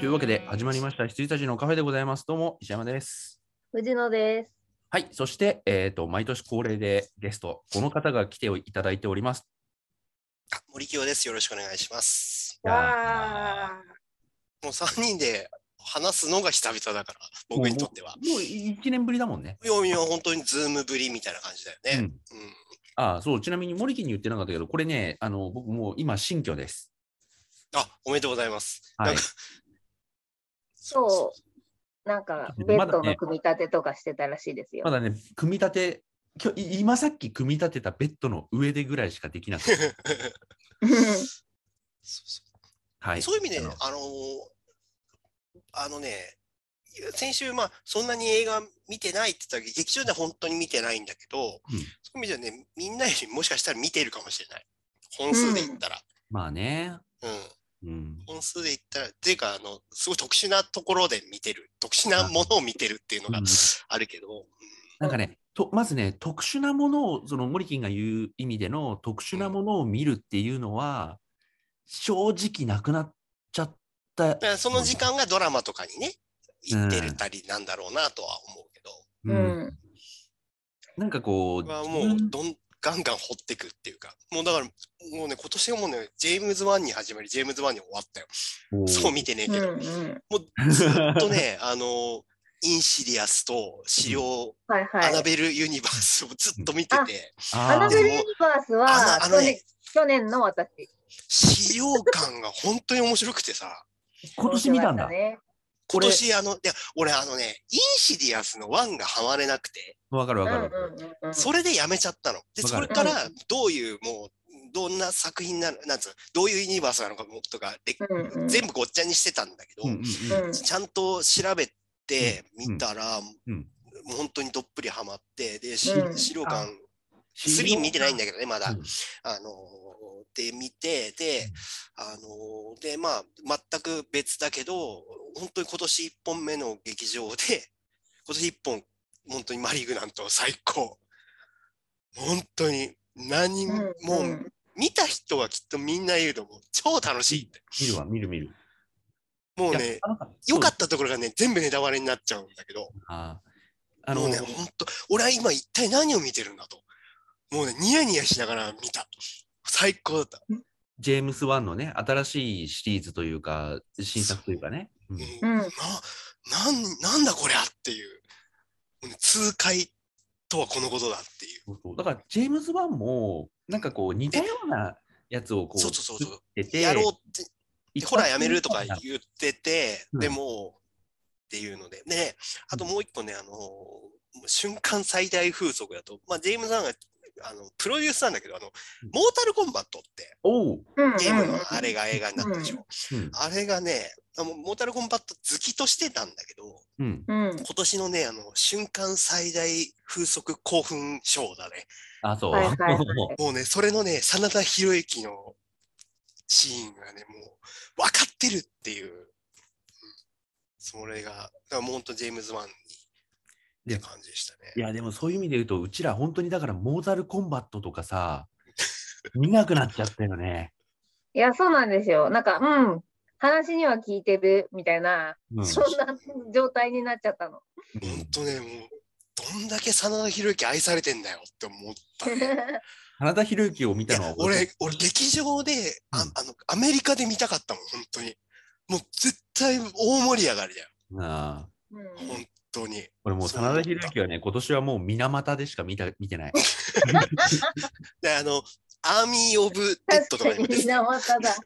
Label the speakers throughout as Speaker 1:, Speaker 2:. Speaker 1: というわけで始まりました羊たちのカフェでございます。どうも石山です。
Speaker 2: 藤野です。
Speaker 1: はい、そして、えー、と毎年恒例でゲスト、この方が来ていただいております。
Speaker 3: あ森清です。よろしくお願いします。
Speaker 1: いや
Speaker 2: わ
Speaker 3: もう3人で話すのが久々だから、僕にとっては。
Speaker 1: ーもう1年ぶりだもんね。
Speaker 3: いやいや、本当にズームぶりみたいな感じだよ
Speaker 1: う
Speaker 3: ね。
Speaker 1: ん
Speaker 3: うん。
Speaker 1: ああそうちなみに森木に言ってなかったけど、これね、あの僕もう今、新居です。
Speaker 3: あ、おめでとうございます。
Speaker 1: はい
Speaker 3: なんか、
Speaker 2: そう なんかベ
Speaker 1: ま
Speaker 2: ッ
Speaker 1: だ
Speaker 2: ド
Speaker 1: ね
Speaker 2: の組み立てとかしてたらしいですよ。
Speaker 1: まだね、組み立て、今日い今さっき組み立てたベッドの上でぐらいしかできなくて。
Speaker 3: そうそ
Speaker 1: は
Speaker 3: う
Speaker 1: い、
Speaker 3: そういう意味で、
Speaker 1: あの
Speaker 3: あのーあのね、先週、まあ、そんなに映画見てないって言ったけど、劇場では本当に見てないんだけど、
Speaker 1: うん
Speaker 3: そういう意味ではね、みんなよりもしかしたら見てるかもしれない。本数で言ったら。
Speaker 1: まあね、
Speaker 3: うん
Speaker 1: うん、
Speaker 3: 本数で言ったら、っていうか、あの、すごい特殊なところで見てる、特殊なものを見てるっていうのが
Speaker 1: うん
Speaker 3: あるけど、
Speaker 1: なんかね、とまずね、特殊なものを、そのモリキンが言う意味での特殊なものを見るっていうのは、正直なくなっちゃった
Speaker 3: だ。からその時間がドラマとかにね、行ってたりなんだろうなとは思うけど、
Speaker 2: う
Speaker 1: うん
Speaker 2: ん。
Speaker 1: なんかこう、
Speaker 3: 僕はもうどん、ガンガン掘ってくっていうか、もうだから、もうね、今年はもうね、ジェームズ・ワンに始まり、ジェームズ・ワンに終わったよ。
Speaker 1: こう
Speaker 3: そう見てねえ
Speaker 2: うん
Speaker 3: けど、
Speaker 2: うん。
Speaker 3: もうずっとね、 あの、インシリアスと資料、
Speaker 2: はい
Speaker 3: ア
Speaker 2: は
Speaker 3: ナ
Speaker 2: い。
Speaker 3: ベル・ユニバースをずっと見てて、
Speaker 2: ア
Speaker 1: あ
Speaker 2: ナベル
Speaker 1: ー
Speaker 2: ユニバース
Speaker 3: あ
Speaker 2: は
Speaker 3: のあの
Speaker 2: 去
Speaker 3: ね
Speaker 2: 年、去年の私。
Speaker 3: 資料館が本当に面白くてさ、
Speaker 1: 今年見たんだ。
Speaker 2: 面
Speaker 1: こ
Speaker 3: 今
Speaker 1: れ
Speaker 3: 年あのいや俺あのねインシディアスの1がハマれなくて
Speaker 1: わかるわ
Speaker 2: 白
Speaker 1: か
Speaker 2: かっ
Speaker 1: る
Speaker 2: た。ね。うんうんうんうん
Speaker 3: それでやめちゃったの。で
Speaker 1: わ
Speaker 3: そ
Speaker 1: かる
Speaker 3: れからどういうもうどんな作品なのなんつうのどういうユニバースなのかもとかで
Speaker 2: うんうん
Speaker 3: 全部ごっちゃにしてたんだけど、
Speaker 1: うんうんうん
Speaker 2: うん
Speaker 3: ちゃんと調べてみたら、
Speaker 1: うん
Speaker 3: もう本当にどっぷりハマってで、し
Speaker 2: うん
Speaker 3: 資料館
Speaker 1: 資
Speaker 3: 3
Speaker 1: 料
Speaker 3: 見てないんだけどねまだ。
Speaker 1: うん
Speaker 3: あのーで見て
Speaker 1: う
Speaker 3: で
Speaker 1: ん、
Speaker 3: あのーでまあ全く別だけど本当に今年1本目の劇場で 今年1本本当にマリグナント最高本当に何も、も
Speaker 2: う
Speaker 3: うん見た人はきっとみんな言うと思う超楽しいって
Speaker 1: 見るわ、見る見る。
Speaker 3: もう
Speaker 1: いや
Speaker 3: ね
Speaker 1: あのさ
Speaker 3: 良か
Speaker 1: そ
Speaker 3: っ
Speaker 1: う
Speaker 3: たところがね全部ネタバレになっちゃうんだけど
Speaker 1: あーあ
Speaker 3: も
Speaker 1: の
Speaker 3: うね本当俺は今一体何を見てるんだともうねニヤニヤしながら見た最高だった。
Speaker 1: ジェームス・ワンのね、新しいシリーズというか、新作というかね。うん
Speaker 3: うん
Speaker 2: うん
Speaker 3: な、なん、なんだこりゃっていう。もうね痛快とはこのことだっていう。
Speaker 1: そうそうだから、ジェームズ・ワンも、なんかこう、似たようなやつをこう、
Speaker 3: そうそうそうそう
Speaker 1: 作ってて、
Speaker 3: やろうっ
Speaker 1: 一
Speaker 3: て、
Speaker 1: 発
Speaker 3: ほらやめるとか
Speaker 1: 目だ
Speaker 3: 言ってて、
Speaker 1: うん
Speaker 3: でも、っていうので。でね、あともう一個ね、あの、瞬間最大風速だと、まあ、ジェームズ・ワンが、あの、プロデュースなんだけど、あの、
Speaker 1: うん
Speaker 3: モータルコンバットって、
Speaker 1: おう、
Speaker 2: うんうん
Speaker 3: ゲームのあれが映画になったでしょ。
Speaker 1: うん
Speaker 3: あれがね、あのモータルコンバット好きとしてたんだけど、
Speaker 1: うん、
Speaker 2: うん。
Speaker 3: 今年のね、あの、瞬間最大風速興奮賞だね。
Speaker 1: あ、そう。
Speaker 2: はいはいはい
Speaker 3: もうね、それのね、真田広之のシーンがね、もう、分かってるっていう。うんそれが、だからもうほんとジェームズ・ワンに、
Speaker 1: で
Speaker 3: って感じでした
Speaker 1: い
Speaker 3: ね。
Speaker 1: や、でもそういう意味で言うと、うちら、本当にだから、モータル・コンバットとかさ、見なくなっちゃったよね。
Speaker 2: いや、そうなんですよ。なんか、うん。話には聞いてるみたいな、
Speaker 1: うん
Speaker 2: そんな状態になっちゃったの。
Speaker 3: ほんとね、もう、どんだけ真田広之愛されてんだよって思ったね。
Speaker 1: 花田博之を見
Speaker 3: い
Speaker 1: たの
Speaker 3: や
Speaker 1: は、
Speaker 3: 俺、俺、劇場で、あ
Speaker 1: うん
Speaker 3: あの、アメリカで見たかったもん、本当に。もう、絶対大盛り上がりだよ、
Speaker 1: ああ
Speaker 2: うん
Speaker 3: 本当に。
Speaker 1: 俺もう、真田博之はね、今年はもう、水俣でしか見た見てない。
Speaker 3: で、あの、アーミー・オブ・デッドとかにも出て
Speaker 2: 水
Speaker 3: た
Speaker 2: 俣だ。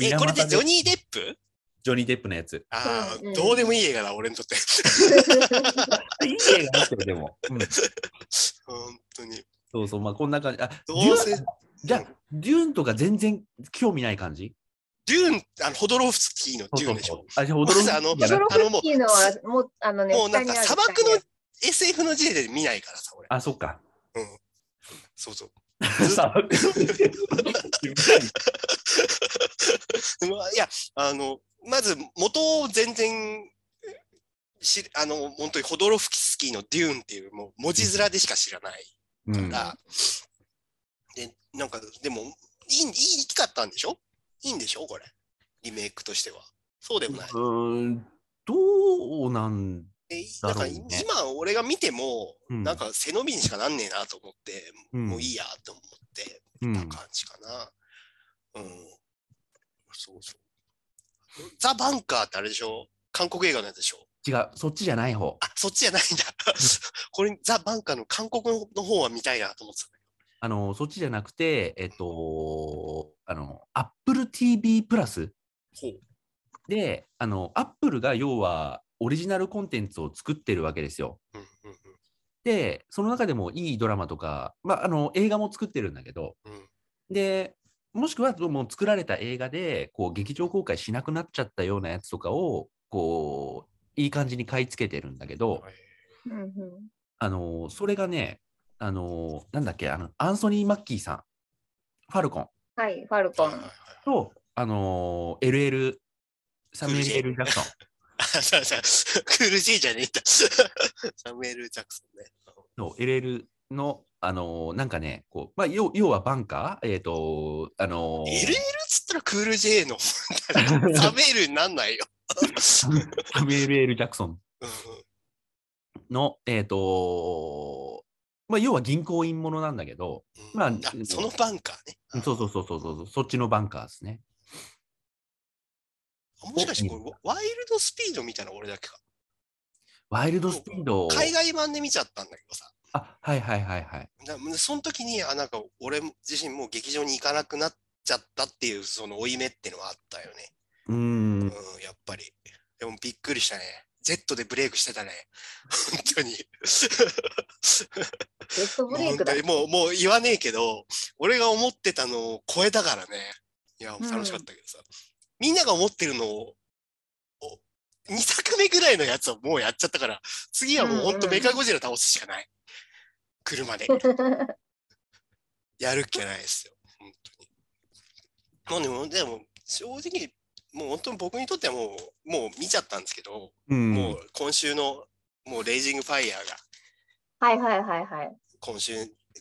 Speaker 3: え、
Speaker 1: 水
Speaker 3: これで
Speaker 1: 俣
Speaker 3: ジョニー・デップ
Speaker 1: ジョニー・デップのやつ。
Speaker 3: ああ、
Speaker 2: うん
Speaker 3: どうでもいい映画だ、俺にとって。
Speaker 1: いい映画だったよ、でも。うん
Speaker 3: 本当に。
Speaker 1: そうそう、まあこんな感じ。あ、
Speaker 3: ど
Speaker 1: デュ
Speaker 3: うせ
Speaker 1: ーン、じゃあ、デューンとか全然興味ない感じ
Speaker 3: デューン、あの、ホドロフスキーのデューンでしょ。。
Speaker 1: そうそうそうあ、じゃあ、驚く
Speaker 3: まずあの
Speaker 1: じゃ
Speaker 2: 驚
Speaker 1: な
Speaker 2: く
Speaker 1: くて
Speaker 2: っ
Speaker 3: あのもう
Speaker 2: ていうのは、もう、あのね、
Speaker 3: もうなん
Speaker 2: 下
Speaker 3: か
Speaker 2: にある
Speaker 3: 砂漠の、SF の時点で見ないからさ、俺。
Speaker 1: あ、そっか。
Speaker 3: そうそう。
Speaker 1: 砂漠
Speaker 3: うわいや、あの、まず、元を全然、しあの、本当にホドロフスキーのデューンっていう、もう文字面でしか知らない
Speaker 1: うん
Speaker 3: から、で、なんか、でも、いい、いい、いいかったんでしょいいんでしょこれ。リメイクとしては。そうでもない。
Speaker 1: うんどうなん
Speaker 3: え
Speaker 1: だ
Speaker 3: なん
Speaker 1: ろ
Speaker 3: か
Speaker 1: うね
Speaker 3: 今俺が見ても、
Speaker 1: うん
Speaker 3: なんか背伸びにしかなんねえなと思って、
Speaker 1: うん
Speaker 3: もういいやと思って
Speaker 1: うん
Speaker 3: た感じかな。うん。そうそう。ザ・バンカーってあれでしょ韓国映画のやつでしょ
Speaker 1: 違う、そっちじゃない方。
Speaker 3: あ、そっちじゃないんだ。 これザ・バンカーの韓国の方は見たいなと思ってた。
Speaker 1: あの、そっちじゃなくて、えっと、あの、Apple TV プラス
Speaker 3: ほう。
Speaker 1: で、あの、Apple が要はオリジナルコンテンツを作ってるわけですよ。
Speaker 3: うんうん
Speaker 1: で、その中でもいいドラマとか、まあ、あの、映画も作ってるんだけど、
Speaker 3: うんうん。
Speaker 1: で、もしくはもう作られた映画で、こう、劇場公開しなくなっちゃったようなやつとかを、こう、いい感じに買い付けてるんだけど、
Speaker 3: はい
Speaker 2: うんうん
Speaker 1: あのーそれがね、あのーなんだっけ、あの、アンソニー・マッキーさん、ファルコン
Speaker 2: はい、ファルコ
Speaker 3: は
Speaker 2: ン
Speaker 3: いはい。はい
Speaker 1: と、あのー LL、サミュエル・ L ジャクソン。
Speaker 3: あそうそう クール J じゃねえんだ。 サムエル・ジャクソンね。
Speaker 1: そう LL の、あのーなんかね、こう、まあ、要要はバンカー、えっ、と、あの
Speaker 3: LL っつったらクール J の。
Speaker 1: ー
Speaker 3: サムエルになんないよ。
Speaker 1: サミュエル・ L ジャクソン
Speaker 3: うん
Speaker 1: の、えっ、とまあ、要は銀行員ものなんだけど、
Speaker 3: うん
Speaker 1: まあ
Speaker 3: そのバンカーね。
Speaker 1: そうそうそうそうそう、そっちのバンカーですね。
Speaker 3: もしかしてこれ、ワワイルドスピードみたいなの俺だけか。
Speaker 1: ワイルドスピードを。
Speaker 3: 海外版で見ちゃったんだけどさ。
Speaker 1: あ、はいはいはいはい。
Speaker 3: なその時に、あ、なんか俺自身もう劇場に行かなくなっちゃったっていう、その負い目っていうのはあったよね。
Speaker 1: うー
Speaker 3: うん
Speaker 1: ん、、
Speaker 3: やっぱり。でもびっくりしたね。Z でブレイクしてたね。本当に。
Speaker 2: ジェットブレイクだ
Speaker 3: もう。本当にもう、もう言わねえけど、俺が思ってたのを超えたからね。いや、
Speaker 2: うん
Speaker 3: 楽しかったけどさ。みんなが思ってるのを、お2作目ぐらいのやつはもうやっちゃったから、次はもうほんとメカゴジラ倒すしかない。車で。やるっきゃないですよ。本当に。もうでも、でも正直、もう本当に僕にとってはもう、もう見ちゃったんですけど、
Speaker 1: うん、
Speaker 3: もう今週の、もうレイジングファイヤーが、
Speaker 2: はいはいはいはい。
Speaker 3: 今週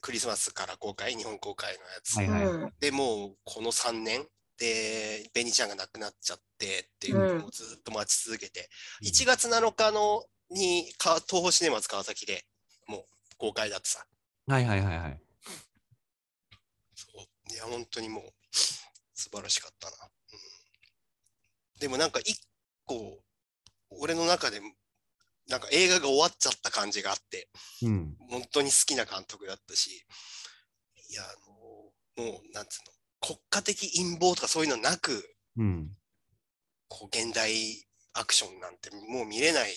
Speaker 3: クリスマスから公開、日本公開のやつ。
Speaker 1: はいはい
Speaker 2: うん
Speaker 3: でもうこの3年で、ベニちゃんが亡くなっちゃってっていうのをずっと待ち続けて、
Speaker 1: うん
Speaker 3: 1月7日のにか東宝シネマズ川崎でもう公開だってさ。
Speaker 1: はいはいはいはい。
Speaker 3: そういや、本当にもう素晴らしかったな。うんでもなんか一個、俺の中でなんか映画が終わっちゃった感じがあって、
Speaker 1: うん、
Speaker 3: 本当に好きな監督だったし、いや、あの、もう、なんつうの、国家的陰謀とかそういうのなく、
Speaker 1: うん、
Speaker 3: こう、現代アクションなんてもう見れない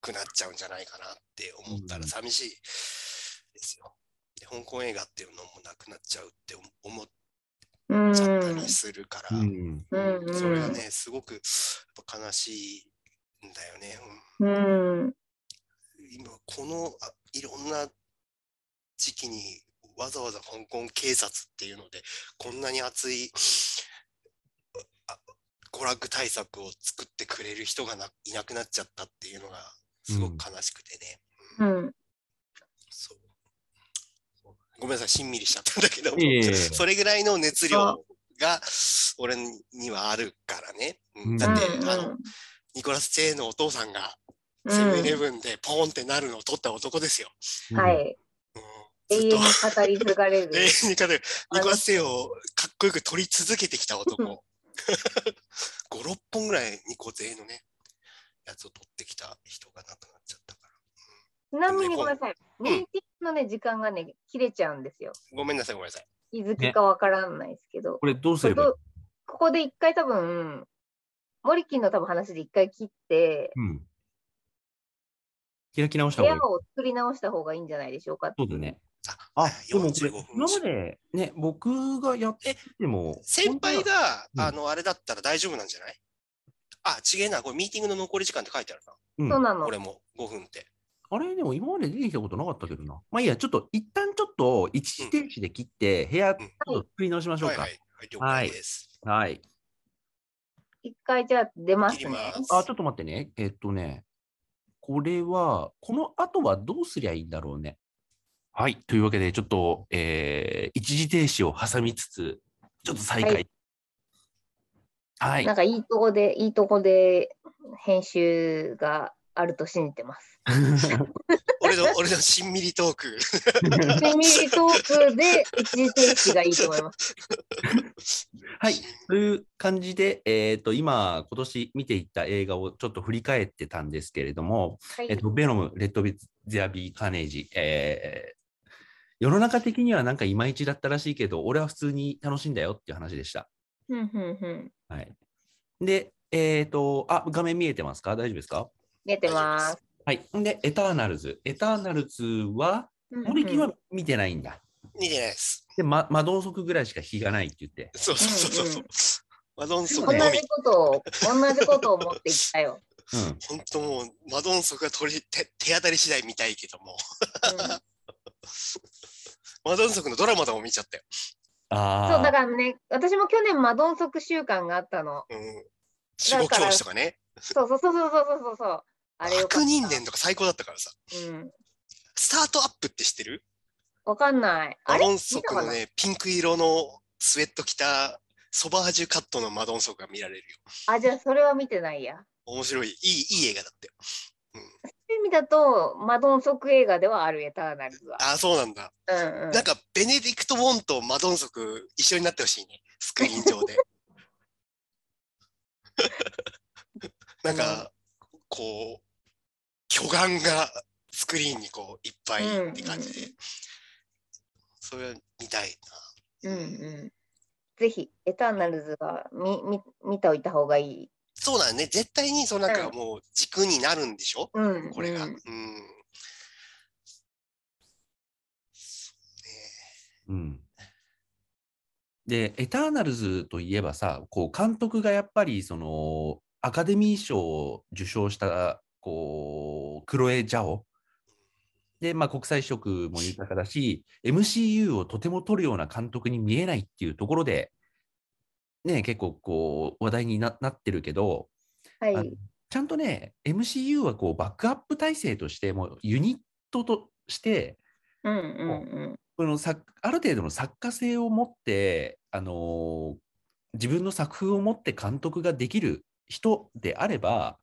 Speaker 3: くなっちゃうんじゃないかなって思ったら寂しいですよ。で香港映画っていうのもなくなっちゃうって思思っ
Speaker 2: うん
Speaker 3: ちゃったりするから、
Speaker 1: うん、
Speaker 2: うんうん
Speaker 3: それがね、すごくやっぱ悲しいんだよね。うん
Speaker 2: うん
Speaker 3: 今このあいろんな時期にわざわざ香港警察っていうのでこんなに熱いあ娯楽対策を作ってくれる人がないなくなっちゃったっていうのがすごく悲しくてね、
Speaker 2: うん
Speaker 3: そうごめんなさいしんみりしちゃったんだけど
Speaker 1: いえいえいえ
Speaker 3: それぐらいの熱量が俺にはあるからね、うんだって、
Speaker 2: うん
Speaker 3: あのニコラス・チェーンのお父さんが
Speaker 2: うん
Speaker 3: セブンイレブンでポーンってなるのを取った男ですよ。
Speaker 2: はい。
Speaker 3: うんず
Speaker 2: 永
Speaker 3: っ
Speaker 2: 遠に語り継
Speaker 3: と
Speaker 2: が
Speaker 3: 。
Speaker 2: れる
Speaker 3: 永遠に彼ニコラス・セイをかっこよく撮り続けてきた男 5、6本ぐらいニコ勢のねやつを撮ってきた人が亡くなっちゃったか
Speaker 2: ちなみにごめんなさい。
Speaker 3: ん
Speaker 2: ミーティングのね、時間がね、切れちゃうんですよ。
Speaker 3: らごめんなさいごめんなさい
Speaker 2: いづきかわからないですけど。
Speaker 1: これどうす
Speaker 2: こ
Speaker 1: れ
Speaker 2: れ
Speaker 1: ばいい
Speaker 2: どここで一回多分、モリキンの多分話で一回切って、
Speaker 1: うん。開き直した
Speaker 2: 部
Speaker 1: 方が
Speaker 2: 屋
Speaker 1: いい。
Speaker 2: を作り直した方がいいんじゃないでしょうか。
Speaker 1: そうだね。
Speaker 3: あ
Speaker 1: でもこれ
Speaker 3: 45分
Speaker 1: 今までね、僕がやっても、
Speaker 3: 先輩が
Speaker 1: うん
Speaker 3: あのあれだったら大丈夫なんじゃないあ違えなこれミーティングの残り時間って書いてある
Speaker 1: うん
Speaker 2: そうな
Speaker 3: な
Speaker 2: の。
Speaker 3: 俺も5分って
Speaker 1: あれでも今まで出てきたことなかったけどな。まあいいや、ちょっと一旦ちょっと一時停止で切って、部屋ちょっと作り直しましょう
Speaker 3: はい
Speaker 1: か
Speaker 3: は。いはい了解です
Speaker 1: はい。
Speaker 2: 一回じゃあ出ます
Speaker 3: 切
Speaker 2: ね
Speaker 3: り。ます
Speaker 1: あ、ちょっと待ってね。えっとね、これは、この後はどうすりゃいいんだろうね。はい。というわけで、ちょっと、えー一時停止を挟みつつ、ちょっと再開。
Speaker 2: はい
Speaker 1: はい
Speaker 2: なん。かいいとこで、いいとこで編集があると信じ てます。
Speaker 3: 俺の、俺のしんみりトーク。
Speaker 2: セミトークで一時停止がいいと思います。
Speaker 1: はい。という感じで、えっ、と、今、今年見ていった映画をちょっと振り返ってたんですけれども、
Speaker 2: はい
Speaker 1: えっ、と、ベノム、レッドビゼアビー・カーネージ、えー世の中的にはなんかいまいちだったらしいけど、俺は普通に楽しんだよっていう話でした。
Speaker 2: うんうんうん。
Speaker 1: はい。で、えっ、と、あ、画面見えてますか大丈夫ですか
Speaker 2: 出てます。
Speaker 1: はい。んで、エターナルズ。エターナルズは、
Speaker 2: うんうん
Speaker 1: 森木は見てないんだ。
Speaker 3: 見てないです。
Speaker 1: で、ま、魔導足ぐらいしか日がないって言って。
Speaker 3: そうそうそうそう。マドンソ
Speaker 2: 同
Speaker 3: クのみ
Speaker 2: じ。ことを、同じことを思っていったよ。
Speaker 1: うん。
Speaker 3: 本当もう、マドンソクが取り手手当たり次第見たいけども、
Speaker 2: うん
Speaker 3: マドンソクのドラマでも見ちゃったよ。
Speaker 1: ああ。
Speaker 2: そうだからね、私も去年マドンソク習慣があったの。
Speaker 3: うん。守護教師とかね。
Speaker 2: そうそうそうそうそうそうそう。あれよかった
Speaker 3: 悪人伝とか最高だったからさ。
Speaker 2: うん。
Speaker 3: スタートアップって知ってる
Speaker 2: わかんない。あ
Speaker 3: マ
Speaker 2: れ
Speaker 3: ドンソクのね、ピンク色のスウェット着たソバージュカットのマドンソクが見られるよ。
Speaker 2: あ、じゃあそれは見てないや。
Speaker 3: 面白い。いい、いい映画だって。
Speaker 2: そういう意味だと、マドンソク映画ではあるエターナルズは。
Speaker 3: ああ、そうなんだ。
Speaker 2: うんうん
Speaker 3: なん。か、ベネディクト・ウォンとマドンソク一緒になってほしいね。スクリーン 上で。なんか、こう、巨岩がスクリーンにこう、いっぱいって感じで。
Speaker 2: うんうん
Speaker 3: それは見たいな。
Speaker 2: うんうん。ぜひ、エターナルズは見見見ておいた方がいい。
Speaker 3: そうだね。絶対に、そのなんか
Speaker 2: うん
Speaker 3: もう軸になるんでしょ
Speaker 2: うん、
Speaker 3: これが。
Speaker 2: う
Speaker 3: うん
Speaker 2: ん。
Speaker 1: うんで、エターナルズといえばさ、こう監督がやっぱりそのアカデミー賞を受賞したこうクロエ・ジャオ。で、まあ、国際色も豊かだし、MCU をとても取るような監督に見えないっていうところで、ね、結構こう話題にななってるけど、
Speaker 2: はい。
Speaker 1: あのちゃんとね、MCU はこうバックアップ体制として、もうユニットとして、
Speaker 2: うんうん
Speaker 1: この作ある程度の作家性を持って、あのー自分の作風を持って監督ができる人であれば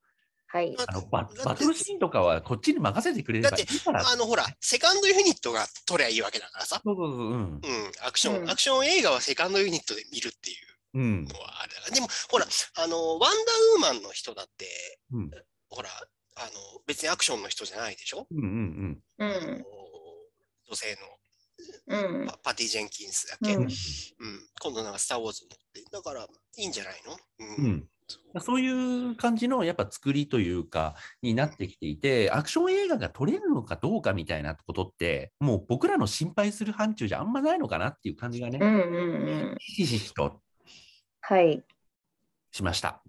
Speaker 2: はい。
Speaker 1: あのバ
Speaker 3: だって
Speaker 1: バトルシーンとかはこっちに任せてくれればいいから
Speaker 3: あの、ほら、セカンドユニットが取りゃいいわけだからさ。
Speaker 1: そうそうそううん
Speaker 3: うん、アクション、
Speaker 2: うん
Speaker 3: アクション映画はセカンドユニットで見るってい
Speaker 1: うん
Speaker 3: うのはあれだなでも、ほら、あの、ワンダーウーマンの人だって、
Speaker 1: うん
Speaker 3: ほら、あの、別にアクションの人じゃないでしょ、
Speaker 1: うんうん
Speaker 2: う
Speaker 3: あの
Speaker 2: ん
Speaker 3: 女性
Speaker 2: うん
Speaker 3: のパパティ・ジェンキンスだっけ、
Speaker 1: う
Speaker 3: う
Speaker 2: う
Speaker 3: ん
Speaker 2: んん
Speaker 3: ん今度なんかスター・ウォーズ持って、だから、いいんじゃないのう。
Speaker 1: うんんまあそういう感じのやっぱ作りというかになってきていてアクション映画が撮れるのかどうかみたいなことってもう僕らの心配する範疇じゃあんまないのかなっていう感じが
Speaker 2: うんう
Speaker 1: ね
Speaker 2: んうん。
Speaker 1: ひしひしと
Speaker 2: はい。
Speaker 1: しました。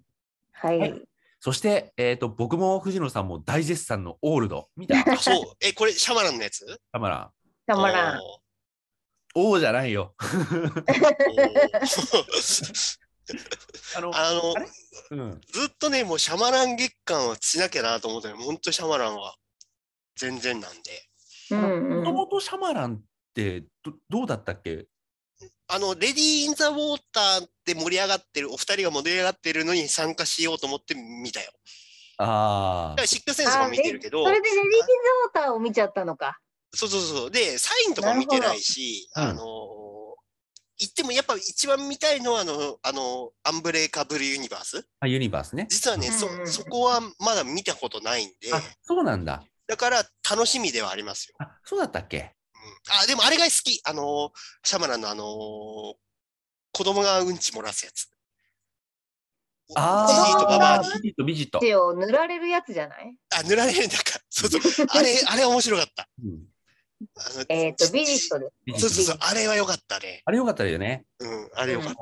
Speaker 2: は。
Speaker 1: はいいそして、えー、と僕も藤野さんも大絶賛のオールド見た
Speaker 3: あそう、え、これ、シャマランのやつ
Speaker 1: カマ ラ
Speaker 2: たまらん
Speaker 3: お。ー
Speaker 1: 王じゃないよ。
Speaker 3: おー
Speaker 1: あの
Speaker 3: あの
Speaker 1: あれうん、
Speaker 3: ずっとね、もうシャマラン月間はしなきゃなと思ったけど、ほんとシャマランは全然なんで。
Speaker 2: うんう
Speaker 1: もと
Speaker 2: ん。
Speaker 1: もとシャマランってどどうだったっけ
Speaker 3: あの、レディー・イン・ザ・ウォーターで盛り上がってる、お二人が盛り上がってるのに参加しようと思って見たよ。
Speaker 1: あ
Speaker 3: だか
Speaker 1: あ
Speaker 3: ら、シックスセンスも見てるけど
Speaker 2: そ、れでレディー・キン・ザ・ウォーターを見ちゃったのか。
Speaker 3: そうそうそう。で、サインとかも見てないし、
Speaker 1: なる
Speaker 3: あ
Speaker 1: ほ
Speaker 3: のー、言ってもやっぱ一番見たいのはあの、あの、アンブレーカブル・ユニバース。
Speaker 1: あ、ユニバースね。
Speaker 3: 実はね、そ
Speaker 2: うんうんう、ん
Speaker 3: そこはまだ見たことないんで、
Speaker 1: あそうなんだ。
Speaker 3: だから楽しみではありますよ。
Speaker 1: あそうだったっけ
Speaker 3: うん、あ、でもあれが好き。あのー、シャマランのあのー、子供がうんち漏らすやつ。
Speaker 1: あ
Speaker 3: ジジイとババア
Speaker 1: あビジ
Speaker 3: に
Speaker 1: ット、ビジット。
Speaker 2: 手を塗られるやつじゃない
Speaker 3: あ、塗ら れるんだか。そうそう。あれ、あれ面白かった。
Speaker 1: うん
Speaker 3: あの
Speaker 2: えっ、と、ビジットです。
Speaker 1: ビジ
Speaker 3: そう
Speaker 1: ット
Speaker 3: そうそう。あれは良かったね。
Speaker 1: あれよかったよね。
Speaker 3: うん、あれ良かっ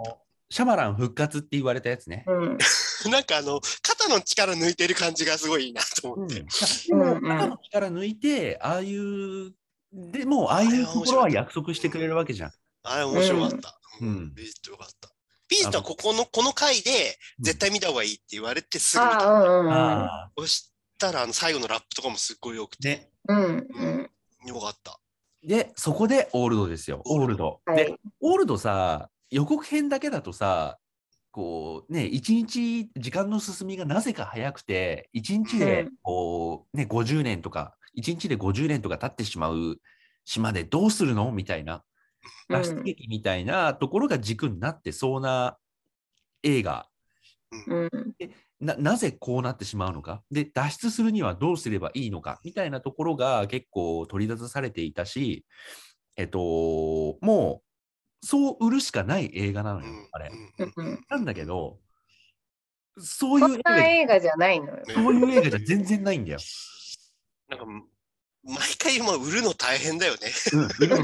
Speaker 1: シャマラン復活って言われたやつね。
Speaker 2: うん。
Speaker 3: た。なんかあの、肩の力抜いてる感じがすごいいいなと思って。
Speaker 1: で
Speaker 2: うん
Speaker 1: も
Speaker 2: うん
Speaker 1: 肩の力抜いて、ああいう、でもああいうところは約束してくれるわけじゃん。
Speaker 3: あれ面白かった。
Speaker 1: うん
Speaker 3: ビジット良かった。ビジットはここの、この回で絶対見た方がいいって言われてすぐ見た。
Speaker 2: ああ、
Speaker 1: ああ、
Speaker 3: そしたら、あの、最後のラップとかもすっごい良くて、
Speaker 1: ね。
Speaker 2: うんうん。うんうん。
Speaker 3: 良かった。
Speaker 1: で、そこでオールドですよ、オールド。
Speaker 2: は
Speaker 1: で
Speaker 2: い、
Speaker 1: オールドさ、予告編だけだとさ、こうね、一日、時間の進みがなぜか早くて、一日で
Speaker 2: うん
Speaker 1: こう、ね、50年とか、一日で50年とか経ってしまう島でどうするのみたいな、
Speaker 2: うん
Speaker 1: 脱出劇みたいなところが軸になってそうな映画
Speaker 2: うん。
Speaker 1: ななぜこうなってしまうのかで脱出するにはどうすればいいのかみたいなところが結構取り出されていたし、えっと、もうそう売るしかない映画なのよ、あれ。
Speaker 2: うん
Speaker 1: なんだけどそう
Speaker 2: そ
Speaker 1: いうん映
Speaker 2: な
Speaker 1: 画
Speaker 2: 映画じゃないのよ。
Speaker 1: そういう映画じゃ全然ないんだよ。
Speaker 3: なんか、毎回、まあ、売るの大変だよね。
Speaker 1: うん
Speaker 3: だから、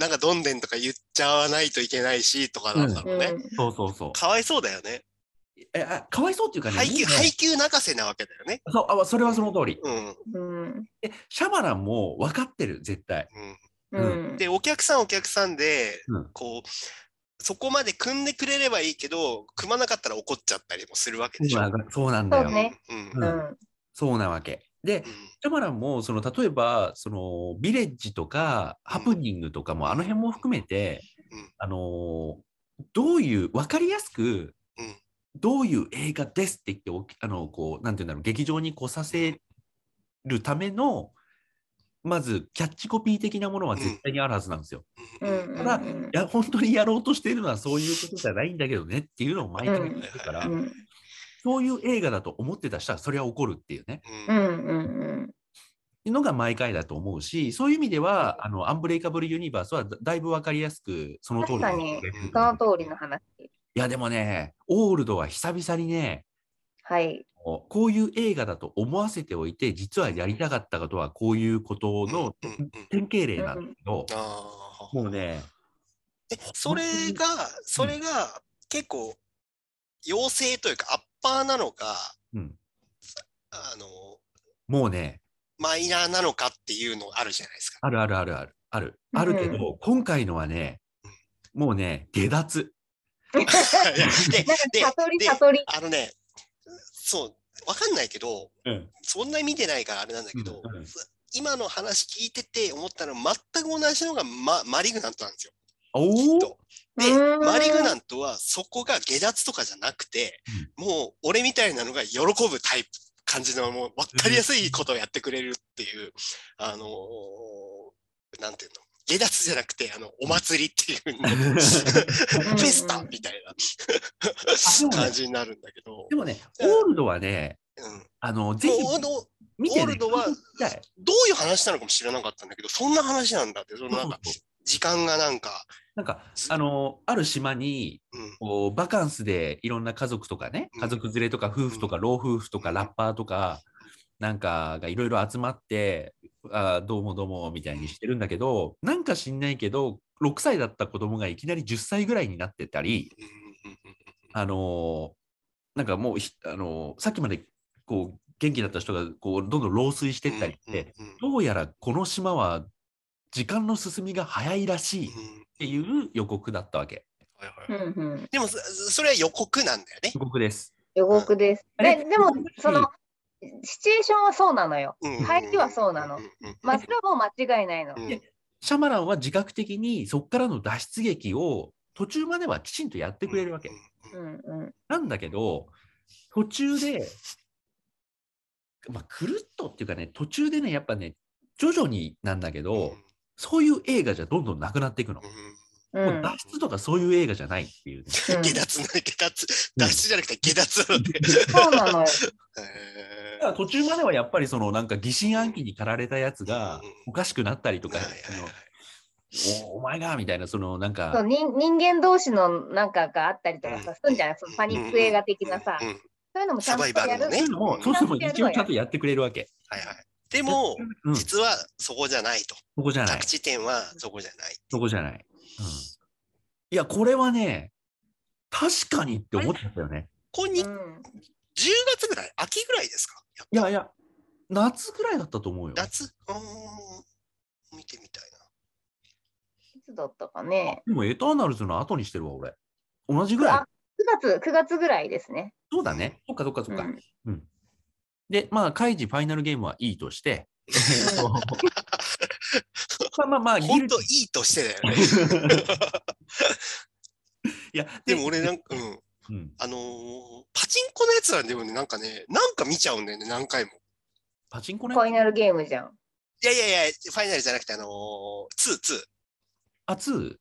Speaker 3: なんか、どんでんとか言っちゃわないといけないし、とかなんだろうね。
Speaker 1: そうそうそう
Speaker 3: かわいそうだよね。
Speaker 1: えあ。かわいそうっていうかね、
Speaker 3: 配給、
Speaker 1: もうね
Speaker 3: 配給泣かせなわけだよね。
Speaker 1: そうあそれはその通り。
Speaker 3: うん。
Speaker 2: うん。
Speaker 1: でシャバランも分かってる、絶対。
Speaker 2: う
Speaker 3: うんん、。で、お客さん、お客さんで、
Speaker 1: うん
Speaker 3: こう、そこまで組んでくれればいいけど、組まなかったら怒っちゃったりもするわけでしょ。
Speaker 1: まあそうなんだよ。
Speaker 2: そうね
Speaker 3: うん。
Speaker 1: う
Speaker 2: うんん。
Speaker 1: そうなわけ。で、ジャマランもその例えばそのビレッジとかハプニングとかもあの辺も含めて、
Speaker 3: うん
Speaker 1: あのーどういう分かりやすく、
Speaker 3: うん
Speaker 1: どういう映画ですって言っておきあのこうなんていうんだろう劇場に来させるためのまずキャッチコピー的なものは絶対にあるはずなんですよ。
Speaker 3: う
Speaker 2: うんん。
Speaker 3: うん
Speaker 2: うん
Speaker 1: ただいや本当にやろうとしているのはそういうことじゃないんだけどねっていうのを毎回言ってるから、
Speaker 2: うん。
Speaker 1: そういう映画だと思ってた人はそれは怒るっていうね。
Speaker 2: う
Speaker 3: うん
Speaker 2: んうん
Speaker 1: っていうのが毎回だと思うし、そういう意味では、あのアンブレイカブル・ユニバースはだだいぶ分かりやすく、その通り
Speaker 2: 確かに
Speaker 1: うん
Speaker 2: その通りの話。
Speaker 1: いや、でもね、オールドは久々にね、
Speaker 2: はい。
Speaker 1: こうこういう映画だと思わせておいて、実はやりたかったことはこういうことの
Speaker 3: うんうんうん
Speaker 1: 典型例なんだけど、
Speaker 3: ああ。
Speaker 1: もうね、
Speaker 3: えそれが、それが結構、妖精というか、アッパーなのか、
Speaker 1: うん
Speaker 3: あの、
Speaker 1: もうね、
Speaker 3: マイナーなのかっていうのあるじゃないですか。
Speaker 1: あるあるあるある、ある、あるけど、今回のはね、もうね、下脱。
Speaker 3: いやで
Speaker 2: なんか、
Speaker 3: で
Speaker 2: 悟り
Speaker 3: で
Speaker 2: 悟り。
Speaker 3: あのね、そう、わかんないけど、
Speaker 1: うん
Speaker 3: そんなに見てないからあれなんだけど、
Speaker 1: うんうん
Speaker 3: 今の話聞いてて思ったのは全く同じのがママリグナントなんですよ。
Speaker 1: お
Speaker 3: きっ
Speaker 1: お
Speaker 3: とで、
Speaker 2: うーん
Speaker 3: マリグナントはそこが下脱とかじゃなくて、もう俺みたいなのが喜ぶタイプ、感じのもう分かりやすいことをやってくれるっていう、あのーなんていうの、下脱じゃなくて、あの、お祭りっていう ね、フェスタみたい
Speaker 1: そう
Speaker 3: な
Speaker 1: ね
Speaker 3: 感じになるんだけど、
Speaker 1: でもね、オールドはね、
Speaker 3: うん、も
Speaker 1: あの、
Speaker 3: う
Speaker 1: ぜひ
Speaker 3: あの
Speaker 1: 見て、ね、
Speaker 3: オールドは
Speaker 1: 聞きたい
Speaker 3: どういう話なのかも知らなかったんだけど、そんな話なんだって、そのなんか
Speaker 1: そうそう
Speaker 3: 時間がなんか、
Speaker 1: なんか、あの、ある島に、
Speaker 3: うん、
Speaker 1: こう、バカンスでいろんな家族とかね
Speaker 3: う、ん
Speaker 1: 家族連れとか夫婦とか老夫婦とか
Speaker 3: うん
Speaker 1: ラッパーとか、なんかがいろいろ集まって、あーどうもどうもみたいにしてるんだけど、なんか知んないけど、6歳だった子供がいきなり10歳ぐらいになってたり、
Speaker 3: うんうんうん
Speaker 1: あのーなんかもうひ、あのーさっきまで、こう、元気だった人が、こう、どんどん老衰してったりして、
Speaker 3: うんうん
Speaker 1: どうやらこの島は、時間の進みが早いらしいっ
Speaker 3: うんうん
Speaker 1: ていう予告だったわけ。
Speaker 3: はいはい
Speaker 2: うんうん。
Speaker 3: でもそ、それは予告なんだよね。
Speaker 1: 予告です。
Speaker 2: 予告です。
Speaker 1: あれ
Speaker 2: ででも、その、シチュエーションはそうなのよ。
Speaker 3: うん
Speaker 2: 入りはそうなの
Speaker 3: んうん
Speaker 2: まあ、それはもう間違いないの。
Speaker 3: うん
Speaker 1: でシャマランは自覚的にそこからの脱出劇を途中まではきちんとやってくれるわけ
Speaker 3: うん。うん
Speaker 2: う
Speaker 3: うん
Speaker 2: んうん。
Speaker 1: なんだけど、途中で、まあ、くるっとっていうかね、途中でね、やっぱね、徐々になんだけど、そういう映画じゃどんどんなくなっていくの。
Speaker 2: う
Speaker 1: も
Speaker 2: ん
Speaker 1: う。脱出とかそういう映画じゃないっていうね、
Speaker 3: うん下脱な、下脱、脱出じゃなくて下脱なので。
Speaker 2: そうな の
Speaker 1: だか
Speaker 2: よ。
Speaker 3: へー
Speaker 1: ら途中まではやっぱりそのなんか疑心暗鬼に駆られたやつがおかしくなったりとか、
Speaker 3: はいはいはい
Speaker 1: そのおお前がみたいな、そのなん
Speaker 2: そう
Speaker 1: か、
Speaker 2: 人人間同士のなんかがあったりとかさ、すんじゃないそのパニック映画的なさ、
Speaker 3: うんうん
Speaker 2: そういうのもちゃんと
Speaker 3: サバイ
Speaker 2: や
Speaker 3: バル
Speaker 2: る。
Speaker 3: のね
Speaker 1: そういうのも、そうすると一応ちゃんとやってくれるわけ。
Speaker 3: はいはいでも、
Speaker 1: うん、そ
Speaker 3: 実はそこじゃないと。
Speaker 1: こじゃない
Speaker 3: 着。地点はそこじゃない。
Speaker 1: そこじゃない。うん、いや、これはね、確かにって思っちゃったよね。
Speaker 3: こ
Speaker 2: う
Speaker 3: こに、10
Speaker 2: ん、
Speaker 3: 月ぐらい秋ぐらいですかやっ
Speaker 1: いやいや、夏ぐらいだったと思うよ。で
Speaker 3: 夏うーん。見てみたい
Speaker 2: いつだったかね。
Speaker 1: も、エターナルズの後にしてるわ、俺。同じぐらい
Speaker 2: あ。9月、9月ぐらいですね。
Speaker 1: そうだね。そっかそっかそっか。
Speaker 2: うん
Speaker 1: で、まあ、カイジファイナルゲームはいいと して。まあまあまあ、
Speaker 3: な。
Speaker 1: ギ
Speaker 3: 本
Speaker 1: ル
Speaker 3: 当いいとしてだよね。
Speaker 1: いや、
Speaker 3: で
Speaker 1: で
Speaker 3: も
Speaker 1: も、
Speaker 3: 俺なんか、うん。
Speaker 1: うん、
Speaker 3: あのーパチンコのやつなんだよね、なんかね、なんか見ちゃうんだよね、何回も。
Speaker 1: パチンコ
Speaker 2: フ
Speaker 1: ね
Speaker 2: ァイナルゲームじゃん。
Speaker 3: いやいやいや、ファイナルじゃなくて、あのー、2、2。
Speaker 1: あ2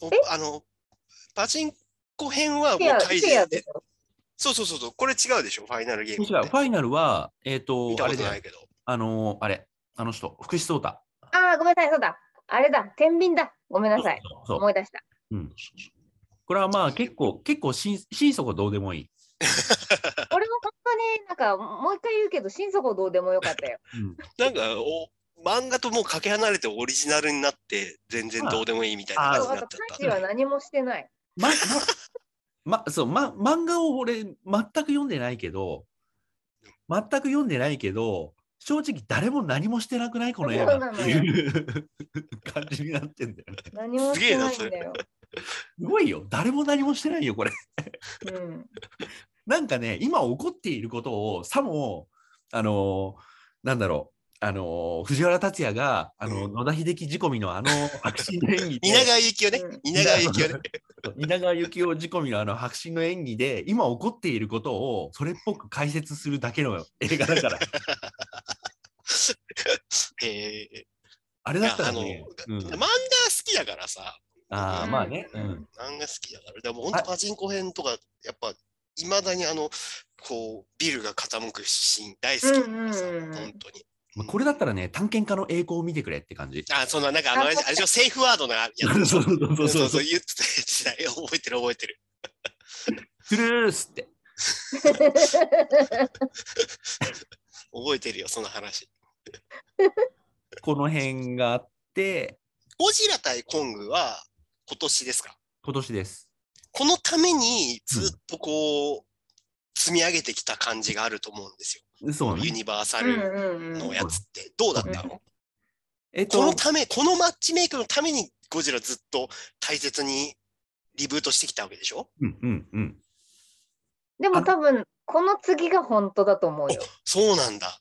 Speaker 3: おあの、パチンコ編はも
Speaker 2: フ
Speaker 3: う
Speaker 2: ェア、フ
Speaker 3: 改
Speaker 2: ェア
Speaker 3: 善
Speaker 2: で
Speaker 3: で
Speaker 2: し。ょ。
Speaker 3: そうそうそうそう、これ違うでしょ、ファイナルゲー
Speaker 1: 違
Speaker 3: ム
Speaker 1: う
Speaker 3: って。
Speaker 1: ファイナルはえっ、
Speaker 3: 見
Speaker 1: と
Speaker 3: た
Speaker 1: あ
Speaker 3: こ
Speaker 1: れ
Speaker 3: と
Speaker 1: だ
Speaker 3: ない
Speaker 1: よ
Speaker 3: けど。
Speaker 1: あのーあれあの人福士蒼太
Speaker 2: ああ、ごめんなさい、そうだ。あれだ、天秤だ。ごめんなさい。
Speaker 1: そう
Speaker 2: 思い出した。
Speaker 1: うん、これはまあ結 構結構心心底どうでもいい、
Speaker 2: 俺も本当になんか、もう一回言うけど、心底どうでもよかっ たよ。
Speaker 1: うん、
Speaker 3: なんかお、漫画ともうかけ離れてオリジナルになって、全然どうでもいいみたいな
Speaker 1: あ
Speaker 2: あ
Speaker 3: 感じ
Speaker 2: と、
Speaker 3: に
Speaker 2: あ
Speaker 3: なっ
Speaker 2: と
Speaker 3: ち
Speaker 2: 家
Speaker 3: ゃ
Speaker 2: 事
Speaker 3: っ
Speaker 2: は何もしてない。
Speaker 1: ま、 ま、ま、そう、ま、漫画を俺、全く読んでないけど、全く読んでないけど、正直誰も何もしてなくないこの映画っていう 感じになってんだよね。
Speaker 2: 何もしてないんだよ。
Speaker 1: すごいよ。誰も何もしてないよ、これ。
Speaker 2: うん。
Speaker 1: なんかね、今起こっていることを、さも、あのーなんだろう。あのー藤原竜也が、あの
Speaker 3: うん
Speaker 1: 野田秀樹仕込みのあの 迫真の演技で
Speaker 3: た。蜷川幸雄ね
Speaker 2: うん。
Speaker 3: 蜷川幸雄ね。
Speaker 1: 稲川幸雄仕込みのあの白真の演技で今起こっていることをそれっぽく解説するだけ の映画だから
Speaker 3: えー
Speaker 1: あれだったらね、
Speaker 3: いやあの
Speaker 1: うん
Speaker 3: 漫画好きだからさ。
Speaker 1: ああまあね、うん、
Speaker 3: 漫画好きだから。でも本当パチンコ編とか、やっぱ、いまだにあの、こう、ビルが傾くシーン大好きだからさ、
Speaker 2: うんうんうん
Speaker 3: 本当に。
Speaker 1: まあこれだったらね探検家の栄光を見てくれって感じ
Speaker 3: あ、そんな、なんかあの、あれでしょ、セーフワードなやつ。
Speaker 1: そうそうそう
Speaker 3: そ
Speaker 1: そうう
Speaker 3: そう
Speaker 1: そう
Speaker 3: 言ってたやつだよ覚えてる覚えてる。
Speaker 1: トゥルースって
Speaker 3: 覚えてるよ、その話。
Speaker 1: この辺があって
Speaker 3: ゴジラ対コングは今年ですか
Speaker 1: 今年です
Speaker 3: このためにずっとこう、積み上げてきた感じがあると思うんです
Speaker 1: そう
Speaker 3: よ。ユ
Speaker 1: ね
Speaker 3: ニバーサ
Speaker 2: うん
Speaker 3: ル
Speaker 2: うんうん
Speaker 3: のやつって。どうだったの、
Speaker 1: えっと
Speaker 3: このため、このマッチメイクのためにゴジラずっと大切にリブートしてきたわけでしょ
Speaker 1: うんうんうん
Speaker 2: でも多分、この次が本当だと思うよ。
Speaker 3: そうなんだ。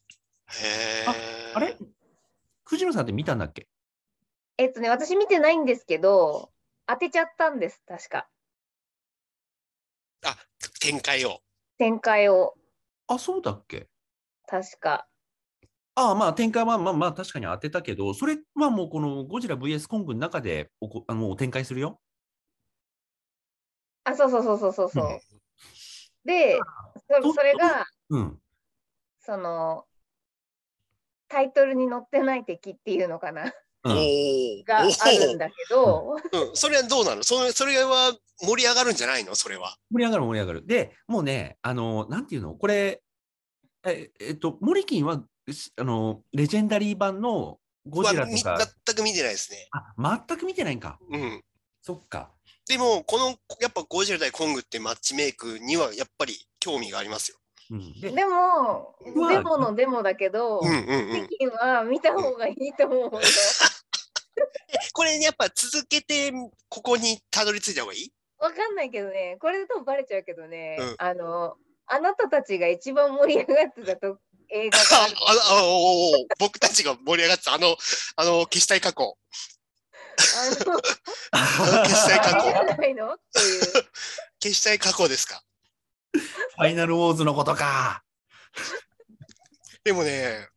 Speaker 3: へえ。
Speaker 1: あれ藤野さんって見たんだっけ
Speaker 2: えっとね、私見てないんですけど、当てちゃったんです、確か。
Speaker 3: あ、展開を。
Speaker 2: 展開を、
Speaker 1: あそうだっけ
Speaker 2: 確か。
Speaker 1: ああまあ展開はまあまあ確かに当てたけどそれはもうこのゴジラ VS コングの中でおこあの展開するよ
Speaker 2: あ、そうそうそうそうそうそうう。で、
Speaker 1: そ
Speaker 2: そそれが、
Speaker 1: うん
Speaker 2: その、タイトルに載ってない敵っていうのかな、
Speaker 1: うん
Speaker 3: おお。
Speaker 2: があるん
Speaker 3: だ。
Speaker 2: だけど、
Speaker 3: うん、それはどうなのそれそれは盛り上がるんじゃないのそれは。
Speaker 1: 盛り上がる盛り上がる。で、もうね、あの、なんていうの、これ、ええっと、モリキンは、しあの、レジェンダリー版のゴジラと
Speaker 3: うわ
Speaker 1: か
Speaker 3: み、全く見てないですね。
Speaker 1: あ、全く見てないんか。
Speaker 3: うん。
Speaker 1: そっか。
Speaker 3: でも、この、やっぱゴジラ対コングってマッチメイクにはやっぱり興味がありますよ。
Speaker 1: うん、で
Speaker 2: でも、
Speaker 1: うわ
Speaker 2: デモのデモだけど、
Speaker 3: うんうんうん
Speaker 2: 北。京は見た方がいいと思うよ。
Speaker 3: これね、やっぱ続けて、ここにたどり着いた方がいい
Speaker 2: わかんないけどね、これだとバレちゃうけどね、
Speaker 3: うん
Speaker 2: あの、あなたたちが一番盛り上がってたと映画
Speaker 3: あ
Speaker 2: がある
Speaker 3: ああおーおー僕たちが盛り上がってた、あの、あの、消したい過去。
Speaker 2: あの、
Speaker 3: 消したい過
Speaker 2: あれじ
Speaker 3: 去。
Speaker 2: ゃないのっていう。
Speaker 3: 消したい過去ですか。
Speaker 1: ファイナルウォーズのことか。
Speaker 3: でもね、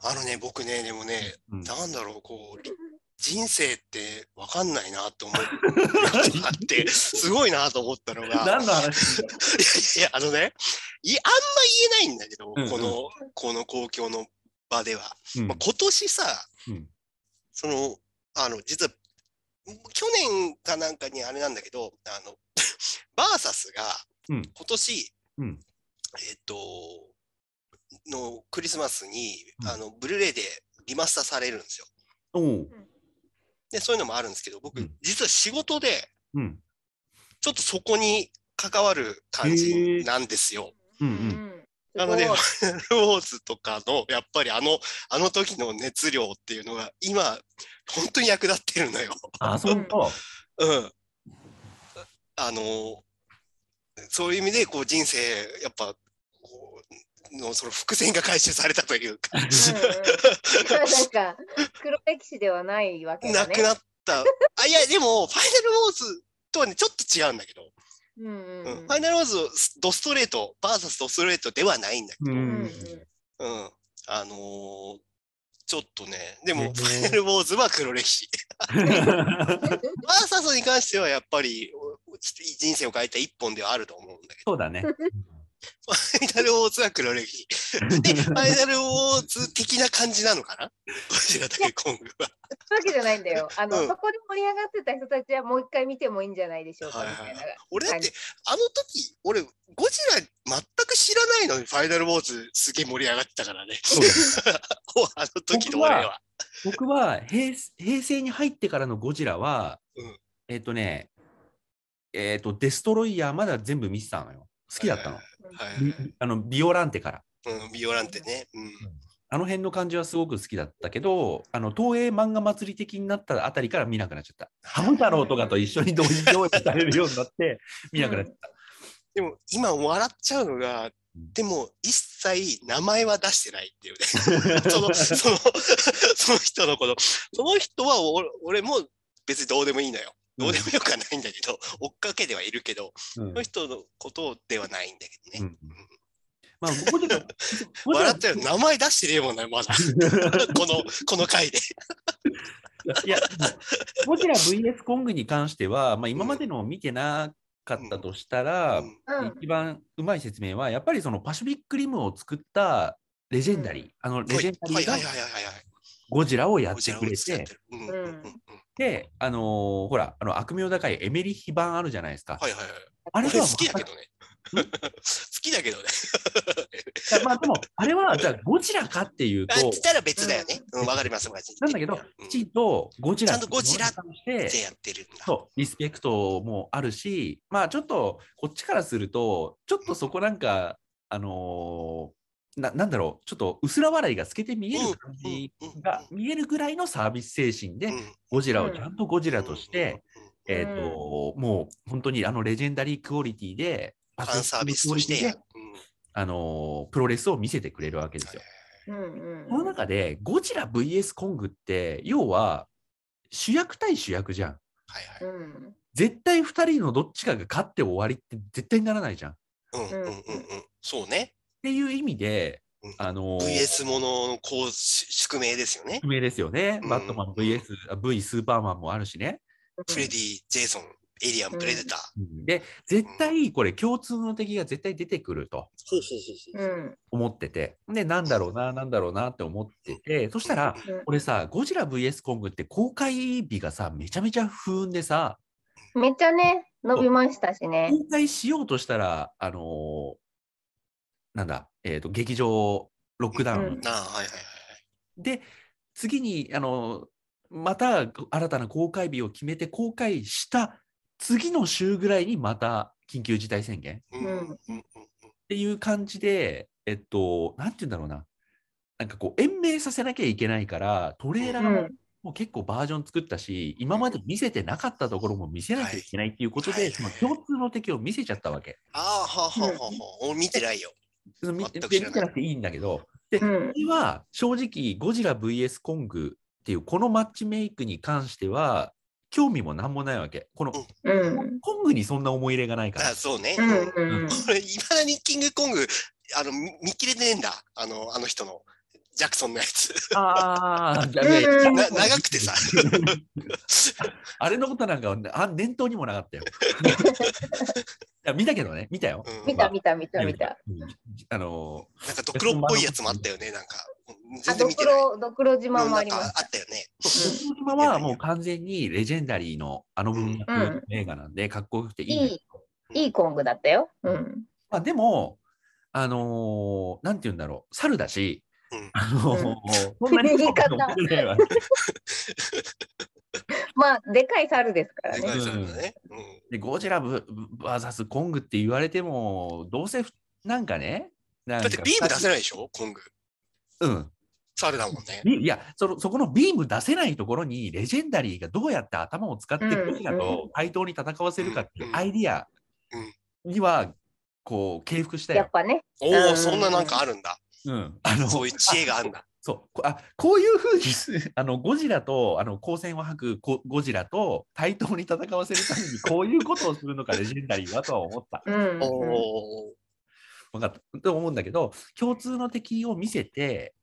Speaker 3: あのね、僕ね、でもね、
Speaker 1: うん
Speaker 3: なんだろう、こう、り人生ってわかんないなと思ってあ って、すごいなと思ったのが、いやい
Speaker 1: 何の 話
Speaker 3: や、あのね、いあんま言えないんだけど、
Speaker 1: うんうん
Speaker 3: この、この公共の場では。
Speaker 1: うん
Speaker 3: まあ、今年さ、
Speaker 1: うん
Speaker 3: その、あの、実は、去年かなんかにあれなんだけど、あの、 バーサスが、
Speaker 1: うん
Speaker 3: 今年、
Speaker 1: うん
Speaker 3: えっと、のクリスマスに、
Speaker 1: うん
Speaker 3: あの、ブルーレイでリマスターされるんですよ。
Speaker 1: おう
Speaker 3: で、そういうのもあるんですけど、僕、
Speaker 1: うん
Speaker 3: 実は仕事で、
Speaker 1: うん。
Speaker 3: ちょっとそこに関わる感じなんですよ。
Speaker 1: うんう。
Speaker 2: うんん
Speaker 3: なので、
Speaker 2: すごい
Speaker 3: ファイナルウォーズとかの、やっぱりあの、あの時の熱量っていうのが、今、本当に役立ってるのよ。
Speaker 1: あ、そうと。
Speaker 3: うん。あのー、そういう意味で、こう、人生、やっぱ、こう、の、その伏線が回収されたというか、
Speaker 2: うんうんなんか黒歴史ではないわけだ
Speaker 3: な
Speaker 2: ね。
Speaker 3: くなった。あ、いや、でも、ファイナルウォーズとはね、ちょっと違うんだけど、
Speaker 2: うんうん
Speaker 3: うん
Speaker 2: うん
Speaker 3: ファイナルオーズ、ドストレート、バーサスドストレートではないんだけど、
Speaker 1: うん
Speaker 2: うん
Speaker 3: うんあのーちょっとね、で
Speaker 1: ね
Speaker 3: も、ファイナルウォーズは黒歴史。バーサスに関してはやっぱり、お人生を変えた一本ではあると思うん だけど、
Speaker 1: そうだ ね。
Speaker 3: ファイナルウォーズは黒歴史。で、ファイナルウォーズ的な感じなのかなゴジラ対コングは。
Speaker 2: そういうわけじゃないんだ よ。あの、
Speaker 3: うん
Speaker 2: そこで盛り上がってた人たちはもう一回見てもいいんじゃないでしょうか
Speaker 3: はい
Speaker 2: み
Speaker 3: はい
Speaker 2: た
Speaker 3: はい
Speaker 2: いな。
Speaker 3: 俺だって、あの時、俺、ゴジラ全く知らないのに、ファイナルウォーズすげえ盛り上がってたからね。
Speaker 1: そうだね
Speaker 3: あの時の俺
Speaker 1: 僕
Speaker 3: は。
Speaker 1: 僕は平平成に入ってからのゴジラは、
Speaker 3: うん
Speaker 1: えっ、とね、えっ、と、デストロイヤーまだ全部見てたのよ。好きだったの。
Speaker 3: はい
Speaker 1: ビあのビオランテから。
Speaker 3: うん、ビオランテね。うん。
Speaker 1: あの辺の感じはすごく好きだったけど、あの東映漫画祭り的になったあたりから見なくなっちゃった。ハム太郎とかと一緒に同時上映されるようにな って、見なくなっちゃった。
Speaker 3: でも今笑っちゃうのが、でも一切名前は出してないっていう ね。その、その、その人のこと。その人は俺俺も別にどうでもいいのよ。どうでもよくはないんだけど、追っかけではいるけど、
Speaker 1: うん
Speaker 3: その人のことではないんだけ
Speaker 1: う
Speaker 3: どね。
Speaker 1: んまあ、ゴジラ、ゴジラ
Speaker 3: 笑ったよ。 名前出してねえもんね、まだ。この、この回で。
Speaker 1: いや、でもゴジラ VS コングに関しては、まあ、今までのを見てなかったとしたら、
Speaker 3: うん
Speaker 2: うん
Speaker 1: 一番うまい説明は、やっぱりそのパシフィックリムを作ったレジェンダリー、あのレジェンダリ
Speaker 3: はい
Speaker 1: ーが
Speaker 3: はいはいはいはい。
Speaker 1: ゴジラをやっ
Speaker 3: こち
Speaker 1: て
Speaker 3: ら
Speaker 1: くれ、
Speaker 3: を使っててる。うん
Speaker 2: う
Speaker 3: うんう
Speaker 2: ん
Speaker 3: んうん。
Speaker 1: で、あのーほら、あの悪名高いエメリヒ版あるじゃないですか。
Speaker 3: はいはいはい。
Speaker 1: あ
Speaker 3: あ
Speaker 1: れ
Speaker 3: れ
Speaker 1: とは
Speaker 3: 好きだけどね。 好きだけどね。
Speaker 1: 全くまあ、でも、あれは、じゃあゴジラかっていうと
Speaker 3: あ、したら別だよね。うん、わかります、わかります
Speaker 1: なんだけど、
Speaker 3: うん
Speaker 1: きちんとゴジラっていうものに
Speaker 3: ちゃんと
Speaker 1: 関して
Speaker 3: でやってるんだ。
Speaker 1: そうリスペクトもあるしまあちょっとこっちからするとちょっとそこなんかあのーななんだろうちょっと薄ら笑いが透けて見える感じ
Speaker 3: うんうん
Speaker 1: が見えるぐらいのサービス精神
Speaker 3: う
Speaker 1: で
Speaker 3: ん
Speaker 1: ゴジラをちゃんとゴジラとして、、
Speaker 3: うん
Speaker 1: えー、ともう本当にあのレジェンダリークオリティで
Speaker 3: ファンサービスとしてやる。うん
Speaker 1: あのープロレスを見せてくれるわけですよ。
Speaker 2: うん
Speaker 1: この中でゴジラ VS コングって要は主役対主役じゃん。
Speaker 3: はいは
Speaker 2: う
Speaker 3: い
Speaker 2: ん
Speaker 1: 絶対2人のどっちかが勝って終わりって絶対にならないじゃん。っ
Speaker 3: うんうんうんうん。そうね。
Speaker 1: ていう意味で
Speaker 3: うん、
Speaker 1: あのー、
Speaker 3: VS もののこうし宿命ですよね。
Speaker 1: 有名ですよね。
Speaker 3: うん
Speaker 1: バットマン VS、あ V スーパーマンもあるしね。
Speaker 3: フレディ、ジェイソン、エイリアン、プレデター。
Speaker 1: で、絶対これ共通の敵が絶対出てくると
Speaker 3: ほうほうほう
Speaker 2: う
Speaker 3: ほうん
Speaker 1: 思ってて、で、なんだろうな、なんだろうなって思ってて、そしたら、
Speaker 2: うん
Speaker 1: 俺さ、ゴジラ VS コングって公開日がさ、めちゃめちゃ不運でさ、
Speaker 2: めっちゃね伸びましたしね。
Speaker 1: 公開しようとしたら、あのーなんだ、えっ、と、劇場ロックダウン、
Speaker 2: うん
Speaker 3: なあ、はいはいはい。
Speaker 1: で、次に、あの、また新たな公開日を決めて公開した次の週ぐらいにまた緊急事態宣言っ
Speaker 3: うんうんうんうん
Speaker 1: ていう感じで、えっと、なんて言うんだろうな。なんかこう延命させなきゃいけないからトレーラ
Speaker 2: う
Speaker 1: ーも
Speaker 2: ん
Speaker 1: もう結構バージョン作ったし、今まで見せてなかったところも見せなきゃいけないっていうこと
Speaker 3: はい
Speaker 1: で、その共通の敵を見せちゃったわけ。
Speaker 3: ああ、はあはあはあはあ。俺見てないよ。
Speaker 1: その見
Speaker 3: 全
Speaker 1: 見
Speaker 3: く
Speaker 1: て
Speaker 3: 知らない
Speaker 1: なくていいんだけど、
Speaker 2: うん
Speaker 1: これは正直ゴジラ VS コングっていうこのマッチメイクに関しては興味も何もないわけこの
Speaker 3: うん
Speaker 2: うん
Speaker 1: コングにそんな思い入れがないから
Speaker 3: あそうね。
Speaker 2: うんうん
Speaker 3: 俺、いまだにキングコング、あの、見見切れてねえんだ。あの、あの人の、ジャクソンのやつ。
Speaker 1: ああーじゃあ
Speaker 2: うん
Speaker 1: いやいや
Speaker 2: うん
Speaker 3: な長くてさ。
Speaker 1: あれのことなんかあ念頭にもなかった よいや見たけどね見たよ
Speaker 3: うん
Speaker 2: 見た見た見た見た。
Speaker 1: うんあのー
Speaker 3: なんかドクロっぽいやつもあったよね、なんか。
Speaker 2: あ
Speaker 3: 全然
Speaker 2: ド
Speaker 3: 見
Speaker 2: ク
Speaker 3: てない。
Speaker 2: ロドクロ島も
Speaker 3: な
Speaker 2: あ
Speaker 3: ん
Speaker 2: りま
Speaker 3: か
Speaker 2: し
Speaker 3: あったよね。
Speaker 2: た。
Speaker 1: 僕のはもう完全にレジェンダリーのあの文脈の映画なんでかっこよくていいんだけど
Speaker 2: いいコングだったよ。うん
Speaker 1: まあ、でも、あのーなんて言うんだろう、猿だし、
Speaker 3: うん
Speaker 1: あのーそんなに
Speaker 2: 言い方
Speaker 1: 興味持てないわ
Speaker 2: まあでかい猿ですから
Speaker 3: で
Speaker 2: ね
Speaker 3: か。いさんだね。うん
Speaker 1: でゴジラブブ VS コングって言われても、どうせふなんかね、なん
Speaker 3: だ
Speaker 1: か
Speaker 3: ってビーム出せないでしょ、コング。
Speaker 1: うん
Speaker 3: 猿だもんね。
Speaker 1: ビいやその、そこのビーム出せないところに、レジェンダリーがどうやって頭を使って
Speaker 2: うん
Speaker 1: ゴジラと対等に戦わせるかっていううんアイディアには、こう、敬服した
Speaker 2: やっ
Speaker 1: よ。
Speaker 2: ぱね。
Speaker 3: おお、そんななんかあるんだ。
Speaker 1: うん、あの
Speaker 3: そういう知恵があるんだ。
Speaker 1: そうこあこういうふうにす あのゴジラとあの光線を吐くこゴジラと対等に戦わせるために こういうことをするのがレジェンダリーだとは思った。
Speaker 2: うんうん
Speaker 3: おー
Speaker 1: 分かったと思うんだけど共通の敵を見せて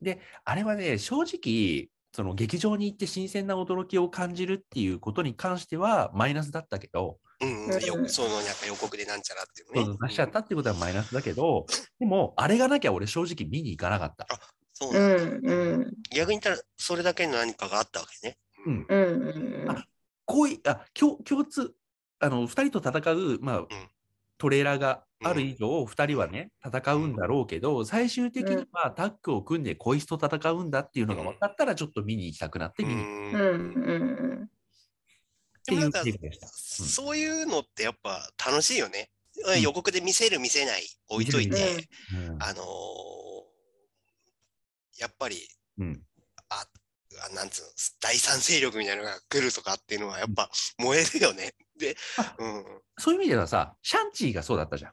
Speaker 1: であれはね正直その劇場に行って新鮮な驚きを感じるっていうことに関してはマイナスだったけど、
Speaker 3: うんうん、よそのなんか予告でなんちゃらっていう
Speaker 1: そう
Speaker 3: ね。
Speaker 1: そう出しちゃったってことはマイナスだけどでもあれがなきゃ俺正直見に行かなかった。
Speaker 3: そ
Speaker 2: う
Speaker 3: うなんだ
Speaker 2: んうん
Speaker 3: 逆に言ったら、それだけの何かがあったわけね。
Speaker 1: うん
Speaker 2: うんうん
Speaker 1: こういあ共共通あの2人と戦う、まあトレーラーがある以上、二2人はね戦うんだろうけど最終的にはタッグを組んでこいつと戦うんだっていうのが分かったらちょっと見に行きたくなって
Speaker 3: う。
Speaker 1: 見に行っ
Speaker 2: うんん
Speaker 1: てい
Speaker 3: でもな
Speaker 1: うん
Speaker 3: か
Speaker 1: 経験でした。
Speaker 3: そういうのってやっぱ楽しいよね。
Speaker 1: ん
Speaker 3: 予告で見せる見せない置いとい
Speaker 1: 見せ
Speaker 2: る見
Speaker 3: て、
Speaker 1: うん
Speaker 3: あのーやっぱり、
Speaker 1: うん
Speaker 3: あ、あなんつうの、第三勢力みたいなのが来るとかっていうのはやっぱ燃えるよね。で
Speaker 1: あ、
Speaker 3: うん。
Speaker 1: そういう意味ではさシャンチーがそうだったじゃん。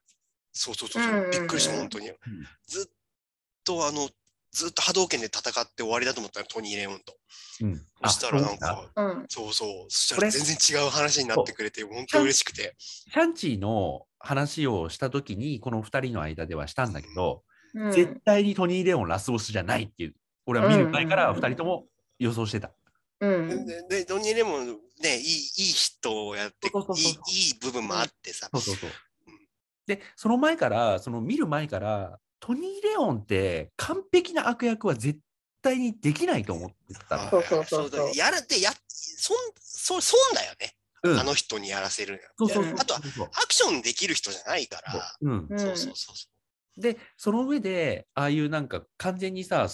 Speaker 3: そうそうそうそう、
Speaker 2: うんうんうん
Speaker 3: びっくりした、本当に。ずっとあの、ずっと波動拳で戦って終わりだと思ったの、トニー・レオンと。
Speaker 1: うん、
Speaker 3: そしたらなん
Speaker 1: あ
Speaker 3: か、
Speaker 2: うん
Speaker 3: そうそう、そしたら全然違う話になってくれて、本当に嬉しくて。
Speaker 1: シャンチーの話をした時にこの2人の間ではしたんだけど、
Speaker 2: うん
Speaker 1: 絶対にトニー・レオンラスボスじゃないっていう俺は見る前から2人とも予想してた。
Speaker 2: うん
Speaker 3: で、でドニー・レモン、ね、いい、いい人をやって、い
Speaker 1: そうそうそう
Speaker 3: い、いい部分もあってさ。
Speaker 1: そうそうそう。で、その前から、その見る前から、トニー・レオンって完璧な悪役は絶対にできないと思ってたの
Speaker 2: そうそうそうそう
Speaker 3: だやらでや、そん、そ、損だよね。
Speaker 1: うん
Speaker 3: あの人にやらせるの
Speaker 1: そうそう
Speaker 2: い
Speaker 1: そう
Speaker 2: や
Speaker 3: あとは、
Speaker 1: そう
Speaker 3: アクションできる人じゃないか
Speaker 1: そう
Speaker 3: ら。
Speaker 1: うん、
Speaker 2: うん
Speaker 3: そうそうそうそ
Speaker 1: で、その上で、ああいうなんか完全にさ、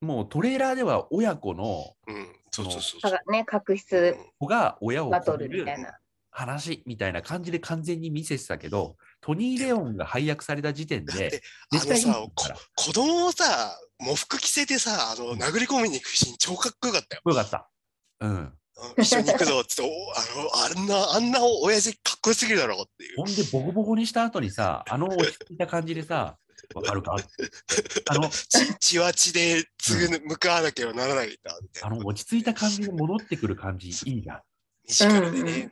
Speaker 1: もうトレーラーでは親子の
Speaker 3: う。うん、そうそうそう
Speaker 2: か
Speaker 3: そう。
Speaker 2: がね確
Speaker 3: う
Speaker 2: 執
Speaker 3: ん
Speaker 1: 子が親を
Speaker 2: バト
Speaker 1: 超え
Speaker 2: ルみたい
Speaker 1: る
Speaker 2: な
Speaker 1: 話みたいな感じで完全に見せてたけど、トニー・レオンが配役された時点
Speaker 3: だって
Speaker 1: で、
Speaker 3: あ
Speaker 1: 絶
Speaker 3: の
Speaker 1: 対に
Speaker 3: さ、こ子供をさ、喪服着せてさ、あの、殴り込みに行くシーン超かっこよかったよ。
Speaker 1: よかった。うん。
Speaker 3: うん一緒に行くぞっつって、お あの、あんな、あんな親父かっこよすぎるだろうっていう
Speaker 1: ほ。んで、ボコボコにした後にさ、あの落ち着いた感じでさ、 わかるかあの、
Speaker 3: 血血は血でつぐ向かわなきゃならないんだみたい
Speaker 1: あ
Speaker 3: な
Speaker 1: の落ち着いた感じで戻ってくる感じ、いいじゃん。
Speaker 3: 身近でね。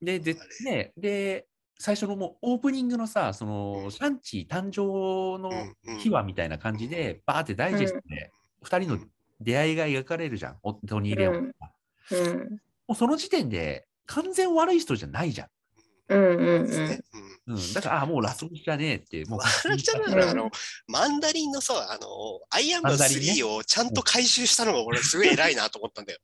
Speaker 1: で、で
Speaker 3: あ、
Speaker 1: ね、で、最初のもうオープニングのさ、その、シャンチー誕生
Speaker 3: うん
Speaker 1: の
Speaker 3: うんうん
Speaker 1: 秘話みたいな感じで、バーってダイジェストで、2人の出会いが描かれるじゃん、おトニー・レオンが。
Speaker 2: うん
Speaker 1: も
Speaker 2: うん
Speaker 1: うその時点で、完全悪い人じゃないじゃん。
Speaker 2: うんう
Speaker 3: うんん
Speaker 2: うん
Speaker 3: うん
Speaker 1: うん、だから、あもうラスボスじゃねえって、もう。
Speaker 3: 笑っちゃうの
Speaker 2: うん
Speaker 3: はあの、マンダリンのさ、あの、アイアンマン
Speaker 1: マンダリンね
Speaker 3: 3をちゃんと回収したのが俺すごい偉いなと思ったんだよ。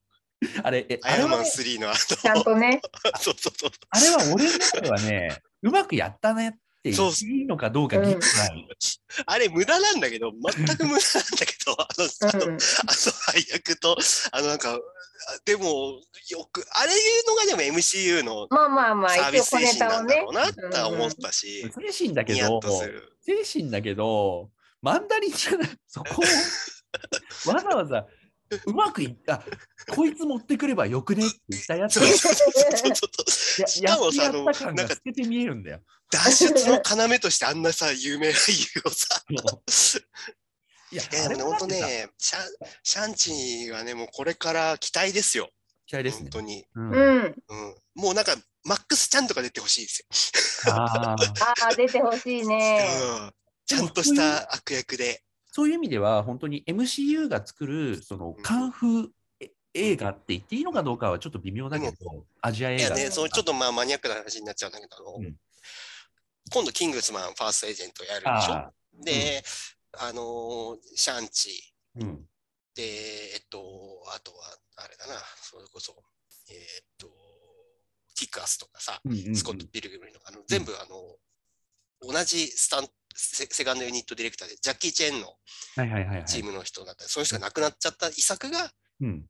Speaker 1: あれ、え
Speaker 3: ア
Speaker 1: あ
Speaker 3: イ
Speaker 1: れ
Speaker 3: アンマン
Speaker 1: は、
Speaker 3: 3のあの、
Speaker 2: ちゃんとね
Speaker 3: そうそうそう。
Speaker 1: あれは俺の中では ね、うまくやったねって言っていいのかどうか、
Speaker 2: そう
Speaker 1: ギリない。
Speaker 3: あれ無駄なんだけど、全く無駄なんだけど、あの、あの、あ
Speaker 2: う
Speaker 3: の
Speaker 2: ん
Speaker 3: 配役と、あのなんか、でも、よく、あれいうのがでも MCU の
Speaker 2: まあまあまあ
Speaker 3: サービ
Speaker 2: 一応
Speaker 3: ス
Speaker 2: 小
Speaker 3: 精
Speaker 2: ネ
Speaker 3: 神
Speaker 2: タ
Speaker 3: な
Speaker 2: を
Speaker 3: んだ
Speaker 2: ね
Speaker 3: ろうなって思ったし、
Speaker 1: 精神だけ
Speaker 3: ニヤッ
Speaker 1: ど、
Speaker 3: とする。
Speaker 1: 精神だけど、マンダリンじゃない、そこ をわざわざうまくいった、こいつ持ってくればよくねって言ったやつ
Speaker 3: そう
Speaker 1: や
Speaker 3: そうそうそうそう
Speaker 1: や
Speaker 3: しかもさ、
Speaker 1: やっ
Speaker 3: あ
Speaker 1: てや
Speaker 3: の
Speaker 1: っ、た感
Speaker 3: なん
Speaker 1: が
Speaker 3: か
Speaker 1: 透けて見えるんだよ。
Speaker 3: 脱出の要としてあんなさ、有名な俳優をさ、
Speaker 1: いや
Speaker 3: いや、でもね、
Speaker 1: あれだ
Speaker 3: 本
Speaker 1: って
Speaker 3: 当
Speaker 1: さ
Speaker 3: ね、シャン、シャンチーはね、もうこれから期待ですよ。
Speaker 1: 期待ですね
Speaker 3: 本。当に。
Speaker 1: うん
Speaker 2: うん
Speaker 3: うん。もうなんか、マックスちゃんとか出てほしいです
Speaker 1: あー
Speaker 2: ああ出てほしい
Speaker 3: よ。
Speaker 2: ね
Speaker 3: うん。ちゃんとした悪役で。
Speaker 1: そういう意味では、本当に MCU が作るそのカンフーえ映画って言っていいのかどうかはちょっと微妙だけど、アジア映
Speaker 3: いや
Speaker 1: 画
Speaker 3: ね、そうちょっとまあマニアックな話になっちゃうんだけど、あの
Speaker 1: うん
Speaker 3: 今度、キングスマン、ファーストエージェントやるでしょ。
Speaker 1: あ
Speaker 3: で、あのーシャンチー、
Speaker 1: ーうん
Speaker 3: で、えっと、あとは、あれだな、それこそ、えーっと、キックアスとかさ、
Speaker 1: うんうんうん
Speaker 3: スコット・ピルグミの、あの全部、あの、同じスタンセ、セカンドユニットディレクターで、ジャッキー・チェーンの
Speaker 1: はいはいはいはい。
Speaker 3: チームの人だったり、その人が亡くなっちゃった遺作が、
Speaker 1: うん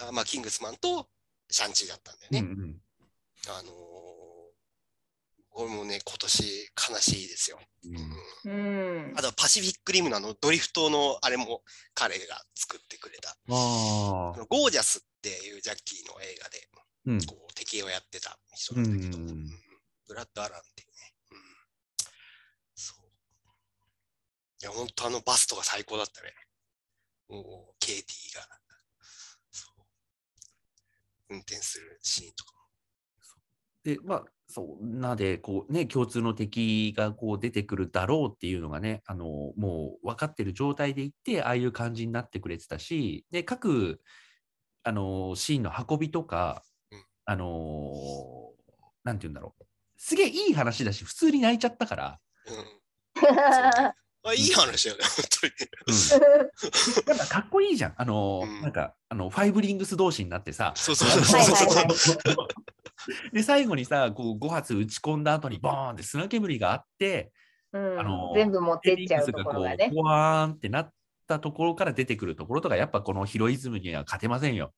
Speaker 3: あまあ、キングスマンとシャンチーだったんだよ
Speaker 1: うん
Speaker 3: ね。
Speaker 1: うん
Speaker 3: あのーこれもね、今年悲しいですよ。
Speaker 1: うん
Speaker 2: うん
Speaker 3: あとはパシフィック・リムのあのドリフトのあれも彼が作ってくれた。
Speaker 1: あ
Speaker 3: あ
Speaker 1: あ、
Speaker 3: のゴージャスっていうジャッキーの映画で、
Speaker 1: うん、
Speaker 3: こう敵をやってた人なんだけど、
Speaker 1: うん
Speaker 3: うんブラッド・アランっていうね。うん、そう。いや、本当あのバストが最高だったね。もう、ケイティが、そう運転するシーンとかも。
Speaker 1: で、まあ、そんなで、こうね、共通の敵がこう出てくるだろうっていうのがね、あの、もう分かってる状態でいって、ああいう感じになってくれてたし、で、各、あの、シーンの運びとか
Speaker 3: うん、
Speaker 1: あの、なんて言うんだろう。すげえいい話だし、普通に泣いちゃったから、
Speaker 3: うんそうねあ、いい話だよね、本当に。
Speaker 1: うんなんかかっこいいじゃん。あの、
Speaker 3: うん
Speaker 1: なんか、あの、ファイブリングス同士になってさ、
Speaker 3: そうそうそうそう
Speaker 2: はいはいはい
Speaker 1: で最後にさこう5発打ち込んだ後にボーンって砂煙があって
Speaker 2: うん
Speaker 1: あの
Speaker 2: 全部持ってっちゃう
Speaker 1: エ
Speaker 2: と
Speaker 1: リックスが
Speaker 2: こ
Speaker 1: こ
Speaker 2: ろ
Speaker 1: う
Speaker 2: がね。
Speaker 1: ボワーンってなったところから出てくるところとかやっぱこのヒロイズムには勝てませんよ。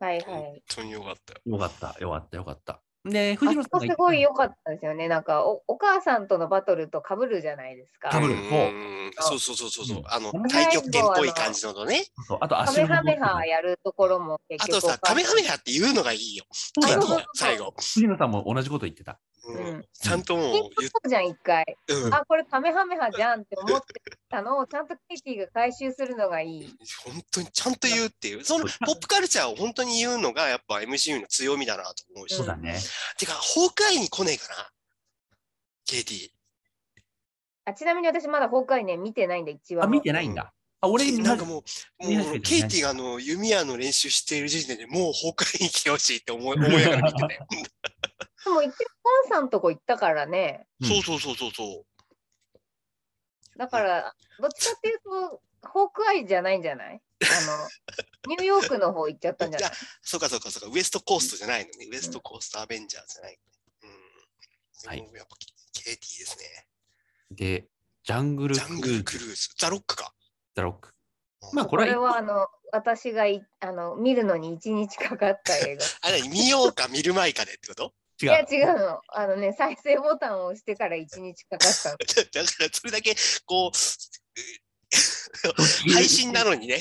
Speaker 2: はい
Speaker 3: うん
Speaker 2: はい
Speaker 3: 本。当によかったよ。
Speaker 1: よかったよかったよかった。で
Speaker 2: あ
Speaker 1: 藤野
Speaker 2: そ
Speaker 1: さんが
Speaker 2: こす
Speaker 1: 言った
Speaker 2: ごい良かったですよね。なんかおお母さんとのバトルとかぶるじゃないですか。
Speaker 1: 被る。
Speaker 3: うんそうそうそうそうそううんあの
Speaker 1: この、
Speaker 3: 太極拳っぽい感じのとね。
Speaker 1: そうあと
Speaker 2: カ
Speaker 1: 足
Speaker 2: メ
Speaker 1: の
Speaker 2: ハメハやるところも結
Speaker 3: あ
Speaker 2: 局
Speaker 3: とさ、
Speaker 2: お母さ
Speaker 3: カ
Speaker 2: ん
Speaker 3: メハメハって言うのがいいよ。
Speaker 1: そうだよ
Speaker 2: あそう
Speaker 3: 最後。
Speaker 1: 藤野さんも同じこと言ってた。
Speaker 3: う
Speaker 2: うんん
Speaker 3: ちゃんともう
Speaker 2: ピンと
Speaker 3: 言っ
Speaker 2: そうじゃん一回。
Speaker 3: うん
Speaker 2: あこれカメハメハじゃんって思ってたのをちゃんとケイティが回収するのがいい。
Speaker 3: 本当にちゃんと言うっていう、その
Speaker 1: そう
Speaker 3: ポップカルチャーを本当に言うのが、やっぱ MCU の強みだなと思うし。
Speaker 1: そうだね。
Speaker 3: てか、崩壊に来ねえかな、KT。
Speaker 2: あちなみに私まだ崩壊ね見てないんで一話
Speaker 1: あ
Speaker 2: も。
Speaker 1: 見てないんだ。あ俺
Speaker 3: なんかもう、
Speaker 1: 見
Speaker 3: も
Speaker 1: 始
Speaker 3: う
Speaker 1: めてない
Speaker 3: KT があの弓矢の練習している時点でもう崩壊に来てほしいって思 い思いながら見てたよ。
Speaker 2: でも一応コンさんとこ行ったからね。
Speaker 1: うん
Speaker 3: そうそうそうそうそう。
Speaker 2: だからどっちかっていうとホークアイじゃないんじゃない？あのニューヨークの方行っちゃったんじゃない？
Speaker 3: そうかそうかそうか、ウエストコーストじゃないのね。ウエストコーストアベンジャーじゃない。うん。
Speaker 1: はい
Speaker 3: でもやっぱ KT ですね。
Speaker 1: でジャングル
Speaker 3: ジ
Speaker 1: ク
Speaker 3: ャング
Speaker 1: ル
Speaker 3: ル
Speaker 1: ー
Speaker 3: ク
Speaker 1: ズ
Speaker 3: ルーズ。ザ・ロックか。
Speaker 1: だろく。まあこ
Speaker 2: こ
Speaker 1: れ
Speaker 2: れ
Speaker 1: は
Speaker 2: はあの私がいあの見るのに1日かかった映画。
Speaker 3: あれ何見ようか見る前かでってこと
Speaker 1: 違う。
Speaker 2: いや違うの。あのね、再生ボタンを押してから1日かかったの。
Speaker 3: だだからそれだけ
Speaker 1: どっ
Speaker 3: こ
Speaker 1: ち
Speaker 3: う配信なのにね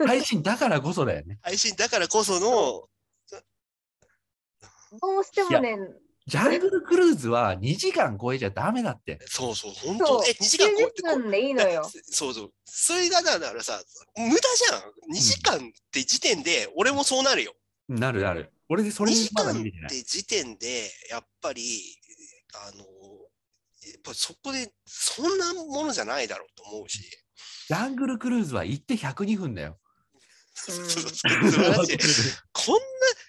Speaker 1: 配信だからこそだよね。
Speaker 3: 配信だからこその
Speaker 2: どうしてもね、
Speaker 1: ジャングルクルーズは2時間超えちゃダメだって。
Speaker 3: そうそう本
Speaker 2: そう
Speaker 3: 当え2時間超えてこ
Speaker 2: 90分でいいのよ。
Speaker 3: そうそうそれがだからさ無駄じゃん2時間って時点で俺もそうなるよ、
Speaker 1: なるなる。俺でそれ
Speaker 3: 2
Speaker 1: に
Speaker 3: 時
Speaker 1: ま
Speaker 3: 間
Speaker 1: だ
Speaker 3: っ
Speaker 1: 見れてない。
Speaker 3: て時点でやっぱりあのやっぱそこでそんなものじゃないだろうと思うし、
Speaker 1: ジャングルクルーズは行って102分だよ。
Speaker 2: うん
Speaker 3: 素晴らしいこんな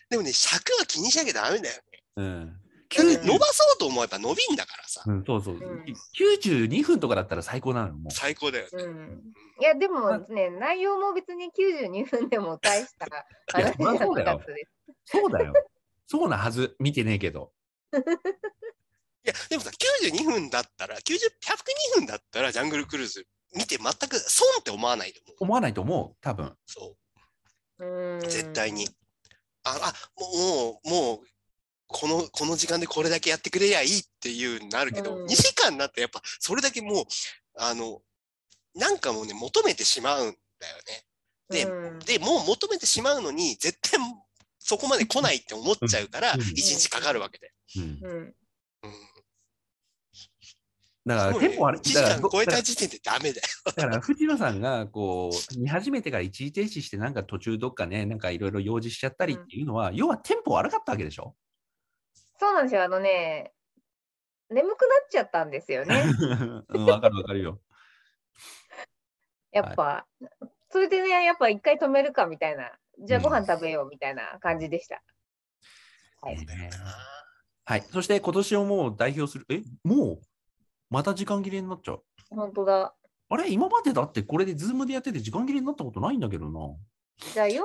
Speaker 3: でもね尺は気にしなきゃダメだよ
Speaker 1: うん。
Speaker 2: 90
Speaker 3: 伸ばそうと思えば伸びんだからさ
Speaker 1: うん、そうそう、
Speaker 2: ん
Speaker 1: 92分とかだったら最高なのよもう。
Speaker 3: 最高だよね
Speaker 2: うん、いや、でもね、内容も別に92分でも大した話じゃなかったです。
Speaker 1: そうだよ。そうなはず。見てねえけど。
Speaker 3: いや、でもさ、92分だったら、90、102分だったら、ジャングルクルーズ見て全く損って思わないと思う。
Speaker 1: 思わないと思う。多分。
Speaker 3: そうう、
Speaker 2: ん
Speaker 3: 絶対に。。あ、あもう、もう、もう、この、この時間でこれだけやってくれりゃいいっていうなるけど、
Speaker 2: うん
Speaker 3: 2時間になってやっぱ、それだけもう、あの、なんかもうね、求めてしまうんだよね。で
Speaker 2: うん
Speaker 3: で、もう求めてしまうのに、絶対そこまで来ないって思っちゃうから、
Speaker 1: うん
Speaker 3: 1日かかるわけで。
Speaker 1: うん。
Speaker 2: うん
Speaker 3: うん。
Speaker 1: だから、
Speaker 3: もうね
Speaker 1: テンポ悪
Speaker 3: 1
Speaker 1: い。
Speaker 3: 時
Speaker 1: だから
Speaker 3: 間超え
Speaker 1: だ
Speaker 3: た
Speaker 1: か
Speaker 3: 時点でダメだよ
Speaker 1: らだから藤野さんが、こう、見始めてから一時停止して、なんか途中どっかね、なんかいろいろ用事しちゃったりっていうのは、要はテンポ悪かったわけでしょ
Speaker 2: そうなんですよ。あのね、眠くなっちゃったんです よね。
Speaker 1: うん、わかるわかるよ。
Speaker 2: やっぱ、それでね、やっぱ一回止めるかみたいな、じゃあ
Speaker 1: うん
Speaker 2: ご飯食べようみたいな感じでした。はい
Speaker 3: そうだよな
Speaker 1: はい。そして今年をもう代表する。え、もうまた時間切れになっちゃう。
Speaker 2: 本当だ。
Speaker 1: あれ今までだってこれでズームでやってて時間切れになったことないんだけどな。
Speaker 2: じゃあ40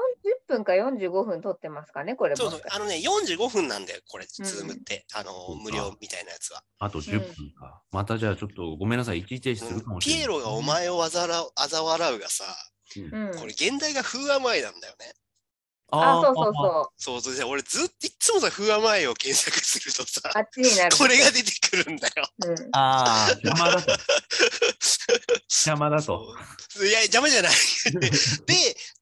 Speaker 2: 分か45分撮ってますかね、これも。
Speaker 3: そうそう、あのね、45分なんだよ、これ、ズ
Speaker 2: うん
Speaker 3: ームって、あの、無料みたいなやつは。
Speaker 1: あと10分か。またじゃあちょっとごめんなさい。一時停止するかもしれ
Speaker 3: ピ
Speaker 1: ない。
Speaker 3: エロがお前をあざらあざ笑うがさ、
Speaker 1: うん
Speaker 2: うん、
Speaker 3: これ、現代が風甘えなんだよね。
Speaker 2: あ
Speaker 1: ー
Speaker 2: そうそうそ
Speaker 3: そうそう、で俺、ずっといつもさ、風甘えを検索すると
Speaker 2: う。あ
Speaker 3: さ、
Speaker 2: っちになる。
Speaker 3: これが出てくるんだよ。
Speaker 2: うん、
Speaker 1: あー邪魔だと。邪魔だと。
Speaker 3: そういや、邪魔じゃない。で、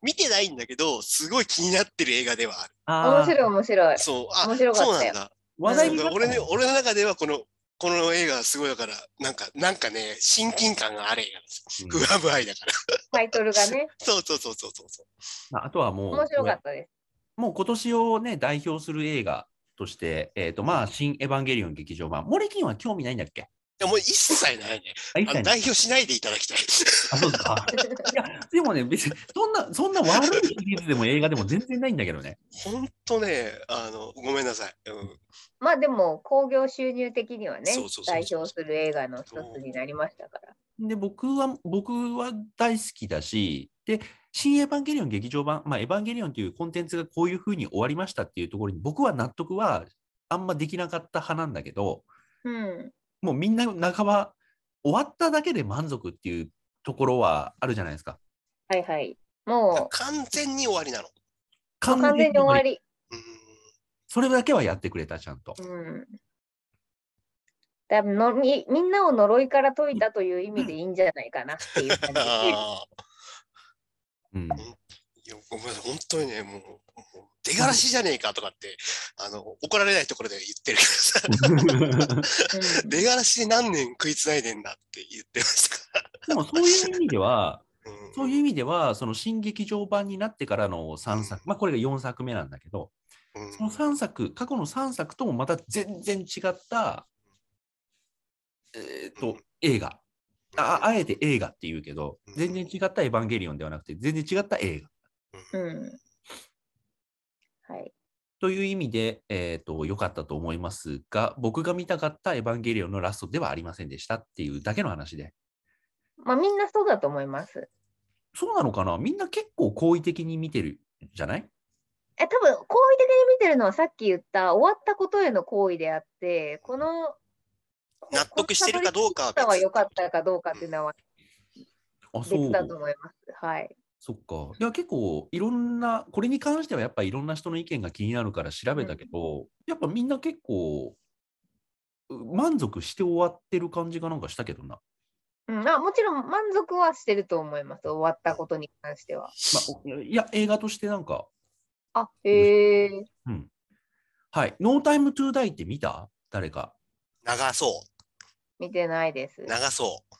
Speaker 3: 見てないんだけど、すごい気になってる映画ではある。
Speaker 1: あ
Speaker 2: 面
Speaker 1: ー
Speaker 2: 白い面白い。
Speaker 3: そう、あ、
Speaker 2: 面白かったよ
Speaker 3: そうなんだ。
Speaker 1: 話題
Speaker 3: そう
Speaker 1: にな
Speaker 3: か
Speaker 1: った
Speaker 3: 俺の俺の中ではこのこの映画すごいだから、なんか、なんかね、親近感がある映画なんですよ。不安不愛だから。
Speaker 2: タイトルがね、
Speaker 3: そうそうそうそうそうそう。
Speaker 1: まああとはもう
Speaker 2: 面白かったです。
Speaker 1: もう今年をね代表する映画として、えーとまあ、新エヴァンゲリオン劇場版、モレキンは興味ないんだっけ
Speaker 3: いや、もう一切ないね。
Speaker 1: あ一
Speaker 3: あ
Speaker 1: 切な
Speaker 3: の
Speaker 1: い
Speaker 3: 代表しないでいただきたい。
Speaker 1: あそうですか いやでもね、別にそんな、そんな悪いシリーズでも映画でも全然ないんだけどね。
Speaker 3: ほんとね、あの、ごめんなさい。うん、
Speaker 2: まあでも、興行収入的にはね
Speaker 3: そうそうそうそう、
Speaker 2: 代表する映画の一つになりましたから。
Speaker 1: で、僕は、僕は大好きだし、で、新エヴァンゲリオン劇場版、まあ、エヴァンゲリオンというコンテンツがこういうふうに終わりましたっていうところに、僕は納得はあんまできなかった派なんだけど、
Speaker 2: うん。
Speaker 1: もうみんな半ば、終わっただけで満足っていうところはあるじゃないですか。
Speaker 2: はいはい。も
Speaker 3: 完全に終わりなの。
Speaker 2: う、完全に終わ。り。
Speaker 3: うん
Speaker 1: それだけはやってくれた、ちゃんと。
Speaker 2: うん。多分のみみんなを呪いから解いたという意味でいいんじゃないかなっていう感じ。
Speaker 3: あ
Speaker 1: うん
Speaker 3: ーいやごめんなさい、本当にね、もう、もう出がらしじゃねえかとかって、あの、怒られないところで言ってるけどさ、
Speaker 2: うん
Speaker 3: 出がらしで何年食いつないでんだって言ってましたか
Speaker 1: でもそういう意味では、
Speaker 3: ら。ん
Speaker 1: そういう意味では、その新劇場版になってからの3作、まあ、これが4作目なんだけど、
Speaker 3: うん
Speaker 1: その3作、過去の3作ともまた全然違った、えっと映画あ、あえて映画っていうけど、全然違ったエヴァンゲリオンではなくて、全然違った映画
Speaker 2: うん。はい。
Speaker 1: という意味で、えっと良かったと思いますが、僕が見たかったエヴァンゲリオンのラストではありませんでしたっていうだけの話で、
Speaker 2: まあみんなそうだと思います。
Speaker 1: そうなのかな、みんな結構好意的に見てるじゃない
Speaker 2: え多分好意的に見てるのはさっき言った終わったことへの行為であってこの
Speaker 3: 納得してるかどうかは
Speaker 2: この
Speaker 3: 別
Speaker 2: 方は良かったかどうかっていうのは
Speaker 1: あそう
Speaker 2: 別だと思います。はい。
Speaker 1: そっか。いや、結構いろんな、これに関してはやっぱいろんな人の意見が気になるから調べたけど、やっぱみんな結構う満足して終わってる感じがなんかしたけどな。
Speaker 2: うん、あもちろん満足はしてると思います。終わったことに関しては。
Speaker 1: まあお、いや、映画としてなんか、
Speaker 2: あ、へえ。
Speaker 1: うん。はい。ノータイムトゥーダイって見た誰か。
Speaker 3: 長そ
Speaker 2: 見てないです
Speaker 3: う、。長そう。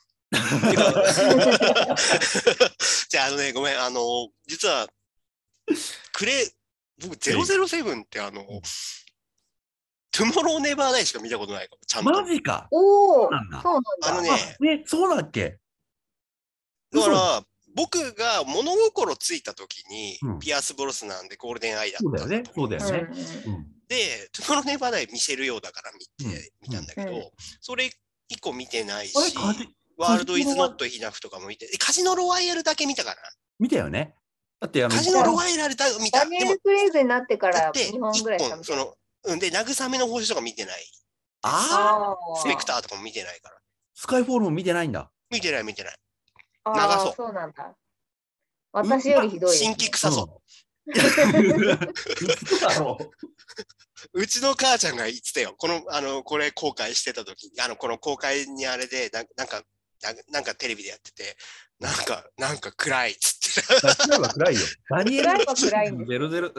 Speaker 3: じゃあ、あのね、ごめん、あの、実は、クレ、僕、007ってあの、トゥモローネバーダイしか見たことないかも、ちゃんと。
Speaker 1: マジか
Speaker 2: おお、そう
Speaker 1: なんだ
Speaker 2: なん
Speaker 3: あ
Speaker 2: だ。
Speaker 3: のね
Speaker 1: あね、そうだっけ
Speaker 3: だから、僕が物心ついた時に
Speaker 1: うん、
Speaker 3: ピアス・ブロスなんでゴールデンアイだ
Speaker 1: そう
Speaker 3: っ
Speaker 1: だ
Speaker 3: た
Speaker 1: よ
Speaker 3: んだ
Speaker 1: ね
Speaker 3: と。
Speaker 1: そ
Speaker 3: 思
Speaker 1: うだよ
Speaker 2: うん
Speaker 1: ね。うん
Speaker 3: で、トゥモローネバーダイ見せるようだから見
Speaker 1: うん
Speaker 3: て、見たんだけ
Speaker 2: う
Speaker 3: ど、それ以降見てないし
Speaker 1: あ、れカジ、
Speaker 3: ワールド・イズ・ノット・ヒナフとかも見て、えカジノ・ロワイヤルだけ見たか
Speaker 1: 見たよね。だってあ
Speaker 3: な。
Speaker 1: の、
Speaker 3: カジノ・ロワイヤルだ見た。
Speaker 2: ダ
Speaker 3: で
Speaker 2: ニエ
Speaker 3: も
Speaker 2: ル・、クレイグになってか
Speaker 3: だ
Speaker 2: ら
Speaker 3: って、
Speaker 2: 2本
Speaker 3: 一
Speaker 2: ぐらいしか
Speaker 3: 本、
Speaker 2: 見
Speaker 3: そ
Speaker 2: てない。
Speaker 3: の、うん、で、慰めの報酬とか見てない。
Speaker 1: ああ、
Speaker 2: あー
Speaker 3: スペクターとかも見てないから。
Speaker 1: スカイフォールも見てないんだ。
Speaker 3: 見てない、見てない。
Speaker 2: あー
Speaker 3: 長そう
Speaker 2: そうなんだ。私よりひどいですね、
Speaker 3: 新規臭そう。
Speaker 1: 嘘だろ
Speaker 3: うちの母ちゃんが言ってたよ。この、あの、これ公開してた時に、あの、この公開にあれで、なんなんか、なんなんかテレビでやってて、なんか、なんか暗いっつってた。
Speaker 1: 暗いは暗いよ。ダニエル
Speaker 2: 暗いは暗いん
Speaker 1: ゼロゼロ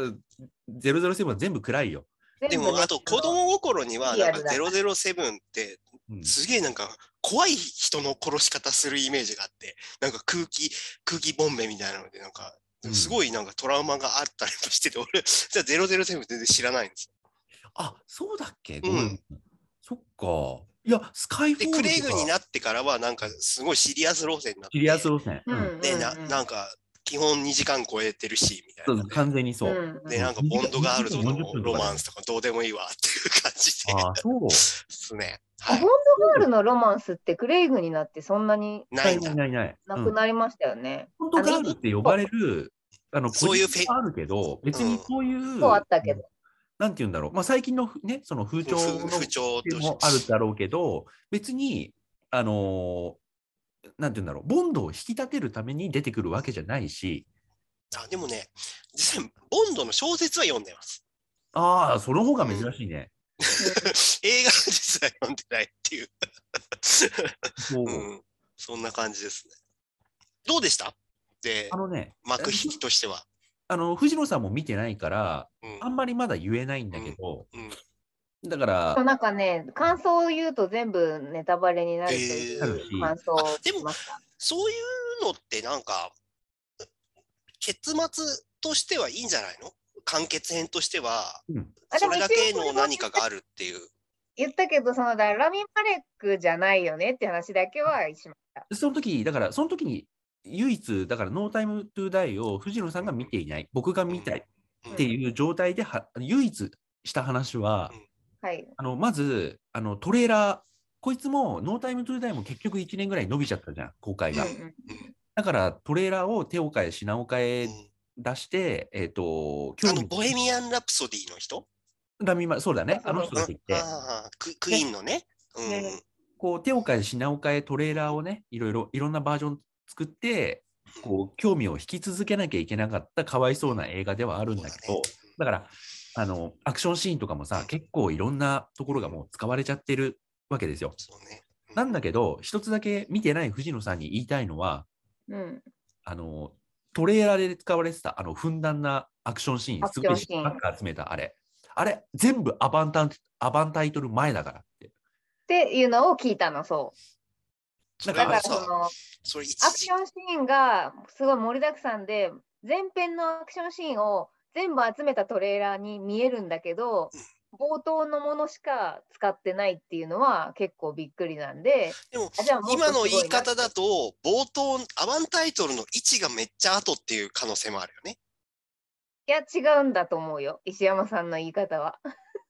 Speaker 1: ゼロゼロセブンは全部暗いよ。
Speaker 3: で
Speaker 2: 全部ね
Speaker 3: も、あと子供心には、
Speaker 2: リ
Speaker 3: な
Speaker 2: ア
Speaker 3: んか
Speaker 2: ルだ
Speaker 3: 007って、
Speaker 1: うん
Speaker 3: すげえなんか、怖い人の殺し方するイメージがあって、なんか空気、空気ボンベみたいなので、なんか
Speaker 1: う、ん
Speaker 3: すごいなんかトラウマがあったりもして て、俺、じゃあ007全然知らないんです
Speaker 1: あ、そうだっけ、
Speaker 3: うん
Speaker 1: ごめんそっか。いや、スカイフォ
Speaker 3: よ。
Speaker 1: ールとか
Speaker 3: で、クレイグになってからは、なんか、すごいシリアス路線になって。
Speaker 1: シリアス路線。
Speaker 2: うんうんうん
Speaker 3: で、ななんか、基本2時間超えてるし、みたい
Speaker 1: そ
Speaker 3: な
Speaker 1: う。そう完全にそう。
Speaker 2: うん
Speaker 3: で、なんか、ボンドガールド
Speaker 1: 40分
Speaker 3: の
Speaker 1: とか
Speaker 3: ロ
Speaker 1: ね
Speaker 3: マンスとかどうでもいいわっていう感じ で
Speaker 1: ああ、そう。
Speaker 3: すね。
Speaker 2: あボ
Speaker 3: は
Speaker 2: ン
Speaker 3: い
Speaker 2: ド。ガールのロマンスってクレイグになってそんなに
Speaker 3: ないんだ
Speaker 1: い。ないない。
Speaker 2: な
Speaker 1: うん
Speaker 2: くなりましたよね。
Speaker 1: 本当ガールって呼ばれる、あの、
Speaker 3: そういう
Speaker 1: ポジションはあるけど、別にそういう、
Speaker 2: そうあったけど。
Speaker 1: なんて言うんだろう。まあ、最近のね、その風潮の
Speaker 3: 不調
Speaker 1: でもあるだろうけど、別に、あのーなんて言うんだろう、ボンドを引き立てるために出てくるわけじゃないし、
Speaker 3: あでもね、実際、ボンドの小説は読んでます。
Speaker 1: ああ、その方が珍しいね。
Speaker 3: 映画は実は読んでないっていう。
Speaker 1: そう
Speaker 3: うん。そんな感じですね。どうでしたで
Speaker 1: あ、のね、
Speaker 3: 幕引きとしては。
Speaker 1: あの藤野さんも見てないから、
Speaker 3: うん
Speaker 1: あんまりまだ言えないんだけど、
Speaker 3: うんうん
Speaker 1: だから、
Speaker 2: そうなんかね、感想を言うと全部ネタバレになるとい
Speaker 3: な
Speaker 1: るし
Speaker 2: う感想を聞きました。
Speaker 3: そういうのってなんか、結末としてはいいんじゃないの完結編としては、
Speaker 2: あで
Speaker 3: そ
Speaker 2: も
Speaker 3: れだけの何かがあるっていう。
Speaker 2: 言ったけど、そのだからラミ・マレックじゃないよねって話だけはしました。
Speaker 1: その時だからその時に唯一だから「ノータイムトゥーダイを藤野さんが見ていない僕が見たいっていう状態では唯一した話は
Speaker 2: はい。
Speaker 1: あのまずあのトレーラーこいつも「ノータイムトゥーダイも結局1年ぐらい伸びちゃったじゃん公開
Speaker 2: うん
Speaker 1: が
Speaker 2: うん
Speaker 1: だからトレーラーを手を変え品を変
Speaker 3: う
Speaker 1: え
Speaker 3: ん
Speaker 1: 出してえっ、と
Speaker 3: あの、ボヘミアン・ラプソディの人
Speaker 1: ラミマそうだねあの人だって言って
Speaker 3: ああククイーンのね。うん
Speaker 2: ね
Speaker 1: こう手を変え品を変えトレーラーをねいろいろいろんなバージョン作ってこう興味を引き続けなきゃいけなかったかわいそうな映画ではあるんだけどだからあのアクションシーンとかもさ結構いろんなところがもう使われちゃってるわけですよ。
Speaker 3: そうね。う
Speaker 1: なんだけど一つだけ見てない藤野さんに言いたいのは
Speaker 2: うん。
Speaker 1: あのトレーラーで使われてたあのふんだんなアクションシーン
Speaker 2: アクションシーン
Speaker 1: すごいバック集めたあれあれ全部アバンタンアバンタイトル前だからって
Speaker 2: っていうのを聞いたの、そう。
Speaker 3: それ
Speaker 2: だから
Speaker 3: は
Speaker 2: そ
Speaker 3: さ、
Speaker 2: のア
Speaker 3: それ一
Speaker 2: ク
Speaker 3: 時
Speaker 2: ションシーンがすごい盛りだくさんで、前編のアクションシーンを全部集めたトレーラーに見えるんだけど、冒頭のものしか使ってないっていうのは結構びっくりなんで、
Speaker 3: でも
Speaker 2: あじゃあもっと
Speaker 3: 今の
Speaker 2: すご
Speaker 3: 言い
Speaker 2: なって
Speaker 3: 方だと、冒頭、アバンタイトルの位置がめっちゃ後っていう可能性もあるよね。
Speaker 2: いや、違うんだと思うよ。石山さんの言い方は。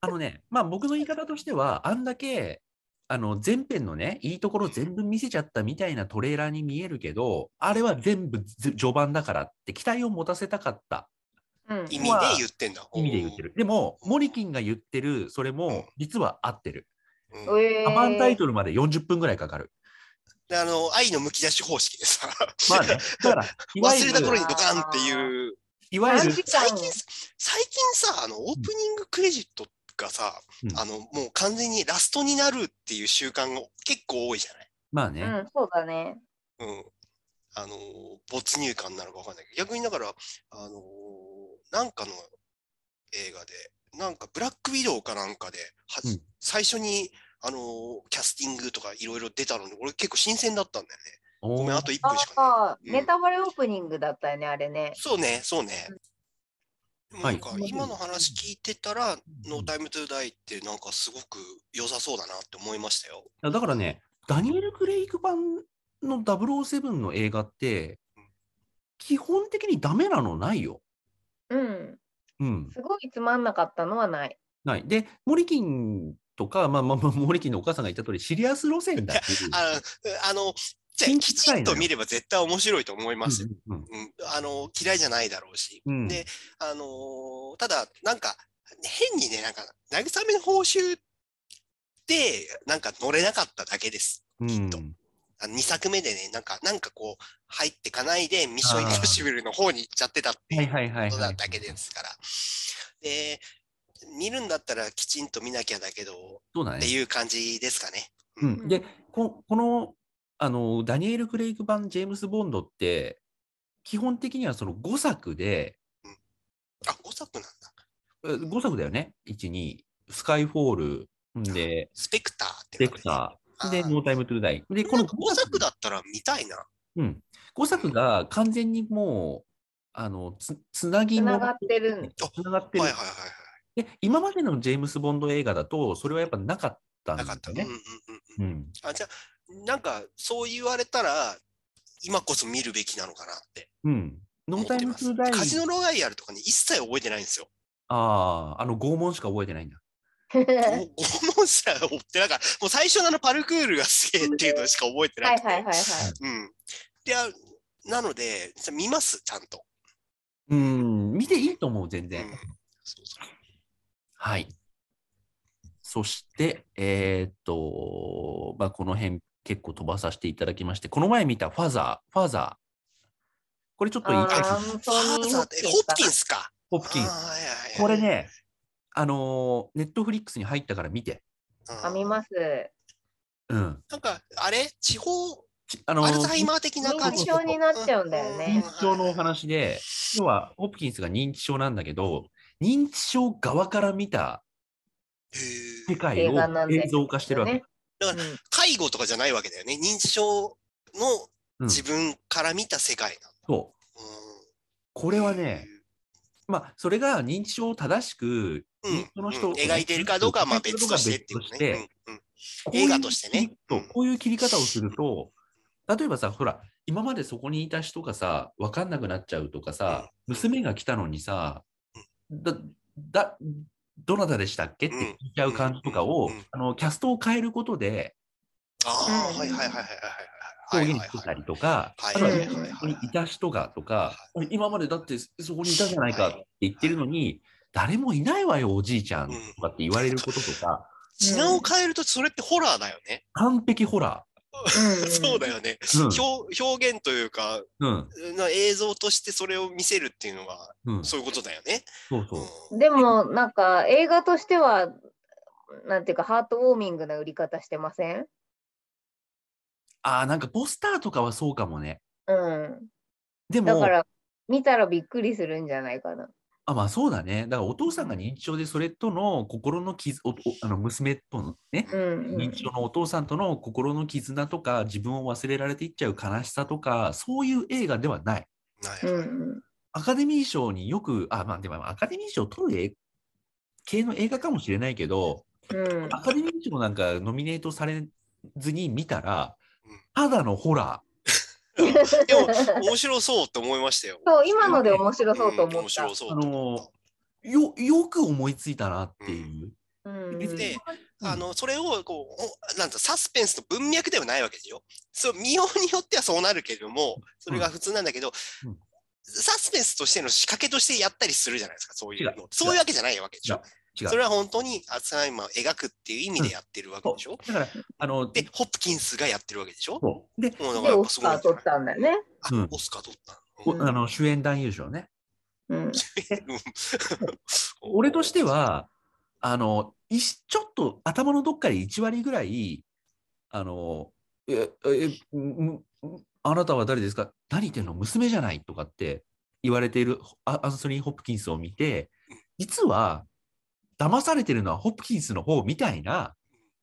Speaker 1: あのね、まあ僕の言い方としては、あんだけ、あの前編のね、いいところ全部見せちゃったみたいなトレーラーに見えるけど、あれは全部ず序盤だからって期待を持たせたかった
Speaker 2: うん。
Speaker 3: 意味で言ってんだ。
Speaker 1: 意味で言ってる。でも、モリキンが言ってる、それ
Speaker 3: うん
Speaker 1: も実は合ってる。
Speaker 3: うん。うん
Speaker 2: えー
Speaker 1: アバンタイトルまで40分ぐらいかかる。
Speaker 3: であの、愛のむき出し方式でさ、
Speaker 1: まあね、だから、いわ
Speaker 3: 忘
Speaker 1: ゆ
Speaker 3: れた頃
Speaker 1: る、
Speaker 3: にドカンっていう。
Speaker 1: いわゆ
Speaker 2: 短
Speaker 1: る
Speaker 2: 時、間
Speaker 3: 最近、最近さ、あの、オープニングクレジットがさ、
Speaker 1: うん
Speaker 3: あの、もう完全にラストになるっていう習慣が結構多いじゃない。
Speaker 1: まあ
Speaker 2: う
Speaker 1: ね、
Speaker 2: ん、そうだね。
Speaker 3: うん。あのー、没入感なのかわかんないけど、逆にだから、あのー、なんかの映画で、なんかブラックウィドウかなんかで、は
Speaker 1: うん
Speaker 3: 最初に、あのーキャスティングとかいろいろ出たので、俺結構新鮮だったんだよね。
Speaker 1: お
Speaker 3: ごめん、
Speaker 1: ー
Speaker 3: あと1
Speaker 2: あ
Speaker 3: 分しかない。
Speaker 2: あ、
Speaker 3: うん
Speaker 2: ネタバレオープニングだったよね、あれね。
Speaker 3: そうね、そうね。でもなんか
Speaker 1: はい
Speaker 3: 今の話聞いてたら、
Speaker 1: うん
Speaker 3: ノータイムトゥーダイってなんかすごく良さそうだなって思いましたよ。
Speaker 1: いやだからね、ダニエル・クレイグ版の007の映画って
Speaker 3: うん、
Speaker 1: 基本的にダメなのないよ。
Speaker 2: うん。
Speaker 1: うん、
Speaker 2: すごいつまんなかったのはない。
Speaker 1: ない。で、モリキンとか、まあまあ、まあ、モリキンのお母さんが言った通り、シリアス路線だっていう。
Speaker 3: ああの、じゃ
Speaker 1: 近
Speaker 3: あ
Speaker 1: 畿
Speaker 3: き
Speaker 1: 近い
Speaker 3: ち
Speaker 1: のよ
Speaker 3: んと見れば絶対面白いと思いますよ。
Speaker 1: うんうん
Speaker 3: うん、あの嫌いじゃないだろうし。
Speaker 1: うんうん
Speaker 3: であのーただ、なんか、変にね、なんか、慰めの報酬で、なんか乗れなかっただけです。きっと
Speaker 1: うん
Speaker 3: あ2作目でね、なんか、なんかこう、入ってかないで、ミッションインポッシブルの方に行っちゃってたっていう
Speaker 1: はいはいはい、
Speaker 3: こと
Speaker 1: は
Speaker 3: だ
Speaker 1: い。
Speaker 3: だけですから。で、見るんだったらきちんと見なきゃだけど、
Speaker 1: そうだ
Speaker 3: って
Speaker 1: ね。
Speaker 3: いう感じですかね。
Speaker 1: うん、でこ、このあのダニエル・クレイグ版ジェームス・ボンドって、基本的にはその5作で、
Speaker 3: あ、5作なんだ。
Speaker 1: え5作だよね、1、2、スカイフォール、んで、
Speaker 3: スペクターって
Speaker 1: デ
Speaker 3: こと
Speaker 1: ク
Speaker 3: ね
Speaker 1: タ
Speaker 3: あ
Speaker 1: ー、
Speaker 3: ー
Speaker 1: で、ノータイム・トゥ・ダイ。で、こ
Speaker 3: な
Speaker 1: の
Speaker 3: んか5作だったら見たいな。
Speaker 1: うん、5作が完全にもう、あのつつなぎ
Speaker 2: つ
Speaker 1: の
Speaker 2: ながってる ん
Speaker 1: つながってる
Speaker 3: はいはいはいはい。
Speaker 1: で今までのジェームス・ボンド映画だとそれはやっぱなかったん
Speaker 3: な
Speaker 1: です
Speaker 3: かった
Speaker 1: よ
Speaker 3: ね。
Speaker 1: ね
Speaker 3: うん。うんうんう
Speaker 1: う
Speaker 3: ん。
Speaker 1: ん
Speaker 3: あじゃあなんかそう言われたら今こそ見るべきなのかなって
Speaker 1: うんノ
Speaker 3: 思
Speaker 1: ー
Speaker 3: って
Speaker 1: タイム・
Speaker 3: ま
Speaker 1: ト
Speaker 3: す
Speaker 1: ゥ・ダイ
Speaker 3: カジノロワイヤルとかね一切覚えてないんですよ。
Speaker 1: あああの拷問しか覚えてないんだ。
Speaker 2: は
Speaker 3: 拷問者を追ってだからもう最初のあのパルクールがすげえっていうのしか覚えて
Speaker 2: い
Speaker 3: な
Speaker 2: はい
Speaker 3: くて。
Speaker 2: はいはい。
Speaker 3: うん。であなのでじゃあ見ますちゃんと。
Speaker 1: うん見ていいと思う全
Speaker 3: うん
Speaker 1: 然。
Speaker 3: そうそう
Speaker 1: はい。そして、えーっと、まあ、この辺結構飛ばさせていただきまして、この前見たファザー、ファザー。これちょっと言いたい
Speaker 2: あーアン
Speaker 3: ハ
Speaker 2: ソニ
Speaker 3: ー
Speaker 2: ー・
Speaker 3: ザー
Speaker 2: ホ
Speaker 3: ってホ
Speaker 2: ッ
Speaker 3: ッ
Speaker 2: キ
Speaker 3: キ
Speaker 2: ン
Speaker 3: ン
Speaker 2: ス
Speaker 3: スか。
Speaker 1: ホッキン
Speaker 3: あ
Speaker 1: ス。
Speaker 3: ーはいはいはい
Speaker 1: これね、あのネットフリックスに入ったから見て。
Speaker 3: うん
Speaker 2: か。あ、見ます。
Speaker 1: うん。
Speaker 3: なんかあれ地方
Speaker 1: ちあの
Speaker 3: アルツハイマー的な感
Speaker 1: 認
Speaker 3: じ
Speaker 1: 知症
Speaker 2: になっちゃうんだよね
Speaker 1: 認知症のお話で、要はホプキンスが認知症なんだけど、認知症側から見た
Speaker 3: へ
Speaker 1: 世
Speaker 3: え。
Speaker 1: 界
Speaker 2: 映画な
Speaker 1: を
Speaker 2: んで
Speaker 1: 映像化してるわけ
Speaker 2: ね。
Speaker 3: だか介護とかじゃないわけだよね。認知症の
Speaker 1: うん
Speaker 3: 自分から見た世界な
Speaker 1: そう
Speaker 3: の。うん
Speaker 1: これはね、、まあ、それが認知症を正しく、
Speaker 3: うん
Speaker 1: 認知症の人を
Speaker 3: 描いてるかどうかはまあ別としてっていう
Speaker 1: 描い
Speaker 3: ね
Speaker 1: てるかどうかは別として
Speaker 3: うんうん
Speaker 1: こういう
Speaker 3: 映画としてね
Speaker 1: そうこういう切り方をすると、例えばさ、ほら、今までそこにいた人がさ、分かんなくなっちゃうとかさ、
Speaker 3: うん
Speaker 1: 娘が来たのにさ、だ、だ、どなたでしたっけって聞いちゃう感じとかを、
Speaker 3: うんうん
Speaker 1: あのキャストを変えることで
Speaker 3: あ
Speaker 2: う
Speaker 3: あ、
Speaker 2: ん
Speaker 3: はいはいはいはいはいはい。
Speaker 1: 表現してたりとか、
Speaker 3: は
Speaker 1: あ
Speaker 3: い
Speaker 1: と
Speaker 3: はい
Speaker 1: は
Speaker 3: はい
Speaker 1: そこにいた人がとか、今までだってそこにいたじゃないかって言ってるのに、誰もいないわよ、おじいちゃんとかって言われることとか、
Speaker 3: 品を変えるとそれってホラーだよね。
Speaker 1: 完璧ホラ
Speaker 3: そうだ
Speaker 2: よ。
Speaker 3: よね。
Speaker 1: ー。
Speaker 3: 表表現というか、
Speaker 1: うん、うん、
Speaker 3: な映像としてそれを見せるっていうのは、
Speaker 1: うん、そ
Speaker 3: そういうことだよね。
Speaker 1: うそう。
Speaker 3: うん
Speaker 2: でも、なんか映画としては、なんていうか、ハートウォーミングな売り方してません
Speaker 1: ああ、なんかポスターとかはそうかもね。
Speaker 2: うん。
Speaker 1: で
Speaker 2: だ
Speaker 1: も
Speaker 2: か、ら、見たらびっくりするんじゃないかな。
Speaker 1: あまあそうだね。だからお父さんが認知症で、それとの心の傷、おおあの娘とのね、
Speaker 2: うんうん、
Speaker 1: 認知症のお父さんとの心の絆とか、自分を忘れられていっちゃう悲しさとか、そういう映画ではない。
Speaker 3: は
Speaker 2: う
Speaker 3: い
Speaker 2: ん
Speaker 3: は
Speaker 2: う
Speaker 3: い
Speaker 2: ん
Speaker 1: アカデミー賞によく、あ、まあでもアカデミー賞を取る映系の映画かもしれないけど、
Speaker 2: うん
Speaker 1: アカデミー賞なんかノミネートされずに見たら
Speaker 3: うん、
Speaker 1: ただのホラ
Speaker 3: でも、面白そうって思いましたよ。
Speaker 2: そう、今ので面白そうと
Speaker 3: ん
Speaker 2: 思っ
Speaker 3: 面
Speaker 2: た
Speaker 3: 白。そう
Speaker 1: ー。あ
Speaker 3: と思った
Speaker 1: のーよ、よく思いついたなっていう。
Speaker 2: うんうん
Speaker 1: 別に
Speaker 3: で、あの、それを、こう、おなんだ、サスペンスの文脈ではないわけでしょそう、見ようによってはそうなるけれども、それが普通なんだけど、
Speaker 1: うん
Speaker 3: サスペンスとしての仕掛けとしてやったりするじゃないですか、そういう
Speaker 1: 違う
Speaker 3: の。そういうわけじゃないわけでしょ
Speaker 1: 違う
Speaker 3: それは本当にアルツハイマーを描くっていう意味でやってるわけでしょ、
Speaker 1: だから、あの、
Speaker 3: で、ホプキンスがやってるわけでしょ
Speaker 1: そうで、
Speaker 3: もうだか
Speaker 2: で、
Speaker 3: らやっ
Speaker 2: オ
Speaker 3: ぱ
Speaker 2: ス
Speaker 3: す
Speaker 2: カ
Speaker 3: ごい
Speaker 2: ー
Speaker 3: んじ
Speaker 2: 取
Speaker 3: ゃな
Speaker 2: っ
Speaker 3: い
Speaker 2: たんだよね。
Speaker 3: あ
Speaker 1: うん
Speaker 3: オスカー取った
Speaker 1: お
Speaker 2: うん
Speaker 1: あの主演男優賞ね。
Speaker 2: うん、
Speaker 3: の。
Speaker 1: 俺として、は、あの、いしちょっと頭のどっかで1割ぐらい、あの、え、え、むむあなたは誰ですか何言ってんの娘じゃないとかって言われているあアンソニー・ホプキンスを見て、実は、騙されてるのはホプキンスの方みたいな、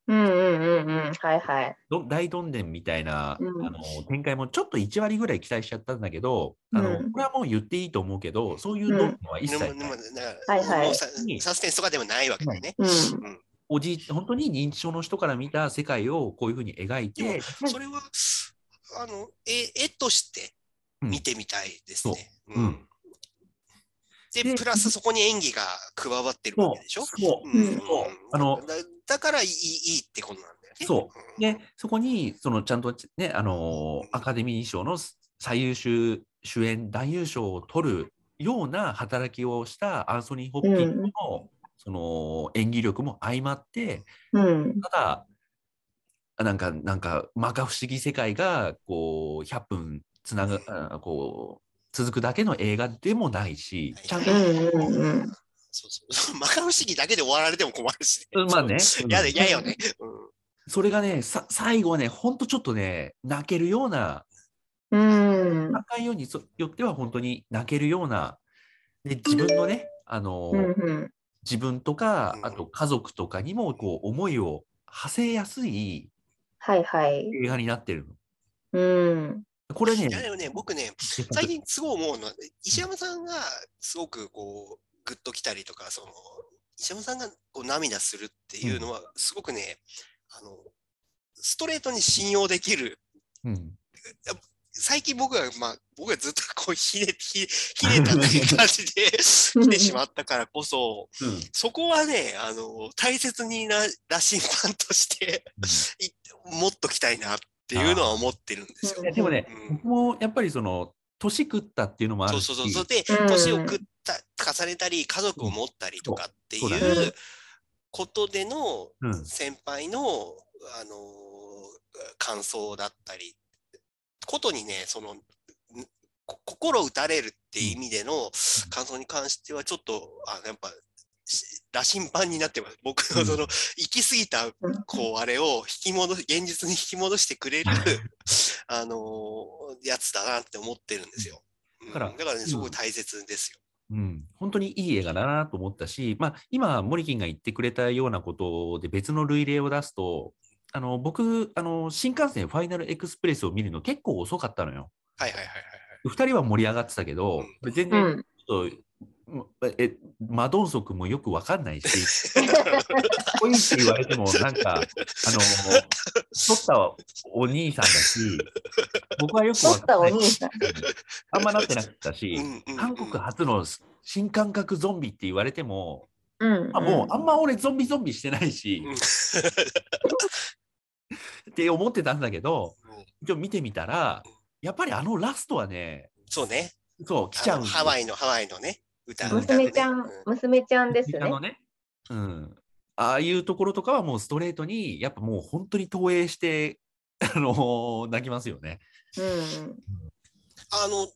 Speaker 2: うんうんうんうんはいはい。
Speaker 1: ど大どんでんみたいな、
Speaker 2: うん
Speaker 1: あの展開もちょっと1割ぐらい期待しちゃったんだけど、あの
Speaker 2: うん
Speaker 1: これはもう言っていいと思うけど、そういうのは一
Speaker 3: で
Speaker 1: 切
Speaker 3: も
Speaker 1: ない、
Speaker 3: でもだか
Speaker 2: はいは
Speaker 3: ら
Speaker 2: い
Speaker 3: もうササスペンスとかでもないわけだよね。
Speaker 2: うん
Speaker 3: うん
Speaker 1: おじい本当に認知症の人から見た世界をこういうふうに描い
Speaker 3: で
Speaker 1: て、
Speaker 3: それは、あの、絵絵として見てみたいですね。
Speaker 1: んそううんで
Speaker 3: で、プラスそこに演技が加わってるわけでしょ
Speaker 1: そう
Speaker 2: うん
Speaker 3: ん
Speaker 1: そうあの
Speaker 3: だだからいいいいってことなんだよね。
Speaker 1: そ
Speaker 3: うん
Speaker 1: でそこにそのちゃんと、ねあのーアカデミー賞の最優秀主演男優賞を取るような働きをしたアンソニー・ホプキンスの,、その演技力も相まって
Speaker 2: うん
Speaker 1: ただあなんかなんか摩訶不思議世界がこう100分つなぐあこう続くだけの映画でもないしちゃんと
Speaker 2: う、んうんうん
Speaker 3: そうそう。マカロシギだけで終わられても困るし
Speaker 1: うんま あね。
Speaker 3: 嫌で、嫌よね。
Speaker 1: それがね、さ最後はね、ほんとちょっとね、泣けるような、
Speaker 2: うん
Speaker 1: 赤いようにそよっては本当に泣けるような、で自分のね、あの、
Speaker 2: うんうん
Speaker 1: 自分とか
Speaker 3: う、ん
Speaker 1: あと家族とかにもこう思いを馳せやすい
Speaker 2: はいはい。
Speaker 1: 映画になってるの。
Speaker 2: うん
Speaker 1: これね、
Speaker 3: 嫌だよね。僕ね、最近すごい思うのは、石山さんがすごくこう、グッときたりとか、その、石山さんがこう涙するっていうのは、すごくね、あの、ストレートに信用できる。
Speaker 1: うん、
Speaker 3: 最近僕は、まあ、僕はずっとこう、ひね、ひひねたっていう感じで 来てしまったからこそ、そこはね、あの、大切にな、羅針盤として、い持っときたいなっていうのは思ってるんですよ
Speaker 1: う。んでもね、
Speaker 3: うん
Speaker 1: 僕もやっぱりその、年食ったっていうのもあ
Speaker 3: そ
Speaker 1: る
Speaker 3: う
Speaker 1: し、
Speaker 3: そうそう。それで、
Speaker 2: うん
Speaker 3: 年を食った、重ねたり、家族を持ったりとかって
Speaker 1: そうだ
Speaker 3: い
Speaker 2: ね
Speaker 3: うことでの
Speaker 1: うん
Speaker 3: 先輩の、あのー感想だったり、ことにね、その、んこ心打たれるっていう意味での感想に関しては、ちょっと、あやっぱ、し羅針盤になってます。僕
Speaker 1: う
Speaker 3: の
Speaker 1: ん、
Speaker 3: その、行き過ぎた
Speaker 2: うん
Speaker 3: こう、あれを引き戻、現実に引き戻してくれる あのーやつだなって思ってるんですよ。うん
Speaker 1: だから
Speaker 3: だから
Speaker 1: う
Speaker 3: ね、
Speaker 1: ん
Speaker 3: すごい大切ですよ。
Speaker 1: うん、本当にいい映画だなと思ったし、まあ、今、モリキンが言ってくれたようなことで別の類例を出すと、あの僕あの、新幹線ファイナルエクスプレスを見るの結構遅かったのよ。
Speaker 3: はいはいはいはい
Speaker 1: 2人は盛り上がってたけど、全
Speaker 2: う
Speaker 1: 然
Speaker 2: ん。
Speaker 1: ちょっと、えマドンソクもよくわかんないし、
Speaker 3: はい。
Speaker 1: かっこいいって言われて も、なんか、あの、取ったお兄さんだし、僕はよく
Speaker 2: 取
Speaker 1: わ
Speaker 2: っ
Speaker 1: か
Speaker 2: た
Speaker 1: ん
Speaker 2: お
Speaker 1: ない
Speaker 2: 兄さん。
Speaker 1: あんまなってなかったし。
Speaker 3: うんうん
Speaker 1: 韓国初の新感覚ゾンビって言われても、
Speaker 2: うん。
Speaker 1: あもうあんま俺ゾンビゾンビしてないし、
Speaker 3: うん
Speaker 1: って思ってたんだけど
Speaker 3: うん
Speaker 1: 一応見てみたらやっぱりあのラストはね
Speaker 3: そうね。
Speaker 1: そう来ちゃ
Speaker 3: あ
Speaker 1: う
Speaker 3: のハワ
Speaker 1: イ
Speaker 3: イのハワイのね、歌歌うね
Speaker 2: 娘ちゃん、娘ちゃんです
Speaker 1: あ
Speaker 2: ね
Speaker 1: の。ね、うん、ああいうところとかはもうストレートにやっぱもう本当に投影して、あのー泣きますよね。
Speaker 2: うん。
Speaker 3: あの、フ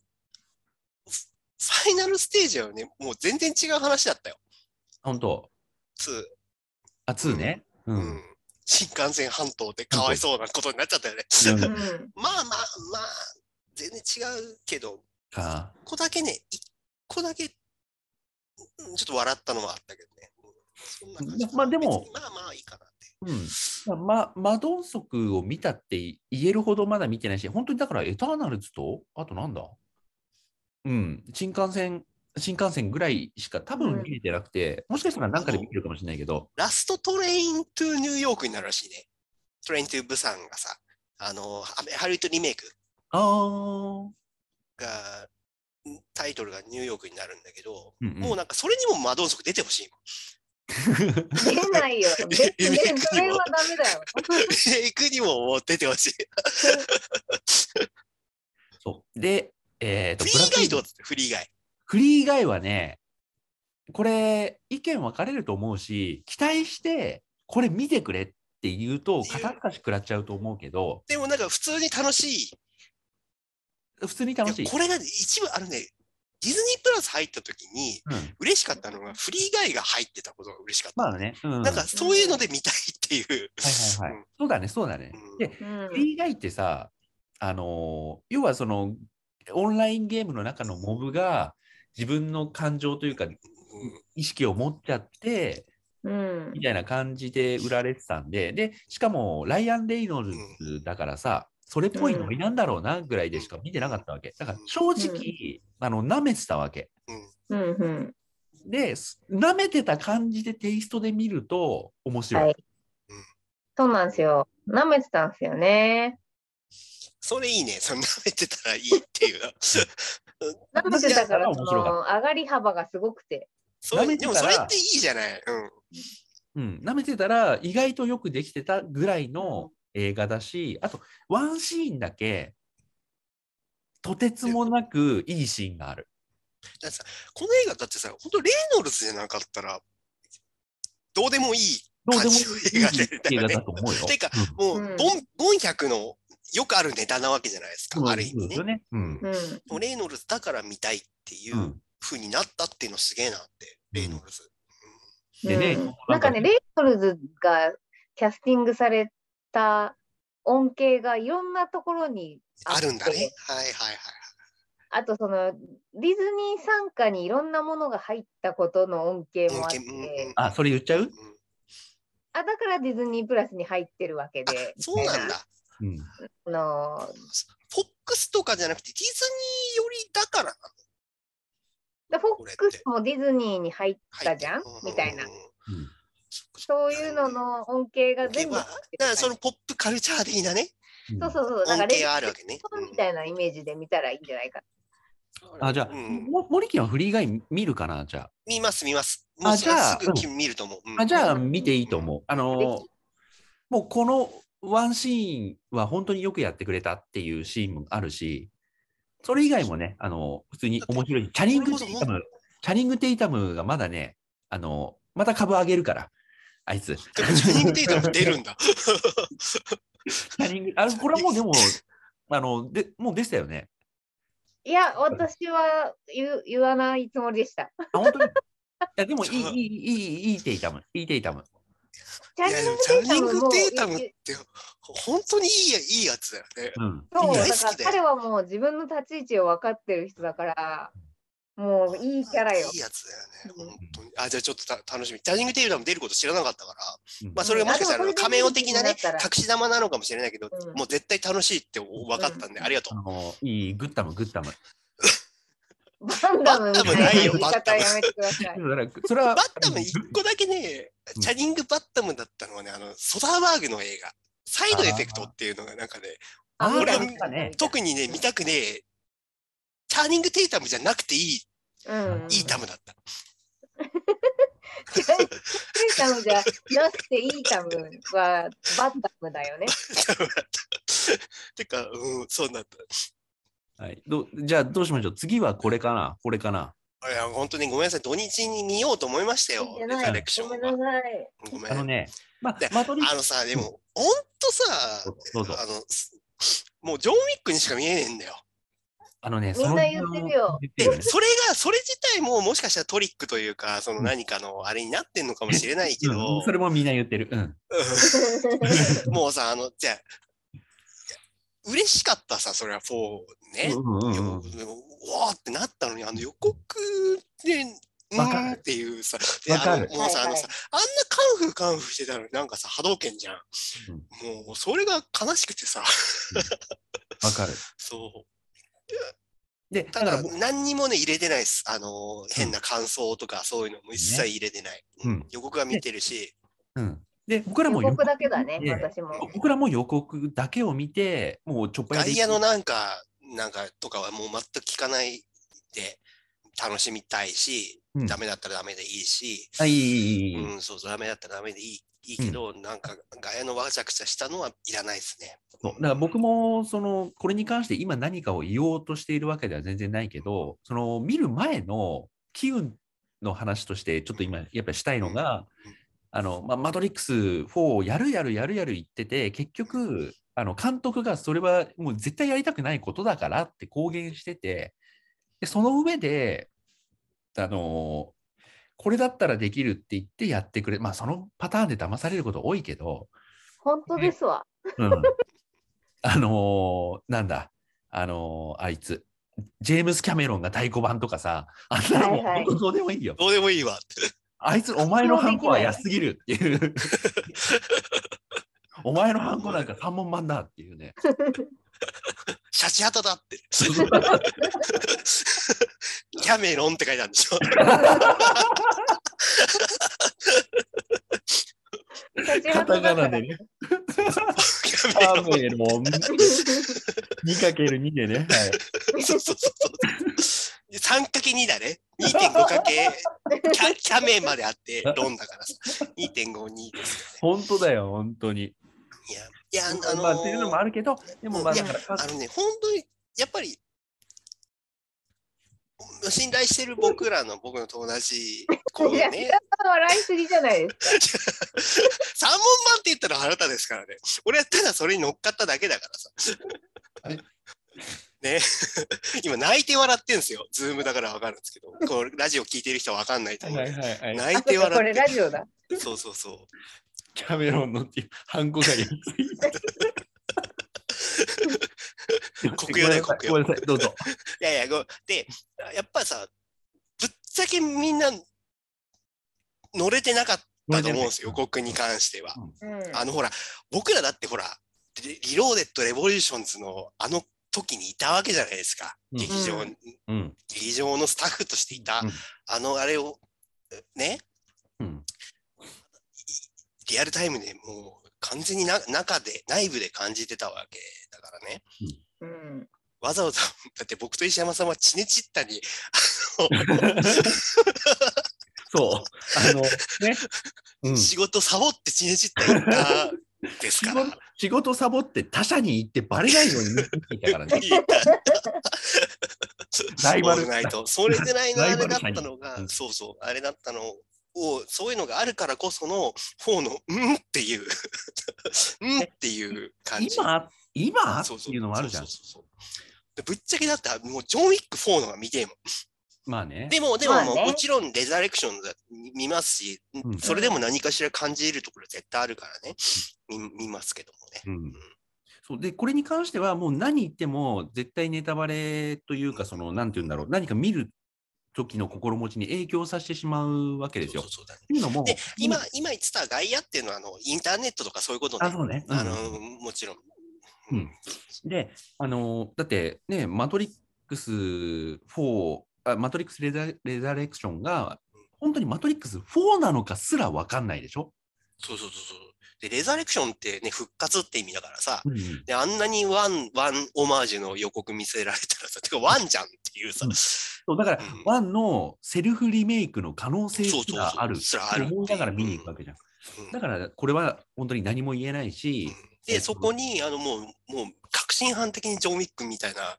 Speaker 3: ファイナルステージはね、もう全然違う話だったよ。
Speaker 1: 本当
Speaker 3: 2。
Speaker 1: あ2ね。うん
Speaker 3: うん新幹線半島ってかわいそうなことになっちゃったよね。
Speaker 1: うん
Speaker 2: うん
Speaker 3: まあまあまあ、全然違うけど、
Speaker 1: か
Speaker 3: 一個だけね、一個だけ、うんちょっと笑ったのはあったけどね。うんそんな感じ
Speaker 1: まあでも
Speaker 3: 別にまあまあいいかなって。
Speaker 1: うん、まマドンソクを見たって言えるほどまだ見てないし、本当にだからエターナルズと、あとなんだうん、新幹線、新幹線ぐらいしか多
Speaker 2: う
Speaker 1: 分
Speaker 2: ん
Speaker 1: 見れてなくて、もしかしたらなんかで見てるかもしれないけど、
Speaker 3: ラストトレイントゥニューヨークになるらしいね。トレイントゥブサンがさ、あの、ハハリウッドリメイク
Speaker 1: あー、
Speaker 3: が、んタイトルがニューヨークになるんだけど、
Speaker 1: うんうん
Speaker 3: もうなんかそれにもマドンソク出てほし いもん。
Speaker 2: 出ないよ。別にそれはダメだよ。
Speaker 3: 行くにももう出てほしい。
Speaker 1: そう。で、えっ、と、
Speaker 3: フリーガイド
Speaker 1: ブラ
Speaker 3: っ
Speaker 1: ック
Speaker 3: つって、フリーガイ。
Speaker 1: フリーガイはね、これ、意見分かれると思うし、期待して、これ見てくれって言うと、肩透かし食らっちゃうと思うけど、
Speaker 3: でもなんか普通に楽しい。
Speaker 1: 普通に楽しい。
Speaker 3: いやこれがね一部、あのね、ディズニープラス入った時に
Speaker 1: うん、
Speaker 3: 嬉しかったのが、フリーガイが入ってたことが嬉しかった。
Speaker 1: まあね、うん、
Speaker 3: なんかそういうので見たいっていう。
Speaker 1: はいはいはい。そうだね、そうだね。
Speaker 3: うん
Speaker 1: で、
Speaker 2: うん
Speaker 1: フリーガイってさ、あのー要はその、オンラインゲームの中のモブが、自分の感情というか、
Speaker 3: うん
Speaker 1: 意識を持っちゃって、
Speaker 2: うん
Speaker 1: みたいな感じで売られてたんで、で、しかも、ライアン・レイノルズだからさ、それっぽいノリなんだろうなぐらいでしか見てなかったわけ。だから、正直、あの、舐めてたわけ。
Speaker 2: うんうん
Speaker 1: で、す舐めてた感じでテイストで見ると、面白い。
Speaker 2: はいそうなんですよ。舐めてたんですよね。
Speaker 3: それいいね。その舐めてたらいいって いう。
Speaker 2: 舐めてたから、そ
Speaker 1: 面白か
Speaker 2: の上がり幅がすごくて。
Speaker 3: それ
Speaker 1: 舐めて
Speaker 3: で
Speaker 1: た
Speaker 3: も
Speaker 1: ら
Speaker 3: それっていいじゃない。うん。
Speaker 1: うん、舐めてたら意外とよくできてたぐらいの映画だし、あとワンシーンだけとてつもなくいいシーンがある。
Speaker 3: この映画だってさ、本当レイノルズじゃなかったら、どうでもいい
Speaker 1: どうでもい
Speaker 3: 感じの映画だよね
Speaker 1: い映画だと思うよ。
Speaker 3: てか
Speaker 1: うん
Speaker 3: もう、
Speaker 2: うん
Speaker 3: ボン、ボン100のよくあるネタなわけじゃないですか、ある意
Speaker 1: そう
Speaker 3: 味
Speaker 1: ですよ
Speaker 3: ね。
Speaker 1: ね。うん
Speaker 2: うん。
Speaker 3: もうレイノルズだから見たいっていううん風になったっていうのすげえなって、
Speaker 1: うん
Speaker 3: レイノルズ。
Speaker 1: でね
Speaker 2: う
Speaker 1: な
Speaker 2: んなんん
Speaker 1: か
Speaker 2: かね、レイノルズがキャスティングされた恩恵がいろんなところに
Speaker 3: あ
Speaker 2: って
Speaker 3: るんだね。。はいはいはい。
Speaker 2: あとそのディズニー傘下にいろんなものが入ったことの恩恵もあって、
Speaker 3: うんうんうん
Speaker 1: あ、それ言っちゃう、
Speaker 3: うん
Speaker 2: あだからディズニープラスに入ってるわけ
Speaker 3: あ
Speaker 2: で、
Speaker 3: そうなんだ。
Speaker 1: うん、
Speaker 2: あの
Speaker 3: フォックスとかじゃなくて、ディズニーよりだから
Speaker 2: でフォ
Speaker 3: これ
Speaker 2: ッ
Speaker 3: っ
Speaker 2: ク
Speaker 3: て
Speaker 2: スもディズニーに入っ
Speaker 3: 入
Speaker 2: た
Speaker 3: って
Speaker 2: じゃん
Speaker 3: ううう
Speaker 2: みたいな。そ
Speaker 3: そう
Speaker 2: いうのの恩恵が全部入って
Speaker 3: だか
Speaker 2: る
Speaker 3: らそのポップカルチャー的なね、
Speaker 1: うん
Speaker 2: そうそうそう。だから
Speaker 3: 恩
Speaker 2: レ
Speaker 3: 恵
Speaker 2: イ
Speaker 3: があるわけね。うん
Speaker 2: みたいなイメージで見たらいいんじゃないか。
Speaker 1: あ、じゃあ、
Speaker 3: うん
Speaker 1: もモリキンはフリー以外見るかなじゃ
Speaker 3: 見ます見ます。もう
Speaker 1: あ
Speaker 3: それは
Speaker 1: じゃあ
Speaker 3: すぐ君見ると思う。うん
Speaker 1: あ。あ、じゃあ見ていいと思う。あのーもうこのワンシーンは本当によくやってくれたっていうシーンもあるし、それ以外もね、あの普通に面白い。チャリング・テイタム、チャリング・テイタムがまだね、あのまた株上げるから、あいつ。チ
Speaker 3: でもジョニー・テイタム出るんだ。
Speaker 1: ャリングあこれはもうでも、あのでもうでしたよね。
Speaker 2: いや、私は言う言わないつもりでした。
Speaker 1: あ本当にいやでもいい、いい、いい、いいテイタム、いいテイタム。
Speaker 2: チ
Speaker 3: いやでもチャーニング・テイタムって本当にいいやいいやつだよね。
Speaker 1: うん。
Speaker 2: そう、
Speaker 1: いいや
Speaker 2: だ
Speaker 3: 大好
Speaker 2: か
Speaker 3: きだ
Speaker 2: ら彼
Speaker 3: よ
Speaker 2: はもう自分の立ち位置を分かってる人だから、もういいキャラよ
Speaker 3: いい。やつだよね、本当に。あ、じゃあちょっとた楽しみ。ダーニングテールダム出ること知らなかったから、
Speaker 1: うん
Speaker 3: まあそれがもしかした
Speaker 2: あで
Speaker 3: ら
Speaker 2: もこれで
Speaker 3: 仮面的なね、
Speaker 2: 見てみたら
Speaker 3: 隠し玉なのかもしれないけど、
Speaker 2: うん
Speaker 3: もう絶対楽しいって分かったんで、ありがと
Speaker 1: あのいいグッタムグッタム。
Speaker 2: バンダムみたいな言い
Speaker 3: バンダム
Speaker 2: 方
Speaker 3: ないよ
Speaker 2: やめてください
Speaker 1: で。もだからそれは
Speaker 3: う。バッタム1個だけね
Speaker 1: う、ん
Speaker 3: チャニング・バッタムだったのはね、あの、ソダーバーグの映画、サイドエフェクトっていうのがなんかね、
Speaker 2: あ
Speaker 1: あ
Speaker 2: 見た
Speaker 3: 俺
Speaker 2: 見た
Speaker 1: ね
Speaker 3: 特にね、見たくねえ、チャーニング・テイタムじゃなくていい、
Speaker 2: うん。
Speaker 3: いいタムだった。
Speaker 2: 違うテイタムじゃなくていいタムはバッタムだよね。
Speaker 3: タムだった。てか、うん、そうなんだっ
Speaker 1: はい、どじゃあどうしましょう次はこれかなこれかな
Speaker 3: た。いや、本当にごめんなさい、土日に見ようと思いましたよ
Speaker 2: いいじ、ゃ
Speaker 3: レ
Speaker 2: な
Speaker 3: ザレ
Speaker 2: い
Speaker 3: クション
Speaker 2: ごめん
Speaker 3: は
Speaker 2: な。さい。
Speaker 3: ごめん。
Speaker 1: あのね、まあ
Speaker 3: で、
Speaker 1: マトリック
Speaker 3: あのさ、でも、ほんとさ、
Speaker 1: スどうぞ。
Speaker 3: あの、すもうジョン・ウィックにしか見えねえんだよ。
Speaker 1: あのね、
Speaker 2: みんな言ってるよ
Speaker 1: 言って
Speaker 3: で
Speaker 1: るよね、
Speaker 3: それが、それ自体ももしかしたらトリックというか、その何かのあれになってんのかもしれないけ
Speaker 1: う
Speaker 3: ど
Speaker 1: ん、それもみんな言ってる。うん。
Speaker 3: うんもうさ、あの、じゃあ嬉しかったさ、それは4ね。
Speaker 1: うんうんう
Speaker 3: よ
Speaker 1: んうん
Speaker 3: うわーってなったのに、あの予告で、う
Speaker 1: わかる
Speaker 3: ーんっていうさ、で
Speaker 1: わかる
Speaker 3: あのもうさ、
Speaker 2: はいはい
Speaker 3: あのさ、あんなカンフーカンフーしてたのになんかさ、波動拳じゃん。もう、それが悲しくてさ、
Speaker 1: わかる。
Speaker 3: そう。
Speaker 1: で、
Speaker 3: た
Speaker 1: だから
Speaker 3: だ
Speaker 1: 僕、
Speaker 3: 何にもね、入れてないです。あのー、変な感想とか、そういうのも一切入れてない。
Speaker 1: うん
Speaker 3: うん予告は見てるし、
Speaker 1: うん、で僕ら
Speaker 2: 予
Speaker 1: も
Speaker 2: 告だけだね、
Speaker 1: 予告で
Speaker 2: 私も。
Speaker 1: 僕らも予告だけを見て、もうちょっぱい
Speaker 3: 外
Speaker 1: で。
Speaker 3: 野のなんか、なんかとかはもう全く聞かないで、楽しみたいし、
Speaker 1: うん
Speaker 3: ダメだったらダメでいいし、
Speaker 1: あいいいいいい、
Speaker 3: うん、そうそう、ダメだったらダメでいい。いいけど、なんか、外野のわちゃくちゃしたのはいらないですね。
Speaker 1: そうだから僕もそのこれに関して今何かを言おうとしているわけでは全然ないけどその見る前の機運の話としてちょっと今やっぱりしたいのが
Speaker 3: うん
Speaker 1: 「あのまあ、マトリックス4」をやるやるやるやる言ってて結局あの監督がそれはもう絶対やりたくないことだからって公言しててでその上であのこれだったらできるって言ってやってくれまあそのパターンで騙されること多いけど。
Speaker 2: 本当ですわ。
Speaker 1: うんあのーなんだ、あのーあいつ、ジェームス・キャメロンが太鼓判とかさ、あんなのも
Speaker 2: はいはい
Speaker 1: 本当どうでもいいよ。
Speaker 3: どうでもいいわって。
Speaker 1: あいつ、お前のハンコは安すぎるって いう。お前のハンコなんか三文版だって いうね。
Speaker 3: シャチハタだって。キャメロンって書いてあるんでしょ。
Speaker 1: カタカナでね。
Speaker 3: キャメロン
Speaker 1: サムエルも 2×2 でね。はい
Speaker 3: そうそうそうそう。3×2 だね。2.5× キャキャメまであって、ロンだからさ。2.52ですよね。
Speaker 1: 本当だよ、本当に。
Speaker 3: いや、いや、あ の
Speaker 1: まあ、っていうのもあるけど、でもまあ、
Speaker 3: いや
Speaker 1: だから
Speaker 3: あのね、本当に、やっぱり、信頼してる僕らの僕の友達、こ う
Speaker 2: いや、
Speaker 3: ね
Speaker 2: 平、田さん笑いすぎじゃないですか。
Speaker 3: 三問版って言ったら腹立ですからね。俺はただそれに乗っかっただけだからさ
Speaker 1: あれ。
Speaker 3: ね、 今泣いて笑ってんですよ。ズームだからわかるんですけど、こうラジオ聞いてる人はわかんないと思う
Speaker 1: はい。はいはい。
Speaker 3: 泣い
Speaker 2: あ
Speaker 3: て
Speaker 2: そうかこ
Speaker 3: 笑
Speaker 2: れ
Speaker 3: って
Speaker 2: ラジオだ。
Speaker 3: そうそうそ
Speaker 1: キャメロンのっていうハンコが安い。
Speaker 3: う。 国用だよ、国
Speaker 1: ごめ
Speaker 3: 用。
Speaker 1: んなさい、どうぞ。
Speaker 3: いやいや、ごで、やっぱさ、ぶっちゃけみんな乗れてなかったと思うんですよ、予告に関しては。
Speaker 2: うん。
Speaker 3: あのほら、僕らだってほら、リリローデッド・レボリューションズのあの時にいたわけじゃないですか。
Speaker 1: うん
Speaker 3: 劇場、
Speaker 2: うん
Speaker 1: うん。
Speaker 3: 劇場のスタッフとしていた、
Speaker 1: うん
Speaker 3: あのあれを、ね、
Speaker 1: うん。
Speaker 3: リアルタイムでもう完全にな中で、内部で感じてたわけだからね。
Speaker 2: うん。
Speaker 3: わざわざ、だって僕と石山さんは血ねちったに、
Speaker 1: そう。あの、ね。うん、仕
Speaker 3: 仕事サボって血ねちったに行ったんです か
Speaker 1: 事
Speaker 3: ら。
Speaker 1: 仕事サボって他社に行ってバレないように見ていた からね。ライバル
Speaker 3: オールナイト。それぐらいのあれだ
Speaker 1: ライ
Speaker 3: っ
Speaker 1: バル
Speaker 3: た
Speaker 1: 社
Speaker 3: のが
Speaker 1: う、ん
Speaker 3: そうそう、あれだったのを、そういうのがあるからこその、4の、うんっていう、 うんっていう感じ。
Speaker 1: 今、今って
Speaker 3: そうそう
Speaker 1: いうのもあるじゃん
Speaker 3: そ。うそうそうでぶっちゃけだったら、もうジョン・ウィック4のが見てえもん。
Speaker 1: まあね。
Speaker 3: でも、でも、
Speaker 2: まあね
Speaker 3: もちろん、レザレクションだ見ますし、
Speaker 1: うん
Speaker 3: それでも何かしら感じるところ絶対あるからね、見見ますけどもね。
Speaker 1: うんそうでこれに関してはもう何言っても絶対ネタバレというかその何て言うんだろう何か見る時の心持ちに影響させてしまうわけですよ。
Speaker 3: そう
Speaker 1: っ
Speaker 3: そうそうだね
Speaker 1: ていうのも、
Speaker 3: で、今、今言ってた外野っていうのは、あの、インターネットとかそういうことね。
Speaker 1: あそうねうん
Speaker 3: あの、もちろん。
Speaker 1: うんで、あのーだってね、マトリックス4、あマトリックスレザレザレクションが、本当にマトリックス4なのかすら分かんないでしょ、
Speaker 3: そうそうそうそう。で、レザレクションってね、復活って意味だからさ、
Speaker 1: うんうん
Speaker 3: で、あんなにワン、ワンオマージュの予告見せられたらさ、 てかワンじゃんっていうさ、
Speaker 1: うんそうだから、
Speaker 3: うん
Speaker 1: ワンのセルフリメイクの可能性
Speaker 3: そうそう
Speaker 1: す
Speaker 3: そう
Speaker 1: らある。
Speaker 3: すらあるっていう
Speaker 1: 思いながら見に行くわけじゃん。
Speaker 3: うん
Speaker 1: だから、これは本当に何も言えないし、
Speaker 3: で、そこに、あの、もう、もう、革新犯的にジョン・ウィックみたいな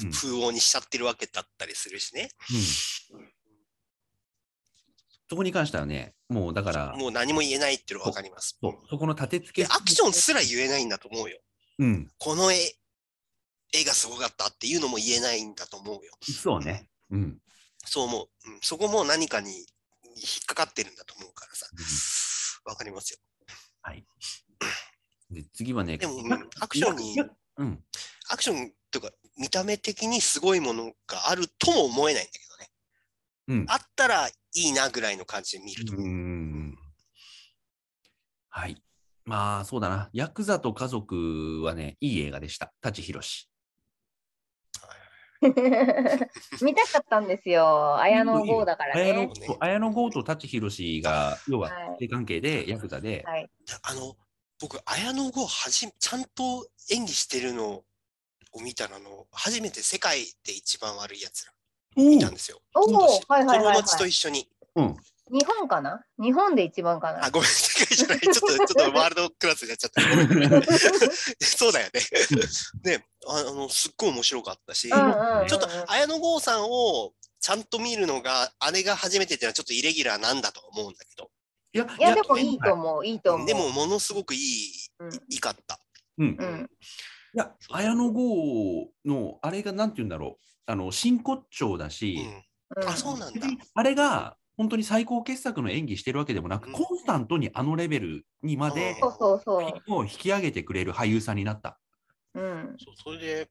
Speaker 1: うん
Speaker 3: 風貌にしちゃってるわけだったりするしね。
Speaker 1: うんそこに関してはね、もうだから、
Speaker 3: もう何も言えないっていうのはわかります。
Speaker 1: そうそこの立て付
Speaker 3: で、
Speaker 1: け。
Speaker 3: アクションすら言えないんだと思うよ。
Speaker 1: うん、
Speaker 3: この絵、絵がすごかったっていうのも言えないんだと思うよ。
Speaker 1: そうね。うん。
Speaker 3: そう思う。うん、そこも何かに引っかかってるんだと思うからさ
Speaker 1: うん。
Speaker 3: わかりますよ。
Speaker 1: で、次はね、
Speaker 3: でも、うんアクションに、
Speaker 1: うん、
Speaker 3: アクションとか見た目的にすごいものがあるとも思えないんだけどね。
Speaker 1: うん。
Speaker 3: あったらいいなぐらいの感じで見ると。
Speaker 1: うんはい。まあ、そうだな。ヤクザと家族はね、いい映画でした。舘ひろし。
Speaker 2: 見たかったんですよ。綾野剛だから
Speaker 1: 綾野
Speaker 2: ね。
Speaker 1: そう綾野剛と舘ひろしが、要は
Speaker 2: はい、
Speaker 1: 性関係で、ヤクザで、
Speaker 2: はい。
Speaker 3: あの、僕、綾野剛はじ、ちゃんと演技してるのを見たのあの、初めて世界で一番悪いやつら見たんですよ。
Speaker 2: おお、はいはいはい、は
Speaker 3: 心
Speaker 2: い
Speaker 3: 持。ちと一緒に。
Speaker 1: うん。
Speaker 2: 日本かな日本で一番かな
Speaker 3: あ、ごめん、世界じゃない。ちょっと、ちょっとワールドクラスになっちゃった。ごめんごめん そうだよね。ね、ああの、すっごい面白かったし、ち
Speaker 2: うんうん
Speaker 3: ょ
Speaker 2: うんうん
Speaker 3: っと綾野剛さんをちゃんと見るのが、あれが初めてっていうのはちょっとイレギュラーなんだと思うんだけど、
Speaker 1: いや、
Speaker 2: いや、でもいいと思う、いいと思う。
Speaker 3: でも、ものすごくいい、
Speaker 2: うん、
Speaker 3: いいかった。
Speaker 1: うん。
Speaker 2: う
Speaker 1: い
Speaker 2: ん、
Speaker 1: や、綾野剛の、あれが、なんて言うんだろう。あの、真骨頂だし、
Speaker 2: うん。
Speaker 3: あ、そうなんだ。
Speaker 1: あれが、本当に最高傑作の演技してるわけでもなく、
Speaker 3: うん
Speaker 1: コンスタントにあのレベルにまで、
Speaker 2: そうそうそ
Speaker 1: を引き上げてくれる俳優さんになった。
Speaker 2: う。うん。
Speaker 3: そうそれで、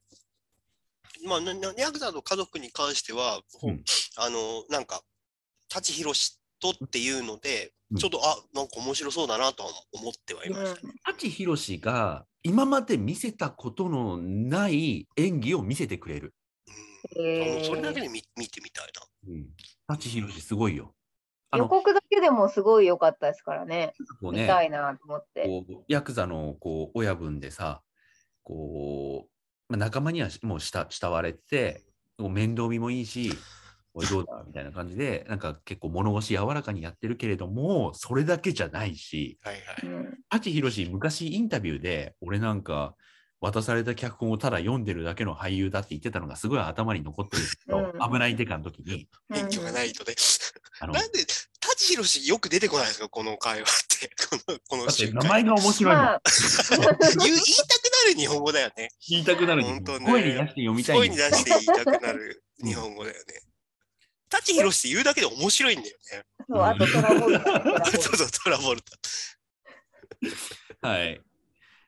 Speaker 3: まあ、ななヤクザの家族に関しては、
Speaker 1: うん
Speaker 3: あの、なんか、舘ひろしとっていうので、
Speaker 1: うん
Speaker 3: ちょっと、あ、なんか面白そうだなとは思ってはいました。
Speaker 1: 舘ひろしが今まで見せたことのない演技を見せてくれる。
Speaker 3: うんあ
Speaker 2: え
Speaker 3: もうそれだけ
Speaker 2: ー、
Speaker 3: で見見てみたいな。
Speaker 1: 舘ひろしすごいよ。あ
Speaker 2: 予
Speaker 1: の
Speaker 2: 告だけでもすごい良かったですからね。
Speaker 1: こう
Speaker 2: 見
Speaker 1: ね
Speaker 2: たいなと思って。
Speaker 1: こうヤクザのこう親分でさこう、まあ、仲間にはもう慕慕われててこう面倒見もいいし「おいどうだ?」みたいな感じでなんか結構物腰柔らかにやってるけれどもそれだけじゃないし
Speaker 3: はいは
Speaker 2: う
Speaker 3: い。
Speaker 2: ん、
Speaker 1: 舘ひろし昔インタビューで俺なんか渡された脚本をただ読んでるだけの俳優だって言ってたのがすごい頭に残ってるんですけど、
Speaker 2: うん
Speaker 1: 危ないデカの時に
Speaker 3: 免許がないとね。
Speaker 1: あのだ
Speaker 3: なんで、舘ひろしよく出てこないですか、この会話って。 この、この
Speaker 1: って
Speaker 3: 瞬
Speaker 1: 名
Speaker 3: 間
Speaker 1: 前が面白いもん、
Speaker 2: まあ、
Speaker 3: 言う言いたくなる日本語だよね。
Speaker 1: 言いたくなる
Speaker 3: 本当ね
Speaker 1: 声に出して読みたい
Speaker 3: 声
Speaker 1: ん
Speaker 3: に
Speaker 1: だ
Speaker 3: 出して言いたくなる日本語だよね。舘ひろしって言うだけで面白いんだよね。
Speaker 2: そう、あとトラボルタ。トラボルタ
Speaker 3: そうそう、トラボルタ。
Speaker 1: はい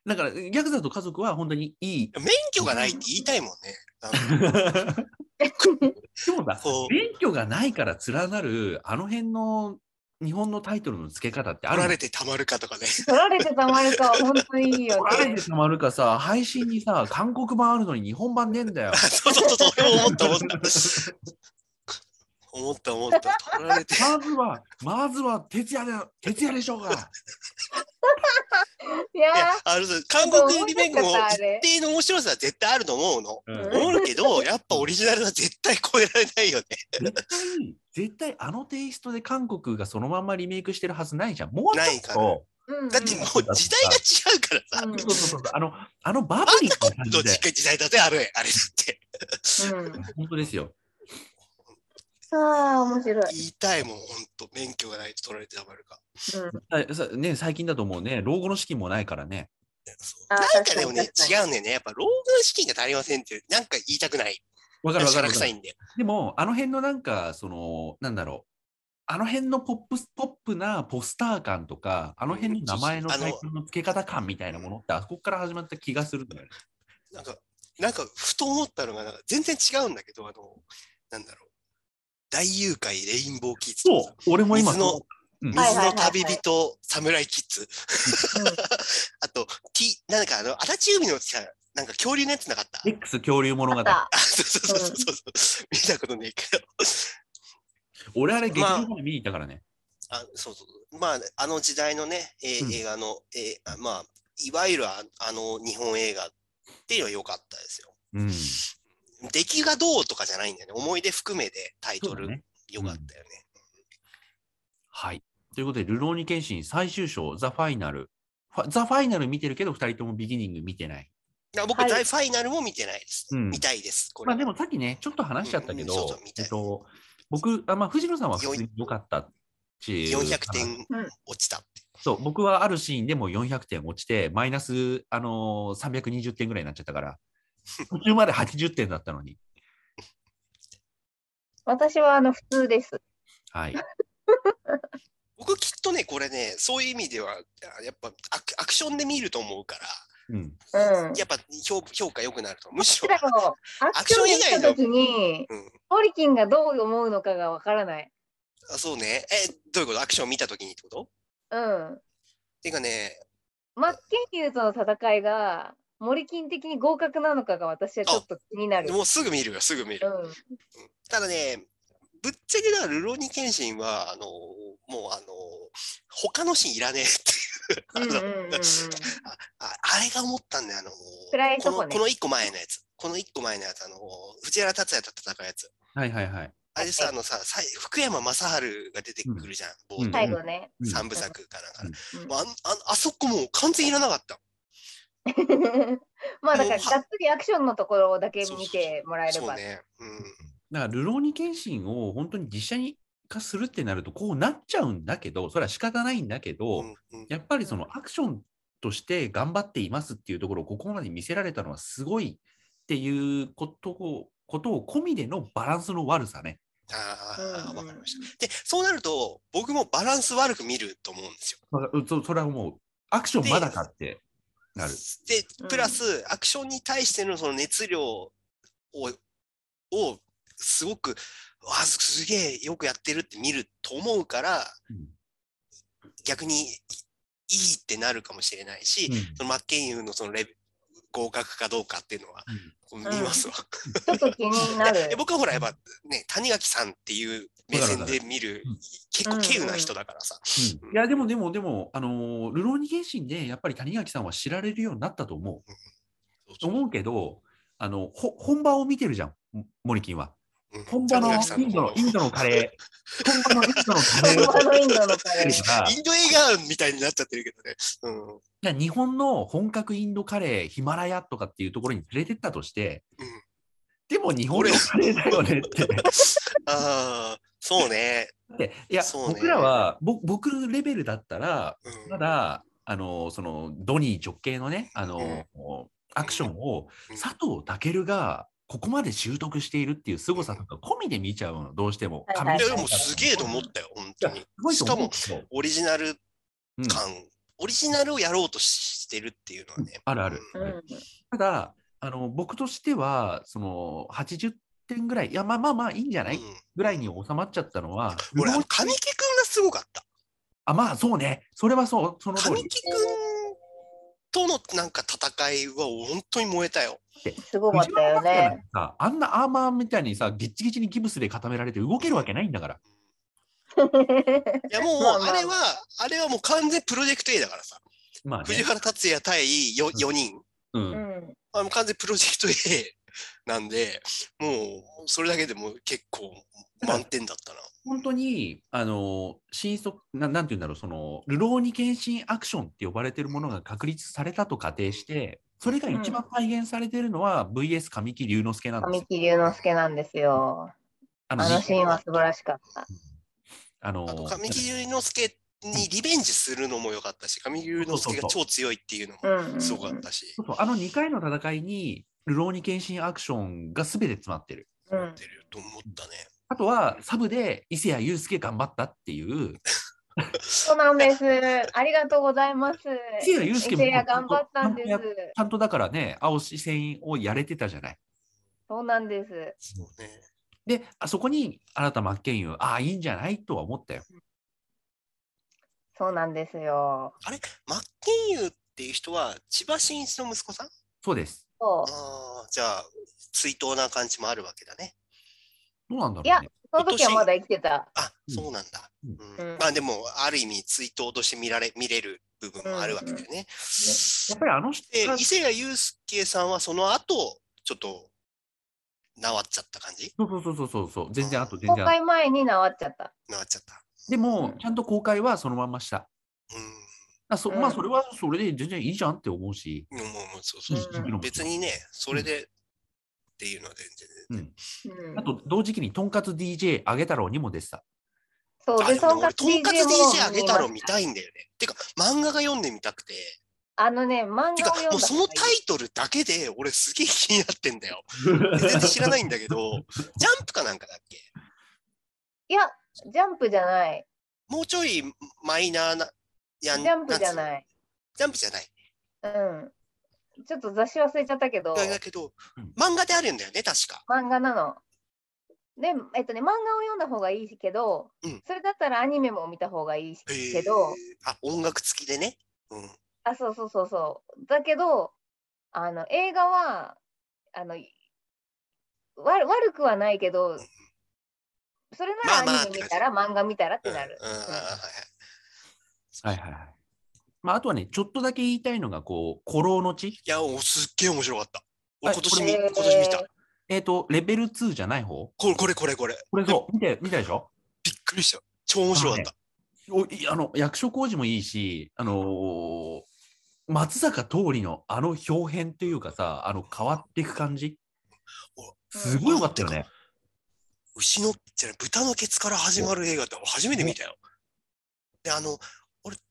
Speaker 1: だからヤクザと家族は本当にいい
Speaker 3: 免許がないって言いたいもんね。 なんか
Speaker 1: でもさ
Speaker 3: こう
Speaker 1: 免許がないから連なるあの辺の日本のタイトルの付け方ってある
Speaker 3: 取ら
Speaker 1: の
Speaker 3: れてたまるかとかね。
Speaker 2: 取られてたまるかは本当にいいよ
Speaker 1: 取られ
Speaker 2: ね。
Speaker 1: てたまるかさ配信にさ韓国版あるのに日本版ねえんだよ
Speaker 3: そうそうそう、俺も思った思った。思った 思った。取られて。
Speaker 1: まずは、まずは徹夜で、徹夜でしょうが。
Speaker 2: い
Speaker 3: いや
Speaker 2: や、
Speaker 3: あのさ韓国リメイクも一定の面白さは絶対あると思うの。
Speaker 2: ん
Speaker 3: 思うけど、やっぱオリジナルは絶対超えられないよね。
Speaker 1: 絶対、絶対あのテイストで韓国がそのまんまリメイクしてるはずないじゃん。もうちょ
Speaker 3: な
Speaker 1: っ
Speaker 3: いから
Speaker 1: と。
Speaker 2: うん、
Speaker 3: だってもう時代が違うからさ。
Speaker 2: うん
Speaker 1: そうそうそう、あの、あのバブリーな感
Speaker 3: どっ
Speaker 1: じで
Speaker 3: ち。か時代だぜ、あれ、あれだって。
Speaker 2: うん、
Speaker 1: 本当ですよ。
Speaker 2: ああ、面白い。
Speaker 3: 言いたいもん、ほんと。免許がないと取られてたまるか。
Speaker 2: うん、
Speaker 1: ささね、最近だともうね、老後の資金もないからね。
Speaker 3: そう
Speaker 2: あー
Speaker 3: なんかでもね、
Speaker 2: 確かに
Speaker 3: 違うんだよね。やっぱ老後の資金が足りませんって、なんか言いたくない。
Speaker 1: わかるわか
Speaker 3: 力
Speaker 1: るわか
Speaker 3: 臭
Speaker 1: る。
Speaker 3: いんだよ。
Speaker 1: でも、あの辺のなんか、その、なんだろう。あの辺のポップスポップなポスター感とか、あの辺の名前の
Speaker 3: うんそう
Speaker 1: タ
Speaker 3: そうあ
Speaker 1: イ
Speaker 3: の
Speaker 1: トルの付け方感みたいなものって、あそこから始まった気がするんだよね。
Speaker 3: なんか、なんか、ふと思ったのが、なんか全然違うんだけど、あの、なんだろう。大誘拐レインボーキッズと
Speaker 1: そ
Speaker 3: かさ。
Speaker 1: う、俺も今
Speaker 3: 水の
Speaker 1: うん
Speaker 2: はい
Speaker 3: 水の旅人、侍キッズ。 あと、T、なんかあの、足立海のさ、なんか恐竜のやつなかった。
Speaker 1: X 恐竜物
Speaker 2: あ
Speaker 1: 語
Speaker 2: っ。た
Speaker 3: あそうそうそうそうそう。見たことねえけど。
Speaker 1: 俺あれ劇
Speaker 3: まあ
Speaker 1: 場まで見に行ったからね。
Speaker 3: あそうそう。まあ、あの時代のね、えー
Speaker 1: うん
Speaker 3: 映画の、えーあまあ、いわゆるああの日本映画っていうのは良かったですよ。
Speaker 1: うん。
Speaker 3: 出来がどうとかじゃないんだよね。思い出含めてタイ
Speaker 1: そ
Speaker 3: ト
Speaker 1: うだ
Speaker 3: ル
Speaker 1: ね。
Speaker 3: 良かったよね。
Speaker 1: はい。ということで、ルローニケンシン最終章、ザ・ファイナル。ファザ・ファイナル見てるけど、2人ともビギニング見てない。
Speaker 3: だから僕、
Speaker 2: はい
Speaker 3: 大ファイナルも見てないです。
Speaker 1: うん
Speaker 3: 見たいです。これ
Speaker 1: まあでもさっきね、ちょっと話しちゃったけ
Speaker 3: うんそう
Speaker 1: ど
Speaker 3: そう見、た
Speaker 1: え
Speaker 3: い
Speaker 1: っと、僕、あまあ、藤野さんは普通に良かったっていう話。
Speaker 3: 400点落ちたって。
Speaker 1: そう、僕はあるシーンでも400点落ちて、マイナス、あのー、320点ぐらいになっちゃったから、途中まで80点だったのに。
Speaker 2: 私はあの普通です。
Speaker 1: はい。
Speaker 3: 僕きっとね、これね、そういう意味では、あやっぱアクアクションで見ると思うから、
Speaker 1: うん。
Speaker 2: うん。
Speaker 3: やっぱ評評価良くなると思う。むし
Speaker 2: だ
Speaker 3: ろ、
Speaker 2: からもうアクションで見たときに
Speaker 3: うん、
Speaker 2: ホリキンがどう思うのかがわからない。
Speaker 3: あそうね。え、どういうことアクション見たときにってこと
Speaker 2: うん。
Speaker 3: てかね、
Speaker 2: マッケンユーとの戦いが、森金的に合格なのかが私はちょっと気になる。
Speaker 3: もうすぐ見るよ、すぐ見
Speaker 2: う
Speaker 3: る。
Speaker 2: ん。
Speaker 3: ただね、ぶっちゃけだ、ルローニケンシンは、あの、もうあの、他のシーンいらね
Speaker 2: う
Speaker 3: え
Speaker 2: ん
Speaker 3: っていうう。あ
Speaker 2: ん
Speaker 3: の
Speaker 2: うんうん。
Speaker 3: ああれが思ったんだよ、あの、
Speaker 2: 暗いと
Speaker 3: こ
Speaker 2: こ
Speaker 3: の
Speaker 2: ね
Speaker 3: この一個前のやつ。この一個前のやつ、あの、藤原竜也と戦うやつ。
Speaker 1: はいはいはい。
Speaker 3: あれさ、あのさ、さい福山雅治が出てくるじゃん、冒
Speaker 1: うん
Speaker 3: 頭
Speaker 2: 最後ね。
Speaker 1: うん
Speaker 3: 三部作かなんかね
Speaker 2: うん
Speaker 3: もうあんあんあそこもう完全いらなかった。
Speaker 2: まあだから、がっつりアクションのところだけ見てもらえれ
Speaker 3: そう
Speaker 2: ば。
Speaker 3: ね。うん。
Speaker 1: だから、ルローニケンシンを本当に実写に化するってなると、こうなっちゃうんだけど、それは仕方ないんだけど、
Speaker 3: うんうん
Speaker 1: やっぱりそのアクションとして頑張っていますっていうところをここまで見せられたのはすごいっていうことを、ことを込みでのバランスの悪さね。
Speaker 3: ああ、
Speaker 2: うんうん
Speaker 3: わかりました。で、そうなると、僕もバランス悪く見ると思うんですよ。
Speaker 1: まあそそれはもう、アクションまだかってなる。
Speaker 3: で、プラス、アクションに対してのその熱量を、をすごく、わあ、すげえよくやってるって見ると思うから、
Speaker 1: うん
Speaker 3: 逆にいいってなるかもしれないし、
Speaker 1: うん
Speaker 3: そのマッケンユーのそのレベ合格かどうかっていうのは、こう見ますわ。
Speaker 2: ちょっと気になる
Speaker 3: え。僕はほら、やっぱね、谷垣さんっていう目線で見る
Speaker 1: うん、
Speaker 3: 結構稀有な人だからさ。
Speaker 1: うんいやでもでもでも、あのールローニケンシンでやっぱり谷垣さんは知られるようになったと思う。と思うけど、あのほ本場を見てるじゃん、モモリキンは。
Speaker 3: うん
Speaker 1: 本場の
Speaker 3: 谷垣さん
Speaker 1: インドのインドのカレー、本場のインドのカレーを
Speaker 2: あのインド
Speaker 1: 見
Speaker 2: のカレ
Speaker 1: てる
Speaker 2: ー。
Speaker 1: から、い
Speaker 3: インド映画みたいになっちゃってるけどね。うん。 うん
Speaker 1: や日本の本格インドカレー、ヒマラヤとかっていうところに連れてったとして、でも日本のカレーだよねって。
Speaker 3: ああ、そうね。
Speaker 1: だっていや、
Speaker 3: そうね
Speaker 1: 僕らは、ぼ僕レベルだったら、
Speaker 3: うん
Speaker 1: ただ、あのそのドニー直系のね、あのアクションを
Speaker 3: うん
Speaker 1: 佐藤健がここまで習得しているっていう凄さとか込みで見ちゃうの、どうしても。
Speaker 2: はい
Speaker 1: 神
Speaker 2: はい
Speaker 1: 々し
Speaker 3: や、で
Speaker 1: い
Speaker 3: もすげえと思ったよ、本
Speaker 1: い
Speaker 3: 当
Speaker 1: や
Speaker 3: に
Speaker 1: す。ごいと
Speaker 3: しか
Speaker 1: 思う
Speaker 3: も、オリジナル
Speaker 1: うん
Speaker 3: 感、オリジナルをやろうとしてるっていうのはね。
Speaker 1: あるある。
Speaker 2: うん。
Speaker 1: ただあの、僕としては、その80点ぐらい、いや、まあまあまあいいんじゃ
Speaker 3: う
Speaker 1: ない
Speaker 3: ん
Speaker 1: ぐらいに収まっちゃったのは、ル
Speaker 3: 俺、あの
Speaker 1: ロー
Speaker 3: 神木くんがすごかった。
Speaker 1: あ、まあそうね、それはそう、その通
Speaker 3: 神
Speaker 1: り。
Speaker 3: 木くんとのなんか戦いは本当に燃えたよ。
Speaker 2: すごかったよ
Speaker 1: 藤原竜也なん
Speaker 2: ね。
Speaker 1: てさあんなアーマーみたいにさ、ギッチギチにギブスで固められて動けるわけないんだから。
Speaker 3: いや、もう、
Speaker 2: まあまあ
Speaker 3: あれは、あれはもう完全プロジェクト A だからさ。
Speaker 1: まあね
Speaker 3: 藤。原達也対 4, 四人。
Speaker 1: う
Speaker 2: うんん。
Speaker 3: あの完全プロジェクト A なんで、もうそれだけでも結構満点だったな。
Speaker 1: 本当に、あの、新卒、ななんて言うんだろう、その、流浪に献身アクションって呼ばれてるものが確立されたと仮定して、それが一番再現されてるのは、VS 神木隆之介なんです
Speaker 2: 神
Speaker 1: よ。
Speaker 2: 木隆之介なんですよ。
Speaker 1: あの
Speaker 2: あのシーンは素晴らしかった。
Speaker 1: あの
Speaker 3: あと神木隆之介にリベンジするのも良かったし、神木隆之介が超強いっていうのも
Speaker 2: うん、うん。
Speaker 3: すごかったし、
Speaker 1: そうそうあの2回の戦いに、流浪に献身アクションが全て詰まってる。
Speaker 2: う
Speaker 3: 思
Speaker 2: ん
Speaker 3: ってると思ったね。
Speaker 1: あとは、サブで伊勢谷友介頑張ったっていう、
Speaker 2: そうなんです。ありがとうございます。
Speaker 1: せいやゆうすけも
Speaker 2: せいや頑張ったんで
Speaker 1: ちゃ
Speaker 2: す
Speaker 1: んと。ちゃんとだからね、青し戦をやれてたじゃない。
Speaker 2: そうなんです。
Speaker 3: そうね。
Speaker 1: で、あそこに新田真剣佑、ああ、いいんじゃないとは思ったよ。
Speaker 2: そうなんですよ。
Speaker 3: あれマッケンユーっていう人は千葉真一の息子さん
Speaker 1: そうです。
Speaker 2: そう
Speaker 3: ああ、じゃあ、追悼な感じもあるわけだね。
Speaker 1: どうなんだ
Speaker 2: い
Speaker 1: ろ
Speaker 2: や
Speaker 1: うね。、
Speaker 2: その時はまだ生きてた。
Speaker 3: あ、
Speaker 1: うん
Speaker 3: そうなんだ。
Speaker 1: うん
Speaker 3: うん
Speaker 2: うん
Speaker 3: まあでも、ある意味、追悼として見られ、見れる部分もあるわけだよね。
Speaker 1: やっぱりあの人
Speaker 3: で
Speaker 1: が、
Speaker 3: 伊勢谷友介さんはその後、ちょっと、なわっちゃった感じ
Speaker 1: そうそうそうそうそう、全然あと全
Speaker 2: 公
Speaker 1: 然後
Speaker 2: 開前になわっちゃった。
Speaker 3: なわっちゃった。
Speaker 1: でも、ちゃんと公開はそのまんました。
Speaker 3: う
Speaker 1: あそ
Speaker 2: うん
Speaker 1: まあ、それはそれで全然いいじゃんって思うし、
Speaker 3: ん。もう、もう、そうそうそう。
Speaker 2: うん
Speaker 3: 別にね、それで、っていうのは全然。
Speaker 1: うん、
Speaker 2: うん
Speaker 1: あと同時期にとんかつ DJ あげ太郎にも出て た。
Speaker 2: そう
Speaker 3: あ、
Speaker 2: で、
Speaker 3: で
Speaker 2: と
Speaker 3: も
Speaker 2: ん
Speaker 3: ね
Speaker 2: か
Speaker 3: 俺、
Speaker 2: つ
Speaker 3: とんかつ DJ あげたろ
Speaker 2: 見
Speaker 3: 見
Speaker 2: ました
Speaker 3: いんだよね。てか、漫画が読んでみたくて。
Speaker 2: あのね、漫画を
Speaker 3: てか、
Speaker 2: 読んだ
Speaker 3: もうそのタ
Speaker 2: イ
Speaker 3: イトルだけで、俺すげえ気になってんだよ。全然知らないんだ けど、ジャンプかなんかだっけ
Speaker 2: いや、ジャンプじゃない。
Speaker 3: もうちょいマイナーな、
Speaker 2: ジ
Speaker 3: やん
Speaker 2: ャンプじゃ
Speaker 3: んつうの
Speaker 2: ない。
Speaker 3: ジャンプじゃない。
Speaker 2: うん。ちょっと雑誌忘れちゃったけど、
Speaker 3: だけど
Speaker 1: うん、
Speaker 3: 漫画であるんだよね、確か。
Speaker 2: 漫画なの。で、えっとね、漫画を読んだ方がいいけど、
Speaker 3: うん
Speaker 2: それだったらアニメも見た方がいい
Speaker 3: へー
Speaker 2: けど、
Speaker 3: あ、音楽付きでね。うん。
Speaker 2: あ、そうそうそうそう。だけど、あの映画はあのわ悪くはないけど、それな
Speaker 3: まあま
Speaker 2: ら
Speaker 3: あ
Speaker 2: アニメ見たら、漫画見たらってなる。
Speaker 3: うんうんうんは
Speaker 1: はい
Speaker 3: い
Speaker 1: はいはい。まあ、あとはね、ちょっとだけ言いたいのが、こう、古老の地。
Speaker 3: いや、おすっげえ面白かった。
Speaker 1: は
Speaker 3: 俺
Speaker 1: い
Speaker 3: 今年見、
Speaker 2: えー
Speaker 3: 今年見た。
Speaker 1: えっ、と、レベル2じゃない方
Speaker 3: これ、これ、これ、これ。
Speaker 1: これそう、見て、見たでしょ
Speaker 3: びっくりしたよ。超面白かっ
Speaker 1: おいあの役所広司もいいし、あのー松坂桃李のあの表変というかさ、あの変わっていく感じ、すごいよかったよね。
Speaker 3: た。牛の、じゃない、豚のケツから始まる映画って俺初めて見たよ。で、あの、俺、た、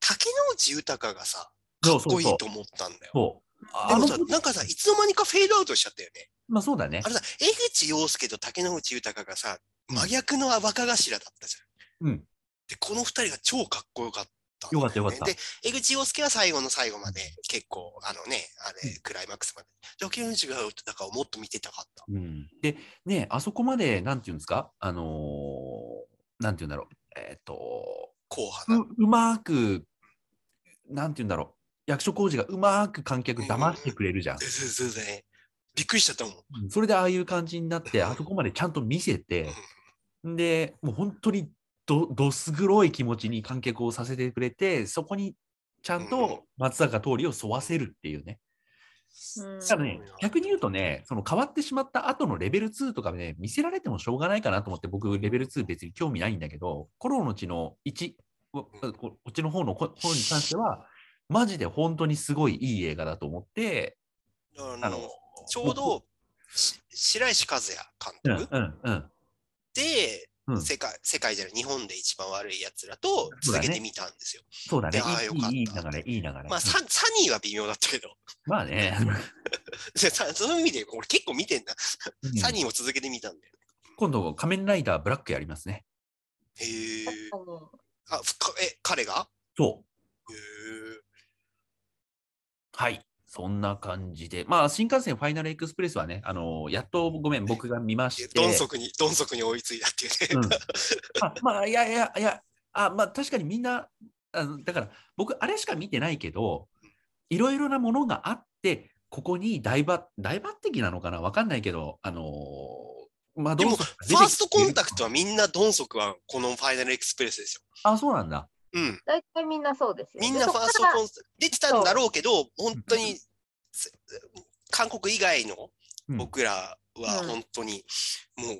Speaker 3: 竹野内豊がさ、か
Speaker 1: そ
Speaker 3: っ
Speaker 1: うそうそう
Speaker 3: こいいと思ったんだよ。
Speaker 1: そう。あ
Speaker 3: でも
Speaker 1: の
Speaker 3: さ、なんかさ、いつの間にかフェードアウトしちゃったよね。
Speaker 1: まあそうだね
Speaker 3: あ。れさ、江口洋介と竹野内豊がさ、真逆の若頭だったじゃん。
Speaker 1: うん
Speaker 3: で、この二人が超かっこよかったんだね、
Speaker 1: よかったよかった
Speaker 3: で、江口洋介は最後の最後まで、結構、あのね、あ
Speaker 1: う
Speaker 3: れ、クライマックスまで。竹野内豊をもっと見てたかった。
Speaker 1: うん、で、ね、あそこまで、なんていうんですか、あのーなんていうんだろう、えっ、と
Speaker 3: 後半。
Speaker 1: う、うまく、なんていうんだろう、役所広司がうまく観客騙してくれるじゃん。
Speaker 3: 全然全然。びっくりしちゃったもん。
Speaker 1: それでああいう感じになって、あそこまでちゃんと見せて、で、もう本当にどどす黒い気持ちに観客をさせてくれて、そこにちゃんと松坂桃李を沿わせるっていうね。
Speaker 2: うん
Speaker 1: だからね、逆に言うとね、その変わってしまった後のレベル2とかね、見せられてもしょうがないかなと思って、僕、レベル2別に興味ないんだけど、コロの地の1、こここっちの方のこ方に関しては、マジで本当にすごいいい映画だと思って、
Speaker 3: あ
Speaker 1: あ
Speaker 3: の
Speaker 1: の、
Speaker 3: ちょうど、し白石和
Speaker 1: うん
Speaker 3: 也監督
Speaker 1: うんうん、
Speaker 3: で、
Speaker 1: うん
Speaker 3: 世界、世界じゃない、日本で一番悪い奴らと
Speaker 1: そうだ
Speaker 3: 続
Speaker 1: ね
Speaker 3: けてみたんですよ。
Speaker 1: そうだね
Speaker 3: いやーよかっ、た
Speaker 1: いいいい流れ、いい流れ。
Speaker 3: まあ、ササニーは微妙だったけど、
Speaker 1: まあね、
Speaker 3: でさその意味で俺結構見てんだ。
Speaker 1: うん
Speaker 3: サニーを続けてみたんだよ。
Speaker 1: 今度、仮面ライダーブラックやりますね。
Speaker 3: へえ。
Speaker 2: 確かに
Speaker 3: あ、ふかえ、彼が
Speaker 1: そう。
Speaker 3: へ
Speaker 1: はい。そんな感じで。まあ、新幹線ファイナルエクスプレスはね、あのやっとごめん、僕が見ま
Speaker 3: え。
Speaker 1: して。
Speaker 3: どん底に、どん底に追いついたっていう
Speaker 1: う
Speaker 3: ね。
Speaker 1: ん あまあ、いやいやいや、あまあ、確かにみんな、あのだから僕、あれしか見てないけど、いろいろなものがあって、ここに大抜大抜擢なのかな、わかんないけど、あのーまあ、
Speaker 3: で
Speaker 1: どう
Speaker 3: も、
Speaker 1: ぞ
Speaker 3: ファーストコンタクトはみんなどん底はこのファイナルエクスプレスです
Speaker 1: あ、そうなん だ。
Speaker 3: よ。うん。
Speaker 2: 大体みんなそうですよね。
Speaker 3: みんなファーストコンタクト出てたんだろうけど、本当に、せ韓国以外の
Speaker 1: うん
Speaker 3: 僕らは
Speaker 2: うん
Speaker 3: 本当に、もう、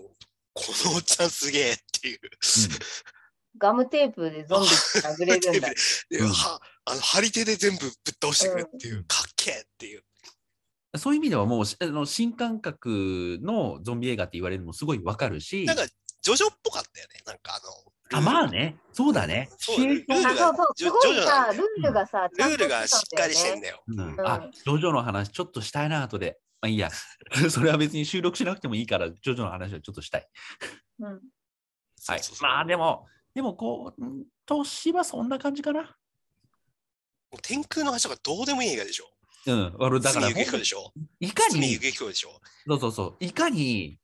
Speaker 3: このおっちゃんすげえっていう。
Speaker 2: ガムテープでゾンビ殴れ るんだ。
Speaker 3: で
Speaker 1: うん
Speaker 3: はあの張り手で全部ぶっ倒してくれっていう、
Speaker 1: うん
Speaker 3: かっけえってい
Speaker 1: う
Speaker 3: う。
Speaker 1: んそういう意味では、もうしあの新感覚のゾンビ映画って言われるのもすごいわかるし
Speaker 3: な、んか、ジョジョっぽかったよね。なんかあの、
Speaker 1: あまあね、そうだね。
Speaker 3: そうだね
Speaker 1: シチュエーション
Speaker 2: あそうそう、
Speaker 3: ジョ
Speaker 2: すごい
Speaker 3: ジョな
Speaker 2: さ、ルールがさ、
Speaker 3: ルールがしっかりして
Speaker 2: ね。
Speaker 3: んだよ。
Speaker 1: うん
Speaker 2: うん
Speaker 1: あ、ジョジョの話ちょっとしたいな、後で。まあいいや、 それは別に収録しなくてもいいから、ジョジョの話はちょっとしたい。
Speaker 2: うん
Speaker 1: はい
Speaker 3: そうそう。そう
Speaker 1: まあで。も、でもこう、ん都市はそんな感じかな。
Speaker 3: もう天空の橋とかどうでもいい映画でしょ。
Speaker 1: うん、俺だから、ほん
Speaker 3: 堤幸彦でしょ。
Speaker 1: いか
Speaker 3: 堤
Speaker 1: に、
Speaker 3: 幸彦でしょ。
Speaker 1: そうそうそう、いかに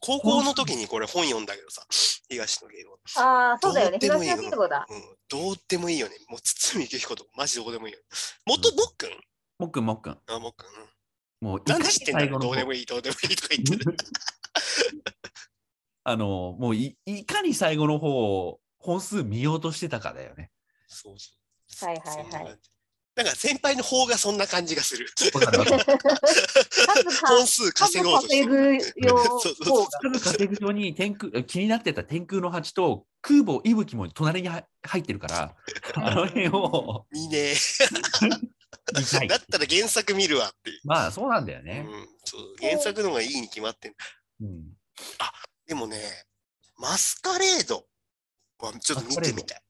Speaker 3: 高校の時にこれ本読んだけどさ、東野圭吾。
Speaker 2: ああ、そうだよね。
Speaker 3: どう
Speaker 2: 東野
Speaker 3: でもいいよ
Speaker 2: 圭子だ。
Speaker 3: うん、どうでもいいよね。もう堤幸彦とかマジどうでもいいよ。元もっくん
Speaker 1: もっくんもっくん。
Speaker 3: あ、もっくん。うん
Speaker 1: もう
Speaker 3: なんで知ってんだ
Speaker 1: 最後
Speaker 3: ろう
Speaker 1: の方
Speaker 3: どう でもいい、どうでもいいとか言ってる。
Speaker 1: あの、もういいかに最後の方を本数見ようとしてたかだよね。
Speaker 3: そうそう。
Speaker 2: はいはいはい
Speaker 3: そんな感じ。なんか先輩の方がそんな感じがする。
Speaker 1: わかるわかる
Speaker 2: 数か
Speaker 3: 本数稼ごうとして
Speaker 2: 稼
Speaker 3: る。
Speaker 2: ぐよ
Speaker 3: そうそう
Speaker 2: う
Speaker 3: そう
Speaker 2: 方
Speaker 1: すぐ稼ぐ上に天空気になってた天空の蜂と空母息吹も隣には入ってるから、あの辺 を
Speaker 3: 見ね
Speaker 1: 見た
Speaker 3: え。
Speaker 1: い
Speaker 3: だ。ったら原作見るわっていう。
Speaker 1: まあそうなんだよ
Speaker 3: う
Speaker 1: ね。
Speaker 3: ん、そう原作の方がいいに決まってる。
Speaker 1: うん。
Speaker 3: でもね、マスカレードはちょっと見てみたい。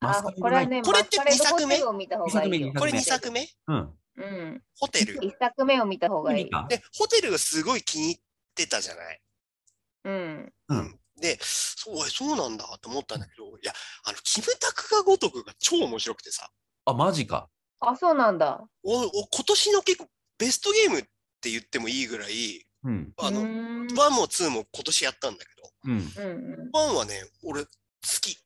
Speaker 1: マス
Speaker 2: あ
Speaker 1: カレード
Speaker 2: これはね、
Speaker 3: これって
Speaker 2: マスカレード
Speaker 3: 二作
Speaker 2: ホ
Speaker 3: 目
Speaker 2: テルを見た方がいいよ。
Speaker 1: 二
Speaker 3: これ2
Speaker 1: 二
Speaker 3: 作目
Speaker 1: うん。
Speaker 2: うん。
Speaker 3: ホテル。
Speaker 2: 一作目を見た方がいい
Speaker 1: 見。た
Speaker 3: で、ホテルがすごい気に入ってたじゃない。
Speaker 2: うん。
Speaker 1: うん
Speaker 3: で、そうおいそうなんだと思ったんだけど、いや、あの、キムタクがごとくが超面白くてさ、
Speaker 1: あ、マジか。
Speaker 2: あ、そうなんだ。
Speaker 3: おお今年の結構ベストゲームって言ってもいいぐらい、
Speaker 1: うん。
Speaker 3: あ
Speaker 2: う
Speaker 3: の、
Speaker 2: ーん
Speaker 3: 1も2も今年やったんだけど、
Speaker 1: うん。
Speaker 2: うんうん。
Speaker 3: 1はね、俺好き。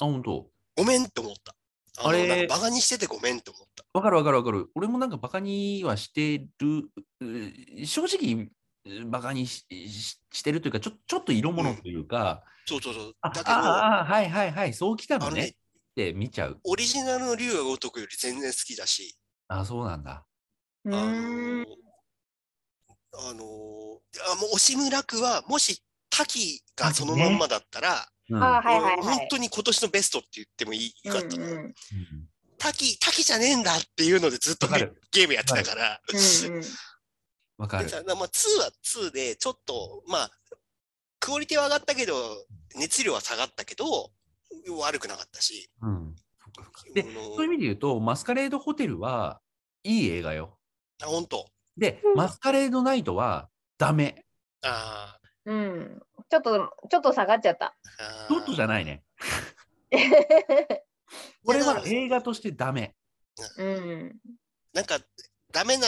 Speaker 1: あ、本当。
Speaker 3: ごめんって思った。あの
Speaker 1: あれ
Speaker 3: なんかバカにしててごめんって思った。
Speaker 1: わかるわかるわかる。俺もなんかバカにはしてる。う正直、バカにしししてるというか、ちょちょっと色物というか、
Speaker 3: そうそうそう。
Speaker 1: あ
Speaker 3: だけど、
Speaker 1: あ
Speaker 3: あ
Speaker 1: あ、はいはいはい、そうきたの
Speaker 3: の
Speaker 1: ね
Speaker 3: ね
Speaker 1: っ、て見ちゃう。
Speaker 3: オリジナルの竜がごとくより全然好きだし、
Speaker 1: あ、そうなんだ。
Speaker 2: う
Speaker 3: あの
Speaker 2: ーん。
Speaker 3: あのあもう押村区はもし滝がそのまんまだったら、
Speaker 1: うん
Speaker 2: あはいはい
Speaker 3: 俺
Speaker 2: はい
Speaker 3: 本。当に今年のベストって言ってもいいよかった、
Speaker 2: うんうんうん
Speaker 1: うん
Speaker 3: 滝滝じゃねえんだっていうのでずっと
Speaker 1: わか
Speaker 3: ゲ
Speaker 1: る
Speaker 3: ゲームやってたから、
Speaker 2: うん
Speaker 1: わかる
Speaker 3: で。ただまあ、2は2でちょっとまあクオリティは上がったけど熱量は下がったけど悪くなかったし
Speaker 1: うん。そっかそっかで、
Speaker 3: あ
Speaker 1: そう
Speaker 3: の
Speaker 1: いう意味で言うと、マスカレードホテルはいい映画よ。
Speaker 3: あ本当
Speaker 1: で
Speaker 2: う、ん
Speaker 1: マスカレードナイトはダメ。
Speaker 3: あー
Speaker 2: うん。ちょっと、ちょっと下がっちゃった。
Speaker 3: あ
Speaker 1: ちょっとじゃないね。これは映画としてダメ。
Speaker 2: うん。
Speaker 3: なんかダメな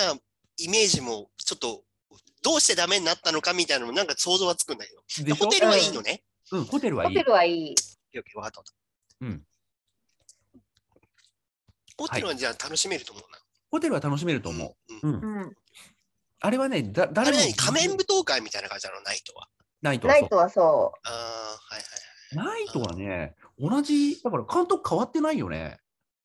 Speaker 3: イメージもちょっとどうしてダメになったのかみたいなのもなんか想像はつくんだけど
Speaker 1: でし
Speaker 3: ホ
Speaker 1: ょ
Speaker 3: テルはいいのね、
Speaker 1: うん、ホテルは
Speaker 2: ホ
Speaker 1: いい
Speaker 2: テ。ルはいい。
Speaker 3: オッケーオッケーわかったわかった
Speaker 1: うん
Speaker 3: ホテルはじゃあ楽しめると思うな、
Speaker 1: ホテルは楽しめると思
Speaker 3: うん
Speaker 1: う。うん
Speaker 2: う。ん。
Speaker 1: あれはね、だ
Speaker 3: あ
Speaker 1: 誰
Speaker 3: れ
Speaker 1: も
Speaker 3: 何仮面舞踏会みたいな感じなのナイトは。
Speaker 1: ナイトは
Speaker 2: ナ
Speaker 1: そ
Speaker 2: イトはそ
Speaker 3: ああ、はいはい。
Speaker 1: う。ナイトはね、同じ、だから監督変わってないよね。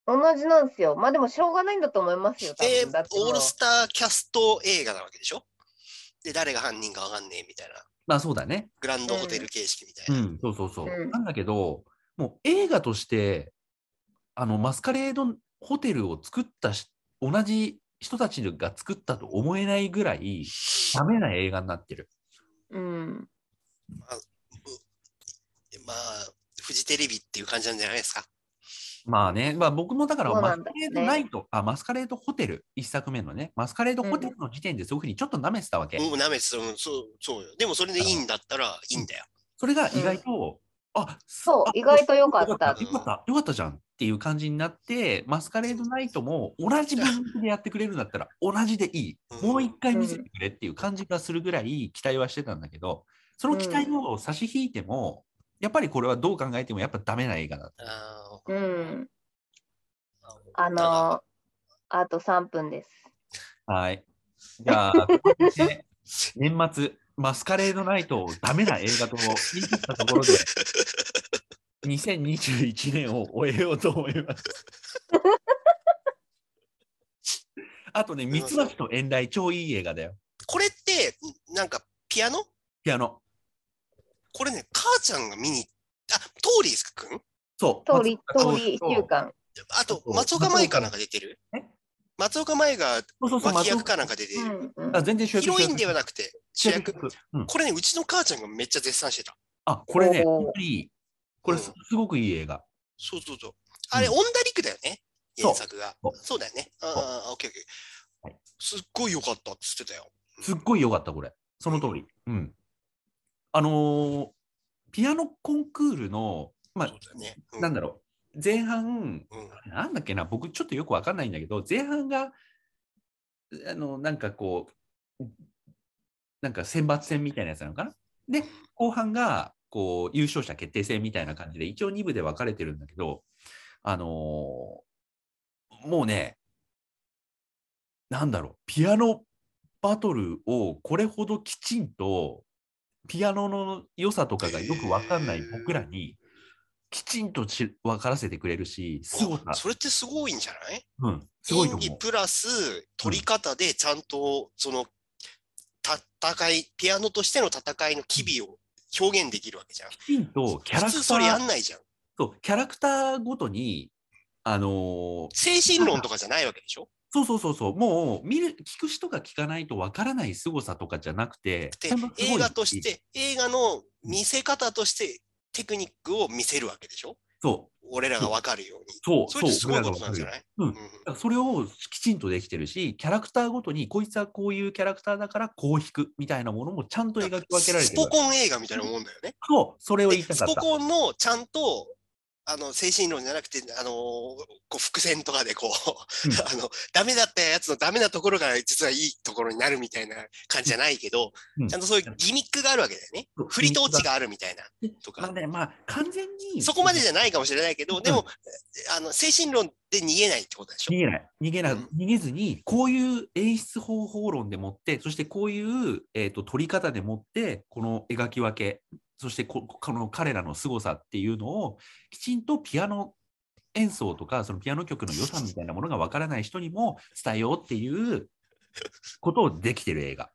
Speaker 2: う。同じなんですよ。まあでもしょうがないんだと思いますよ。多
Speaker 3: で
Speaker 2: 分だって、もう
Speaker 3: オールスターキャスト映画なわけでしょで、誰が犯人かわかんねえみたいな。
Speaker 1: まあそうだね。
Speaker 3: グランドホテル形式みたいうな。
Speaker 1: ん、そうそうそう。
Speaker 2: うん
Speaker 1: なんだけど、もう映画として、あの、マスカレードホテルを作ったし、同じ人たちが作ったと思えないぐらい、ダメな映画になってる。
Speaker 2: うん。
Speaker 3: まあ、フジテレビっていう感じなんじゃないですか。
Speaker 1: まあね、まあ僕もだから、
Speaker 2: そう
Speaker 1: マ
Speaker 2: な
Speaker 1: ス
Speaker 2: ん
Speaker 1: カ
Speaker 2: だ
Speaker 1: レ
Speaker 2: よ
Speaker 1: ー
Speaker 2: ね
Speaker 1: ドナイト、あ、マスカレードホテル、一作目のね、マスカレードホテルの時点でそういうふうにちょっと舐めてたわけ。
Speaker 3: うん、なめてたうんそう、そうよ。でもそれでいいんだったらいいんだよ。
Speaker 1: それが意外と、あ
Speaker 2: そう
Speaker 1: あ
Speaker 2: 意外と良かった
Speaker 1: よかった、よかったじゃんっていう感じになって、マスカレードナイトも同じ分でやってくれるんだったら、同じでいい、
Speaker 3: うん
Speaker 1: もう一回見せてくれっていう感じがするぐらい期待はしてたんだけど、その期待を差し引いても、やっぱりこれはどう考えてもやっぱダメな映画だった。
Speaker 3: あー
Speaker 2: うん。あのー、あと3分です。
Speaker 1: はい。じゃあ、これで年末、マスカレードナイトをダメな映画と言い切ったとこ ろで、2021年を終えようと思います。あとね、ミツバチと遠雷、超いい映画だよ。
Speaker 3: これって、なんか、ピアノ
Speaker 1: ピアノ。
Speaker 3: これね、母ちゃんが見に、あ、トーリーズくん
Speaker 1: そう。
Speaker 2: 通り、
Speaker 1: 松
Speaker 2: 通
Speaker 1: 岡
Speaker 2: り
Speaker 1: と
Speaker 2: 1週間。
Speaker 3: あと、松岡舞かなんか出てる
Speaker 1: え
Speaker 3: 松岡舞
Speaker 1: そ
Speaker 3: が
Speaker 1: うそうそう、
Speaker 3: 脇
Speaker 1: 松
Speaker 3: 役
Speaker 1: 岡
Speaker 3: かなんか出てる。
Speaker 2: うんうん
Speaker 1: あ全然主役
Speaker 3: ヒロインではなくて、主役。
Speaker 1: うん、
Speaker 3: これね、うちの母ちゃんがめっちゃ絶賛してた。
Speaker 1: あ、これね、
Speaker 2: おー
Speaker 1: 本当にいい。これす、すごくいい映画。
Speaker 3: そうそうそう。あれ、
Speaker 1: うん
Speaker 3: オンダリクだよね、
Speaker 1: そう
Speaker 3: 原作が
Speaker 1: そう。
Speaker 3: そうだよね。あーあー、オッケーオッケー
Speaker 1: はい。
Speaker 3: すっごい良かったって言ってたよ。
Speaker 1: すっごい良かった、これ。その通り。うん。あのーピアノコンクールの、ま
Speaker 3: そうだよね。う
Speaker 1: あ、なんだろう、前半、
Speaker 3: うん
Speaker 1: なんだっけな、僕ちょっとよくわかんないんだけど、前半が、あの、なんかこう、なんか選抜戦みたいなやつなのかなで後半がこう優勝者決定戦みたいな感じで一応2部で分かれてるんだけどあのーもうねなんだろうピアノバトルをこれほどきちんとピアノの良さとかがよく分かんない僕らにきちんとし分からせてくれるし凄さ
Speaker 3: あ、それってすごいんじゃない
Speaker 1: うん、すごいと
Speaker 3: 演
Speaker 1: 思
Speaker 3: 技
Speaker 1: う。
Speaker 3: プラス取り方でちゃんとそのた戦いピアノとしての戦いの機微を表現できるわけじゃん。
Speaker 1: きちんとキャラク
Speaker 3: 普
Speaker 1: タ
Speaker 3: 通それやん
Speaker 1: ー
Speaker 3: ないじゃん。
Speaker 1: そうキャラクターごとにあのー
Speaker 3: 精神論とかじゃないわけでしょ
Speaker 1: そうそうそうそうもう見る聞く人が聞かないとわからない凄さとかじゃなくて
Speaker 3: で
Speaker 1: ちゃんすごい
Speaker 3: 映画として映画の見せ方としてテクニックを見せるわけでしょ
Speaker 1: そう
Speaker 3: 俺らが分かるように。
Speaker 1: そう
Speaker 3: それってすごい
Speaker 1: そ
Speaker 3: こ
Speaker 1: う
Speaker 3: となんじゃない
Speaker 1: うん
Speaker 3: うん
Speaker 1: だからそれをきちんとできてるしキャラクターごとにこいつはこういうキャラクターだからこう弾くみたいなものもちゃんと描き分けられ
Speaker 3: ス
Speaker 1: てる
Speaker 3: ポコン映画みたいなもんだよね。
Speaker 1: そうそれを言
Speaker 3: で
Speaker 1: いた
Speaker 3: ス
Speaker 1: かっ
Speaker 3: ポ
Speaker 1: た
Speaker 3: コンもちゃんとあの精神論じゃなくて、あのーこう伏線とかでこう、
Speaker 1: うん
Speaker 3: あのダメだったやつのダメなところが実はいいところになるみたいな感じじゃないけど、
Speaker 1: うん
Speaker 3: ちゃんとそういうギミックがあるわけだよね。
Speaker 1: そう
Speaker 3: 振りと落ちがあるみたいなと
Speaker 1: まあ
Speaker 3: か。
Speaker 1: ねまあ完全に
Speaker 3: そこまでじゃないかもしれないけ
Speaker 1: う
Speaker 3: ど、
Speaker 1: ん
Speaker 3: でも、あの精神論で逃げないってことでしょ
Speaker 1: 逃。げない逃げな
Speaker 3: うん
Speaker 1: 逃げずにこういう演出方法論でもってそしてこういう、えー、と撮り方でもってこの描き分けそしてここの彼らの凄さっていうのをきちんとピアノ演奏とかそのピアノ曲の良さみたいなものがわからない人にも伝えようっていうことをできてる映画。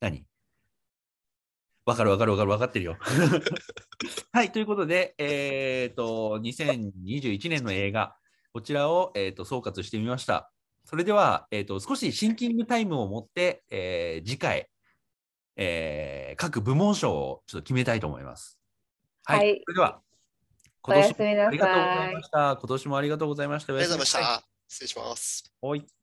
Speaker 1: 何わかるわかるわかるわかってるよ。 はい、ということで、えっ、と、2021年の映画、こちらを、えー、と総括してみました。それでは、えー、と少しシンキングタイムを持って、えー次回、えー各部門賞をちょっと決めたいと思います。はい、
Speaker 2: はい
Speaker 1: それでは、
Speaker 2: お
Speaker 1: 今
Speaker 2: や
Speaker 1: 年
Speaker 2: すみな
Speaker 1: ありがとうござ
Speaker 2: さ
Speaker 1: い
Speaker 2: い
Speaker 1: ま。した。今年もありがとうございました。
Speaker 3: あ
Speaker 1: お
Speaker 3: り
Speaker 1: や
Speaker 3: が
Speaker 1: す
Speaker 3: とう
Speaker 1: み
Speaker 3: ご
Speaker 1: な
Speaker 3: ざ
Speaker 1: さい
Speaker 3: いました。失礼します。
Speaker 1: はい